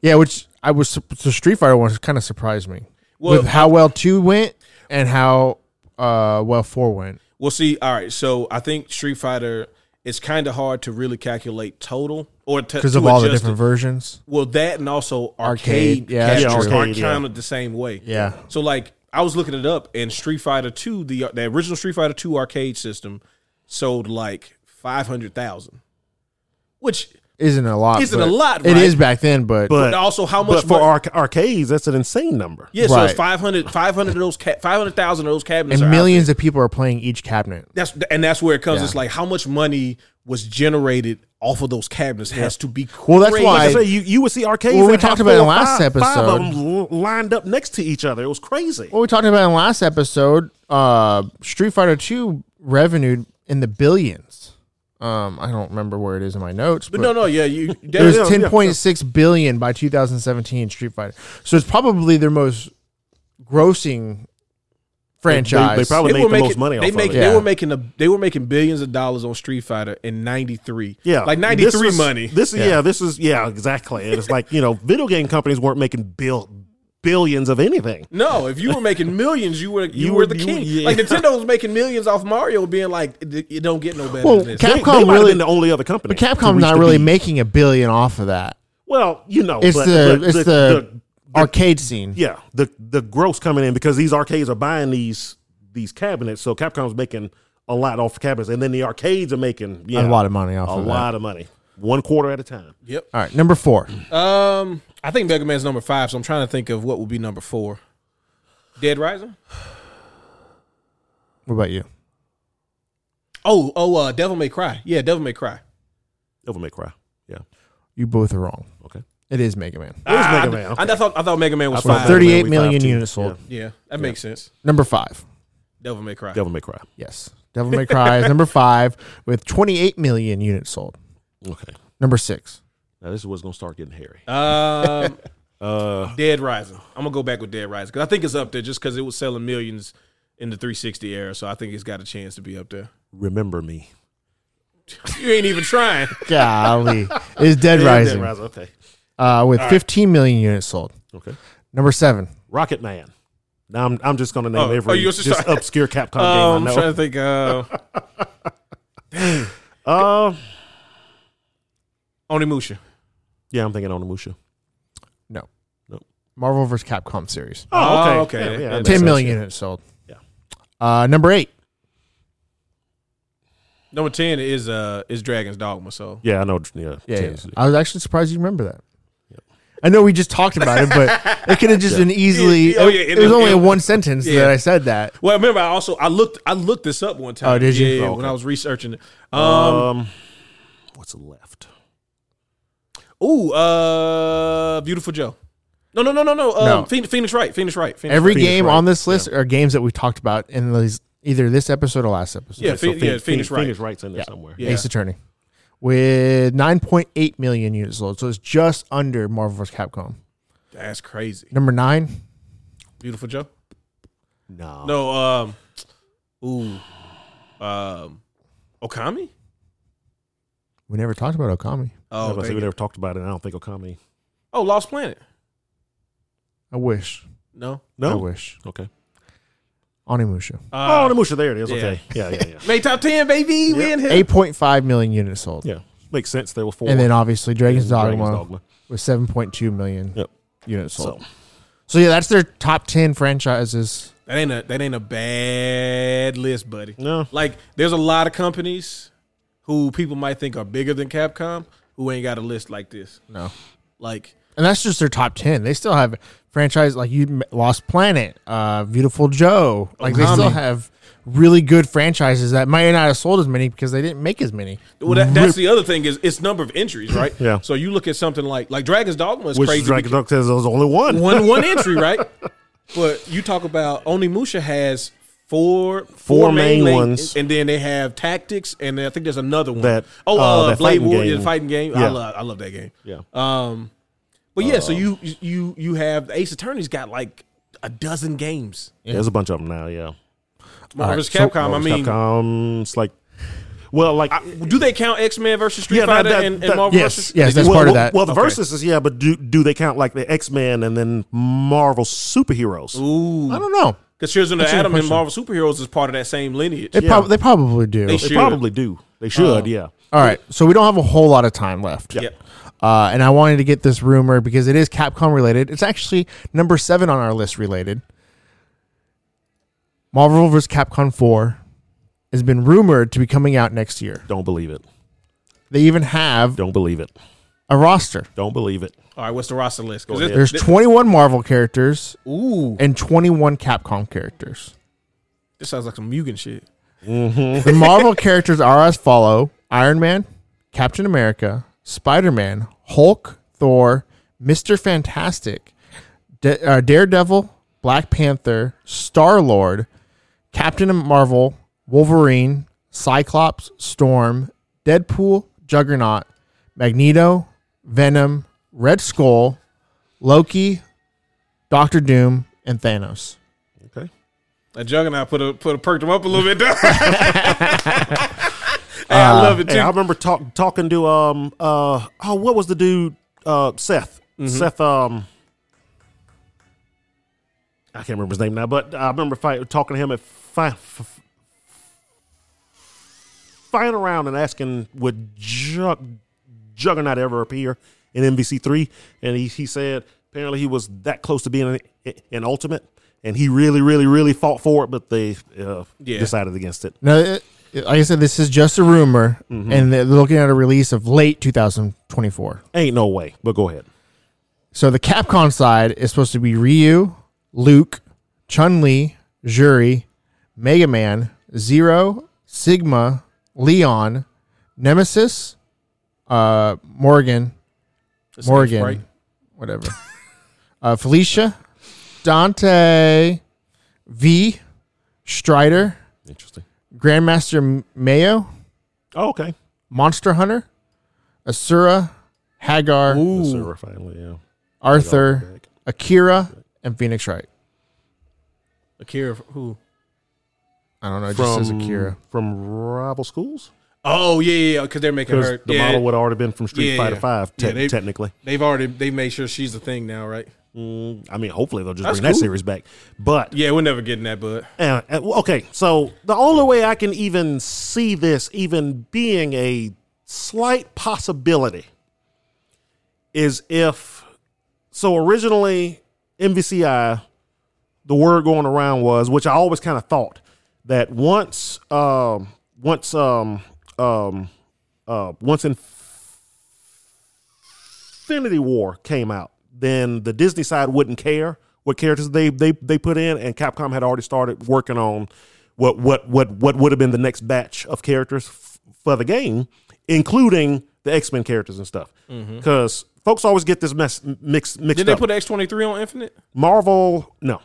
[SPEAKER 3] Yeah, which I was su- the Street Fighter one kind of surprised me
[SPEAKER 2] Well-
[SPEAKER 3] with how well two went and how uh, well four went.
[SPEAKER 2] Well, see, all right. So I think Street Fighter. It's kind of hard to really calculate total or
[SPEAKER 3] because of all the different versions.
[SPEAKER 2] Well, that and also arcade,
[SPEAKER 3] Arcade, yeah,
[SPEAKER 2] captures
[SPEAKER 3] that's
[SPEAKER 2] aren't
[SPEAKER 4] true. Arcade, yeah.
[SPEAKER 2] counted the same way.
[SPEAKER 3] Yeah.
[SPEAKER 2] So like I was looking it up, and Street Fighter Two, the the original Street Fighter Two arcade system, sold like five hundred thousand, which
[SPEAKER 3] Isn't a lot.
[SPEAKER 2] Isn't
[SPEAKER 3] but-
[SPEAKER 2] a lot,
[SPEAKER 3] It
[SPEAKER 2] right?
[SPEAKER 3] is back then, but,
[SPEAKER 2] but also how much
[SPEAKER 4] But for
[SPEAKER 2] mon-
[SPEAKER 4] arc- arcades, that's an insane number.
[SPEAKER 2] yeah, so it's
[SPEAKER 3] Right.
[SPEAKER 2] 500, 500 of those ca- five hundred thousand of those cabinets are
[SPEAKER 3] and
[SPEAKER 2] out
[SPEAKER 3] millions of people are playing each cabinet.
[SPEAKER 2] there. That's and that's where it comes.
[SPEAKER 3] Yeah.
[SPEAKER 2] It's like how much money was generated off of those cabinets has to be
[SPEAKER 3] Well, that's
[SPEAKER 2] crazy.
[SPEAKER 3] why-
[SPEAKER 4] Like I said, you, you would see arcades.
[SPEAKER 3] Well, we
[SPEAKER 4] that have
[SPEAKER 3] talked about it in
[SPEAKER 4] four or
[SPEAKER 3] last
[SPEAKER 4] five- Five of
[SPEAKER 3] episode.
[SPEAKER 4] them l- lined up next to each other. It was crazy.
[SPEAKER 3] What we talked about in last episode, uh, Street Fighter Two revenued in the billions. Um, I don't remember where it is in my notes, but,
[SPEAKER 2] But no, no, yeah, you.
[SPEAKER 3] it was
[SPEAKER 2] yeah, yeah.
[SPEAKER 3] ten point six billion by 2017 Street Fighter. So it's probably their most grossing franchise.
[SPEAKER 4] they probably- made
[SPEAKER 2] were
[SPEAKER 4] the most money
[SPEAKER 2] They
[SPEAKER 4] off of
[SPEAKER 2] make
[SPEAKER 4] it.
[SPEAKER 2] they
[SPEAKER 3] Yeah.
[SPEAKER 2] were making a, they were making billions of dollars on Street Fighter in '93.
[SPEAKER 4] Yeah,
[SPEAKER 2] like
[SPEAKER 4] This
[SPEAKER 2] '93
[SPEAKER 4] is-
[SPEAKER 2] money.
[SPEAKER 4] This is yeah. This is yeah. Exactly. And it's like you know, video game companies weren't making bill billions of anything.
[SPEAKER 2] no, if you were making millions, you were you,
[SPEAKER 4] You
[SPEAKER 2] were
[SPEAKER 4] were-
[SPEAKER 2] the
[SPEAKER 4] you
[SPEAKER 2] king.
[SPEAKER 4] were- yeah.
[SPEAKER 2] Like Nintendo was making millions off Mario, being like, it, it don't get no better
[SPEAKER 3] Well,
[SPEAKER 2] than this.
[SPEAKER 3] Cap-
[SPEAKER 4] They-
[SPEAKER 3] Capcom
[SPEAKER 4] they might have
[SPEAKER 3] really-
[SPEAKER 4] been the only other company.
[SPEAKER 3] but
[SPEAKER 4] to
[SPEAKER 3] Capcom's
[SPEAKER 4] reach
[SPEAKER 3] not
[SPEAKER 4] the
[SPEAKER 3] really
[SPEAKER 4] peak.
[SPEAKER 3] making a billion off of that.
[SPEAKER 4] Well, you know,
[SPEAKER 3] It's
[SPEAKER 4] but-
[SPEAKER 3] the
[SPEAKER 4] but
[SPEAKER 3] it's the, arcade scene.
[SPEAKER 4] yeah the the gross coming in because these arcades are buying these these cabinets, so Capcom's making a lot off cabinets, and then the arcades are making yeah,
[SPEAKER 3] A lot of money off
[SPEAKER 4] a
[SPEAKER 3] of that.
[SPEAKER 4] lot of money. one quarter at a time.
[SPEAKER 2] Yep.
[SPEAKER 3] All right, number four.
[SPEAKER 2] Um, I think Mega Man's number five, so I'm trying to think of what would be number four. Dead Rising.
[SPEAKER 3] What about you?
[SPEAKER 2] Oh, oh, uh, Devil May Cry. Yeah, Devil May Cry.
[SPEAKER 4] Devil May Cry. Yeah.
[SPEAKER 3] You both are wrong.
[SPEAKER 4] Okay.
[SPEAKER 3] It is Mega Man.
[SPEAKER 4] It was
[SPEAKER 2] Ah,
[SPEAKER 4] Mega
[SPEAKER 2] I-
[SPEAKER 4] Man.
[SPEAKER 2] I, I thought I thought Mega Man was
[SPEAKER 4] I thought
[SPEAKER 2] five.
[SPEAKER 4] Mega
[SPEAKER 3] 38
[SPEAKER 4] Man was
[SPEAKER 3] million
[SPEAKER 4] five, too.
[SPEAKER 3] units sold.
[SPEAKER 4] Yeah.
[SPEAKER 2] Yeah, that makes sense.
[SPEAKER 3] Number five.
[SPEAKER 2] Devil May Cry.
[SPEAKER 4] Devil May Cry.
[SPEAKER 3] Yes. Devil May Cry is number five with 28 million units sold.
[SPEAKER 4] Okay.
[SPEAKER 3] Number six.
[SPEAKER 4] Now this is what's gonna start getting hairy.
[SPEAKER 2] Um,
[SPEAKER 4] Uh,
[SPEAKER 2] Dead Rising. I'm gonna go back with Dead Rising because I think it's up there just because it was selling millions in the 360 era. So I think it's got a chance to be up there.
[SPEAKER 4] remember me.
[SPEAKER 2] You ain't even trying.
[SPEAKER 3] Golly. is Dead Rising
[SPEAKER 4] Okay.
[SPEAKER 3] uh, with 15 million units sold.
[SPEAKER 4] Okay.
[SPEAKER 3] Number seven.
[SPEAKER 4] Rocket Man. Now I'm I'm just gonna name
[SPEAKER 2] Oh, oh,
[SPEAKER 4] every
[SPEAKER 2] you're
[SPEAKER 4] just
[SPEAKER 2] just trying-
[SPEAKER 4] obscure
[SPEAKER 3] Oh,
[SPEAKER 2] Um,
[SPEAKER 4] Capcom game I
[SPEAKER 2] I'm
[SPEAKER 4] know.
[SPEAKER 2] trying to think. Uh,
[SPEAKER 4] Uh,
[SPEAKER 2] Onimusha.
[SPEAKER 4] yeah, I'm thinking Onimusha.
[SPEAKER 3] No.
[SPEAKER 4] Nope.
[SPEAKER 3] Marvel vs. Capcom series.
[SPEAKER 2] Oh, okay.
[SPEAKER 4] Uh, Yeah, yeah,
[SPEAKER 2] Yeah,
[SPEAKER 4] that makes
[SPEAKER 3] 10
[SPEAKER 4] sense.
[SPEAKER 3] million units sold.
[SPEAKER 4] Yeah.
[SPEAKER 3] Uh, number eight.
[SPEAKER 2] Number ten is uh is Dragon's Dogma. So
[SPEAKER 4] Yeah, I know. Yeah,
[SPEAKER 3] Yeah, yeah.
[SPEAKER 4] 10.
[SPEAKER 3] I was actually surprised you remember that. I know we just talked about it, but it could have just been easily.
[SPEAKER 2] Oh,
[SPEAKER 3] oh,
[SPEAKER 2] yeah,
[SPEAKER 3] yeah,
[SPEAKER 2] it
[SPEAKER 3] it, was
[SPEAKER 2] was-
[SPEAKER 3] only
[SPEAKER 2] it-
[SPEAKER 3] one sentence
[SPEAKER 2] yeah.
[SPEAKER 3] that I said that.
[SPEAKER 2] well, remember I also I looked I looked this up one time.
[SPEAKER 3] Oh, did you?
[SPEAKER 2] Yeah, yeah,
[SPEAKER 3] Oh,
[SPEAKER 2] when
[SPEAKER 3] okay. Oh.
[SPEAKER 2] I was researching it.
[SPEAKER 4] Um,
[SPEAKER 2] Um,
[SPEAKER 4] what's left?
[SPEAKER 2] Um, ooh, uh, Beautiful Joe. No, no, no, no, no. Um,
[SPEAKER 3] No.
[SPEAKER 2] Phoen- Phoenix Wright. Phoenix Wright. Phoenix
[SPEAKER 3] Every
[SPEAKER 2] Wright.
[SPEAKER 3] game on this list are games that we talked about in these, either this episode or last episode.
[SPEAKER 2] Yeah, Phoen-
[SPEAKER 4] Phoenix,
[SPEAKER 2] yeah, Phoenix Wright.
[SPEAKER 4] Phoenix Wright's in there somewhere.
[SPEAKER 2] Yeah.
[SPEAKER 3] Ace Attorney with 9.8 million units sold. So it's just under Marvel vs. Capcom.
[SPEAKER 2] That's crazy.
[SPEAKER 3] Number nine.
[SPEAKER 2] Beautiful Joe.
[SPEAKER 4] No,
[SPEAKER 2] No, um, ooh, um, Okami.
[SPEAKER 3] We never talked about Okami.
[SPEAKER 4] I was
[SPEAKER 2] Oh,
[SPEAKER 4] about to say,
[SPEAKER 2] thank
[SPEAKER 4] we
[SPEAKER 2] you.
[SPEAKER 4] never talked about it. and I don't think Okami.
[SPEAKER 2] oh, Lost Planet.
[SPEAKER 3] I wish.
[SPEAKER 2] No,
[SPEAKER 3] I
[SPEAKER 4] No.
[SPEAKER 3] wish.
[SPEAKER 4] Okay.
[SPEAKER 3] Onimusha.
[SPEAKER 2] uh,
[SPEAKER 4] oh, Namusha, there it is.
[SPEAKER 2] yeah.
[SPEAKER 4] Okay. Yeah, yeah, yeah.
[SPEAKER 2] May top ten, baby. We in here.
[SPEAKER 3] 8.5 million units sold.
[SPEAKER 4] yeah. Makes sense. There were four.
[SPEAKER 3] And then obviously Dragon's Dogma,
[SPEAKER 4] Dragon's Dogma.
[SPEAKER 3] with 7.2 million
[SPEAKER 4] Yep.
[SPEAKER 3] units sold.
[SPEAKER 4] So
[SPEAKER 3] So yeah, that's their top ten franchises.
[SPEAKER 2] That ain't a that ain't a bad list, buddy.
[SPEAKER 4] No.
[SPEAKER 2] Like there's a lot of companies who people might think are bigger than Capcom who ain't got a list like this.
[SPEAKER 3] No,
[SPEAKER 2] Like
[SPEAKER 3] and that's just their top ten. They still have franchise like you m- Lost Planet, uh, Beautiful Joe. Like they still
[SPEAKER 2] Okami.
[SPEAKER 3] have really good franchises that might not have sold as many because they didn't make as many.
[SPEAKER 2] well, that, that's the other thing is it's number of entries, right?
[SPEAKER 4] Yeah.
[SPEAKER 2] So you look at something like like Dragon's Dogma is
[SPEAKER 4] which
[SPEAKER 2] crazy.
[SPEAKER 4] Dragon Dog says there's only one.
[SPEAKER 2] one one entry, right? But you talk about Onimusha has four
[SPEAKER 4] Four main
[SPEAKER 2] lane-
[SPEAKER 4] ones.
[SPEAKER 2] and then they have tactics, and then I think there's another one.
[SPEAKER 4] That,
[SPEAKER 2] oh,
[SPEAKER 4] uh,
[SPEAKER 2] uh,
[SPEAKER 4] that
[SPEAKER 2] Blade
[SPEAKER 4] fighting
[SPEAKER 2] Warrior
[SPEAKER 4] game.
[SPEAKER 2] the fighting game.
[SPEAKER 4] Yeah.
[SPEAKER 2] I love I love that game.
[SPEAKER 4] Yeah.
[SPEAKER 2] Um, but yeah, so you you you have Ace Attorney's got like a dozen games.
[SPEAKER 4] There's a bunch of them now. Yeah.
[SPEAKER 2] Marvel vs.
[SPEAKER 3] so-
[SPEAKER 2] Capcom. I mean,
[SPEAKER 4] Capcom. It's like, well, like
[SPEAKER 2] do they count X Men versus Street
[SPEAKER 4] Yeah, that-
[SPEAKER 2] Fighter
[SPEAKER 4] that-
[SPEAKER 2] and, and
[SPEAKER 4] that-
[SPEAKER 2] Marvel
[SPEAKER 3] yes,
[SPEAKER 2] versus?
[SPEAKER 3] yes, that's
[SPEAKER 4] well,
[SPEAKER 3] part of
[SPEAKER 4] well-
[SPEAKER 3] that.
[SPEAKER 4] Well, the
[SPEAKER 2] Okay.
[SPEAKER 4] verses is yeah, but do do they count like the X Men and then Marvel superheroes?
[SPEAKER 2] Ooh,
[SPEAKER 3] I don't know.
[SPEAKER 2] because Children of
[SPEAKER 3] That's a good
[SPEAKER 2] Adam and
[SPEAKER 3] question.
[SPEAKER 2] Marvel superheroes is part of that same lineage.
[SPEAKER 3] They, prob- they probably do.
[SPEAKER 2] They
[SPEAKER 4] They
[SPEAKER 2] should.
[SPEAKER 4] probably do. They
[SPEAKER 2] Oh.
[SPEAKER 4] should. yeah.
[SPEAKER 3] All right, so we don't have a whole lot of time left.
[SPEAKER 2] Yeah.
[SPEAKER 3] Uh, and I wanted to get this rumor because it is Capcom related. It's actually number seven on our list related. Marvel vs. Capcom 4 has been rumored to be coming out next year.
[SPEAKER 4] Don't believe it.
[SPEAKER 3] They even have
[SPEAKER 4] Don't believe it.
[SPEAKER 3] a roster.
[SPEAKER 4] Don't believe it.
[SPEAKER 2] All right, what's the roster list? 'Cause it-
[SPEAKER 3] There's
[SPEAKER 2] it-
[SPEAKER 3] 21 Marvel characters
[SPEAKER 2] Ooh,
[SPEAKER 3] and 21 Capcom characters.
[SPEAKER 2] this sounds like some Mugen shit.
[SPEAKER 3] The Marvel characters are as follow Iron Man, Captain America, Spider Man, Hulk, Thor, Mr. Fantastic, Da- uh, Daredevil, Black Panther, Star Lord, Captain Marvel, Wolverine, Cyclops, Storm, Deadpool, Juggernaut, Magneto, Venom, Red Skull, Loki, Doctor Doom, and Thanos.
[SPEAKER 4] Okay.
[SPEAKER 2] That Juggernaut put a put a perked him up a little bit. though. hey, I love it too.
[SPEAKER 4] Uh, Hey, I remember talk, talking to um uh oh what was the dude uh Seth Seth um I can't remember his name now, but I remember fight, talking to him at fi- f- flying around and asking would Jug- Juggernaut ever appear in MVC three, and he he said apparently he was that close to being an, an ultimate, and he really really really fought for it, but they uh,
[SPEAKER 2] Yeah.
[SPEAKER 4] decided against it.
[SPEAKER 3] Now, it, like I said, this is just a rumor, and they're looking at a release of late 2024.
[SPEAKER 4] Ain't no way. But go ahead.
[SPEAKER 3] So the Capcom side is supposed to be Ryu, Luke, Chun Li, Juri, Mega Man, Zero, Sigma, Leon, Nemesis, uh, Morgan,
[SPEAKER 2] That's
[SPEAKER 3] Morgan,
[SPEAKER 2] right?
[SPEAKER 3] whatever, uh, Felicia, Dante, V, Strider,
[SPEAKER 4] Interesting.
[SPEAKER 3] Grandmaster Mayo,
[SPEAKER 4] Oh, okay.
[SPEAKER 3] Monster Hunter, Asura, Hagar,
[SPEAKER 4] The
[SPEAKER 2] Ooh,
[SPEAKER 4] server finally, yeah.
[SPEAKER 3] Arthur,
[SPEAKER 4] Back.
[SPEAKER 3] Akira, and Phoenix Wright.
[SPEAKER 2] Akira. Who?
[SPEAKER 3] I don't know. It just says Akira.
[SPEAKER 4] from rival schools
[SPEAKER 2] Oh yeah, yeah, because they're making
[SPEAKER 4] because
[SPEAKER 2] her.
[SPEAKER 4] the
[SPEAKER 2] yeah,
[SPEAKER 4] model would have already been from Street
[SPEAKER 2] Yeah,
[SPEAKER 4] Fighter
[SPEAKER 2] yeah.
[SPEAKER 4] Five te-
[SPEAKER 2] Yeah, they-
[SPEAKER 4] technically.
[SPEAKER 2] they've already they made sure she's the thing now, right?
[SPEAKER 4] Mm, I mean, hopefully they'll just
[SPEAKER 2] That's
[SPEAKER 4] bring that
[SPEAKER 2] cool.
[SPEAKER 4] series back. But
[SPEAKER 2] Yeah, we're never getting that, but
[SPEAKER 4] uh, uh, well, okay, so the only way I can even see this even being a slight possibility is if so originally MVCI the word going around was, which I always kind of thought that once, um, once, um, um, uh, once Infinity War came out, then the Disney side wouldn't care what characters they they they put in, and Capcom had already started working on what what what what would have been the next batch of characters f- for the game, including the X Men characters and stuff, because. Folks always get this mess mixed mixed
[SPEAKER 2] Mm-hmm. did
[SPEAKER 4] up.
[SPEAKER 2] they put X twenty three on Infinite?
[SPEAKER 4] Marvel, no.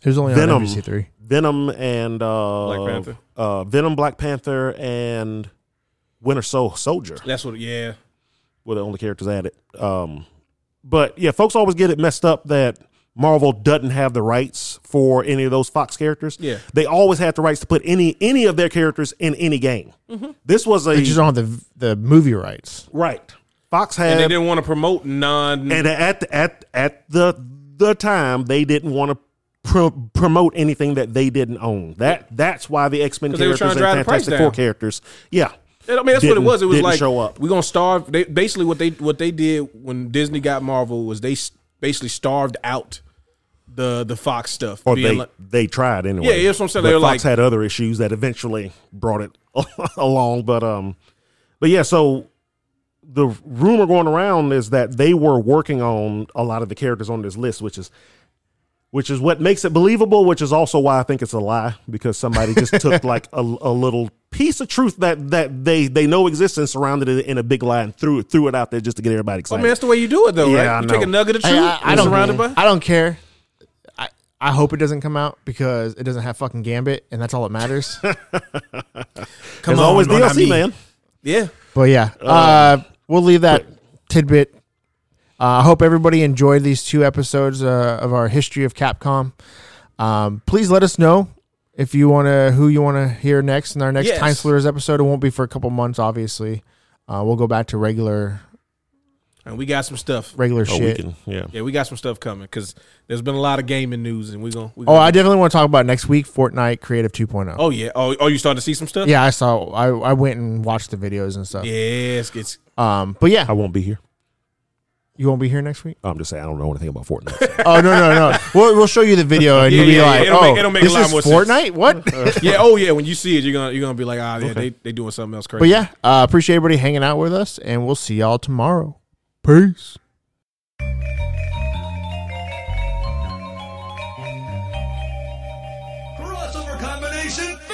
[SPEAKER 3] It was only
[SPEAKER 4] Venom.
[SPEAKER 3] on NBC3.
[SPEAKER 4] Venom and uh,
[SPEAKER 2] Black Panther.
[SPEAKER 4] Uh, Venom, Black Panther, and Winter Sol- Soldier
[SPEAKER 2] That's what. Yeah,
[SPEAKER 4] were the only characters added. Um, but yeah, folks always get it messed up that Marvel doesn't have the rights for any of those Fox characters.
[SPEAKER 2] Yeah.
[SPEAKER 4] they always had the rights to put any any of their characters in any game.
[SPEAKER 2] Mm-hmm.
[SPEAKER 4] This was a
[SPEAKER 3] They just don't have the the movie rights.
[SPEAKER 4] right. Fox had
[SPEAKER 2] and they didn't want to promote non.
[SPEAKER 4] and at the- at at the the time they didn't want to pro- promote anything that they didn't own. That that's why the X Men
[SPEAKER 2] 'Cause they were
[SPEAKER 4] characters
[SPEAKER 2] trying
[SPEAKER 4] and
[SPEAKER 2] to drive the price
[SPEAKER 4] Fantastic Four
[SPEAKER 2] down.
[SPEAKER 4] characters, yeah,
[SPEAKER 2] I mean, that's what it
[SPEAKER 4] didn't-
[SPEAKER 2] was. It was
[SPEAKER 4] didn't
[SPEAKER 2] like
[SPEAKER 4] show up.
[SPEAKER 2] we're gonna starve. They basically what they what they did when Disney got Marvel was they s- basically starved out the the Fox stuff.
[SPEAKER 4] or
[SPEAKER 2] being
[SPEAKER 4] they
[SPEAKER 2] like-
[SPEAKER 4] they tried anyway.
[SPEAKER 2] Yeah, yeah, that's what I'm saying.
[SPEAKER 4] But
[SPEAKER 2] They were
[SPEAKER 4] Fox
[SPEAKER 2] like-
[SPEAKER 4] had other issues that eventually brought it along, but um, but yeah, so. The rumor going around is that they were working on a lot of the characters on this list, which is which is what makes it believable, which is also why I think it's a lie because somebody just took like a, a little piece of truth that that they they know exists and surrounded it in a big lie and threw it threw it out there just to get everybody
[SPEAKER 2] I
[SPEAKER 4] excited.
[SPEAKER 2] mean, "Oh, that's the way you do it, though,
[SPEAKER 4] Yeah,
[SPEAKER 2] right?
[SPEAKER 4] I
[SPEAKER 2] you
[SPEAKER 4] know.
[SPEAKER 2] take a nugget of truth.
[SPEAKER 3] I, I, I
[SPEAKER 2] and
[SPEAKER 3] don't.
[SPEAKER 2] surrounded by.
[SPEAKER 3] I don't care. I I hope it doesn't come out because it doesn't have fucking Gambit, and that's all that matters.
[SPEAKER 2] Come
[SPEAKER 4] There's always
[SPEAKER 2] Monami.
[SPEAKER 4] DLC, man.
[SPEAKER 2] Yeah,
[SPEAKER 3] but yeah, uh, we'll leave that tidbit. Uh, I hope everybody enjoyed these two episodes uh, of our history of Capcom. Um, please let us know if you want to who you want to hear next in our next
[SPEAKER 2] Yes.
[SPEAKER 3] Time Slurs episode. It won't be for a couple months, obviously. Uh, we'll go back to regular
[SPEAKER 2] and we got some stuff.
[SPEAKER 3] regular
[SPEAKER 4] Oh, we
[SPEAKER 3] shit.
[SPEAKER 4] can- yeah.
[SPEAKER 2] Yeah, we got some stuff coming because there's been a lot of gaming news, and we're gonna. we
[SPEAKER 3] Oh,
[SPEAKER 2] gonna
[SPEAKER 3] I definitely want to talk about next week Fortnite Creative 2.0.
[SPEAKER 2] oh yeah. Oh, oh, you starting to see some stuff?
[SPEAKER 3] Yeah, I saw. I, I went and watched the videos and stuff.
[SPEAKER 2] Yes, it's
[SPEAKER 3] Um, but yeah,
[SPEAKER 4] I won't be here.
[SPEAKER 3] you won't be here next week.
[SPEAKER 4] I'm just saying I don't know anything about Fortnite. so.
[SPEAKER 3] Oh no no no! we'll, we'll show you the video and
[SPEAKER 2] Yeah,
[SPEAKER 3] you'll be
[SPEAKER 2] yeah, yeah.
[SPEAKER 3] like,
[SPEAKER 2] It'll
[SPEAKER 3] oh,
[SPEAKER 2] make- it'll make a
[SPEAKER 3] this
[SPEAKER 2] lot
[SPEAKER 3] is
[SPEAKER 2] more sense.
[SPEAKER 3] Fortnite. What?
[SPEAKER 2] yeah. Oh yeah. When you see it, you're gonna you're gonna be like, ah, yeah, they they doing something else crazy.
[SPEAKER 3] but yeah, uh, appreciate everybody hanging out with us, and we'll see y'all tomorrow. Peace.
[SPEAKER 1] Crossover combination.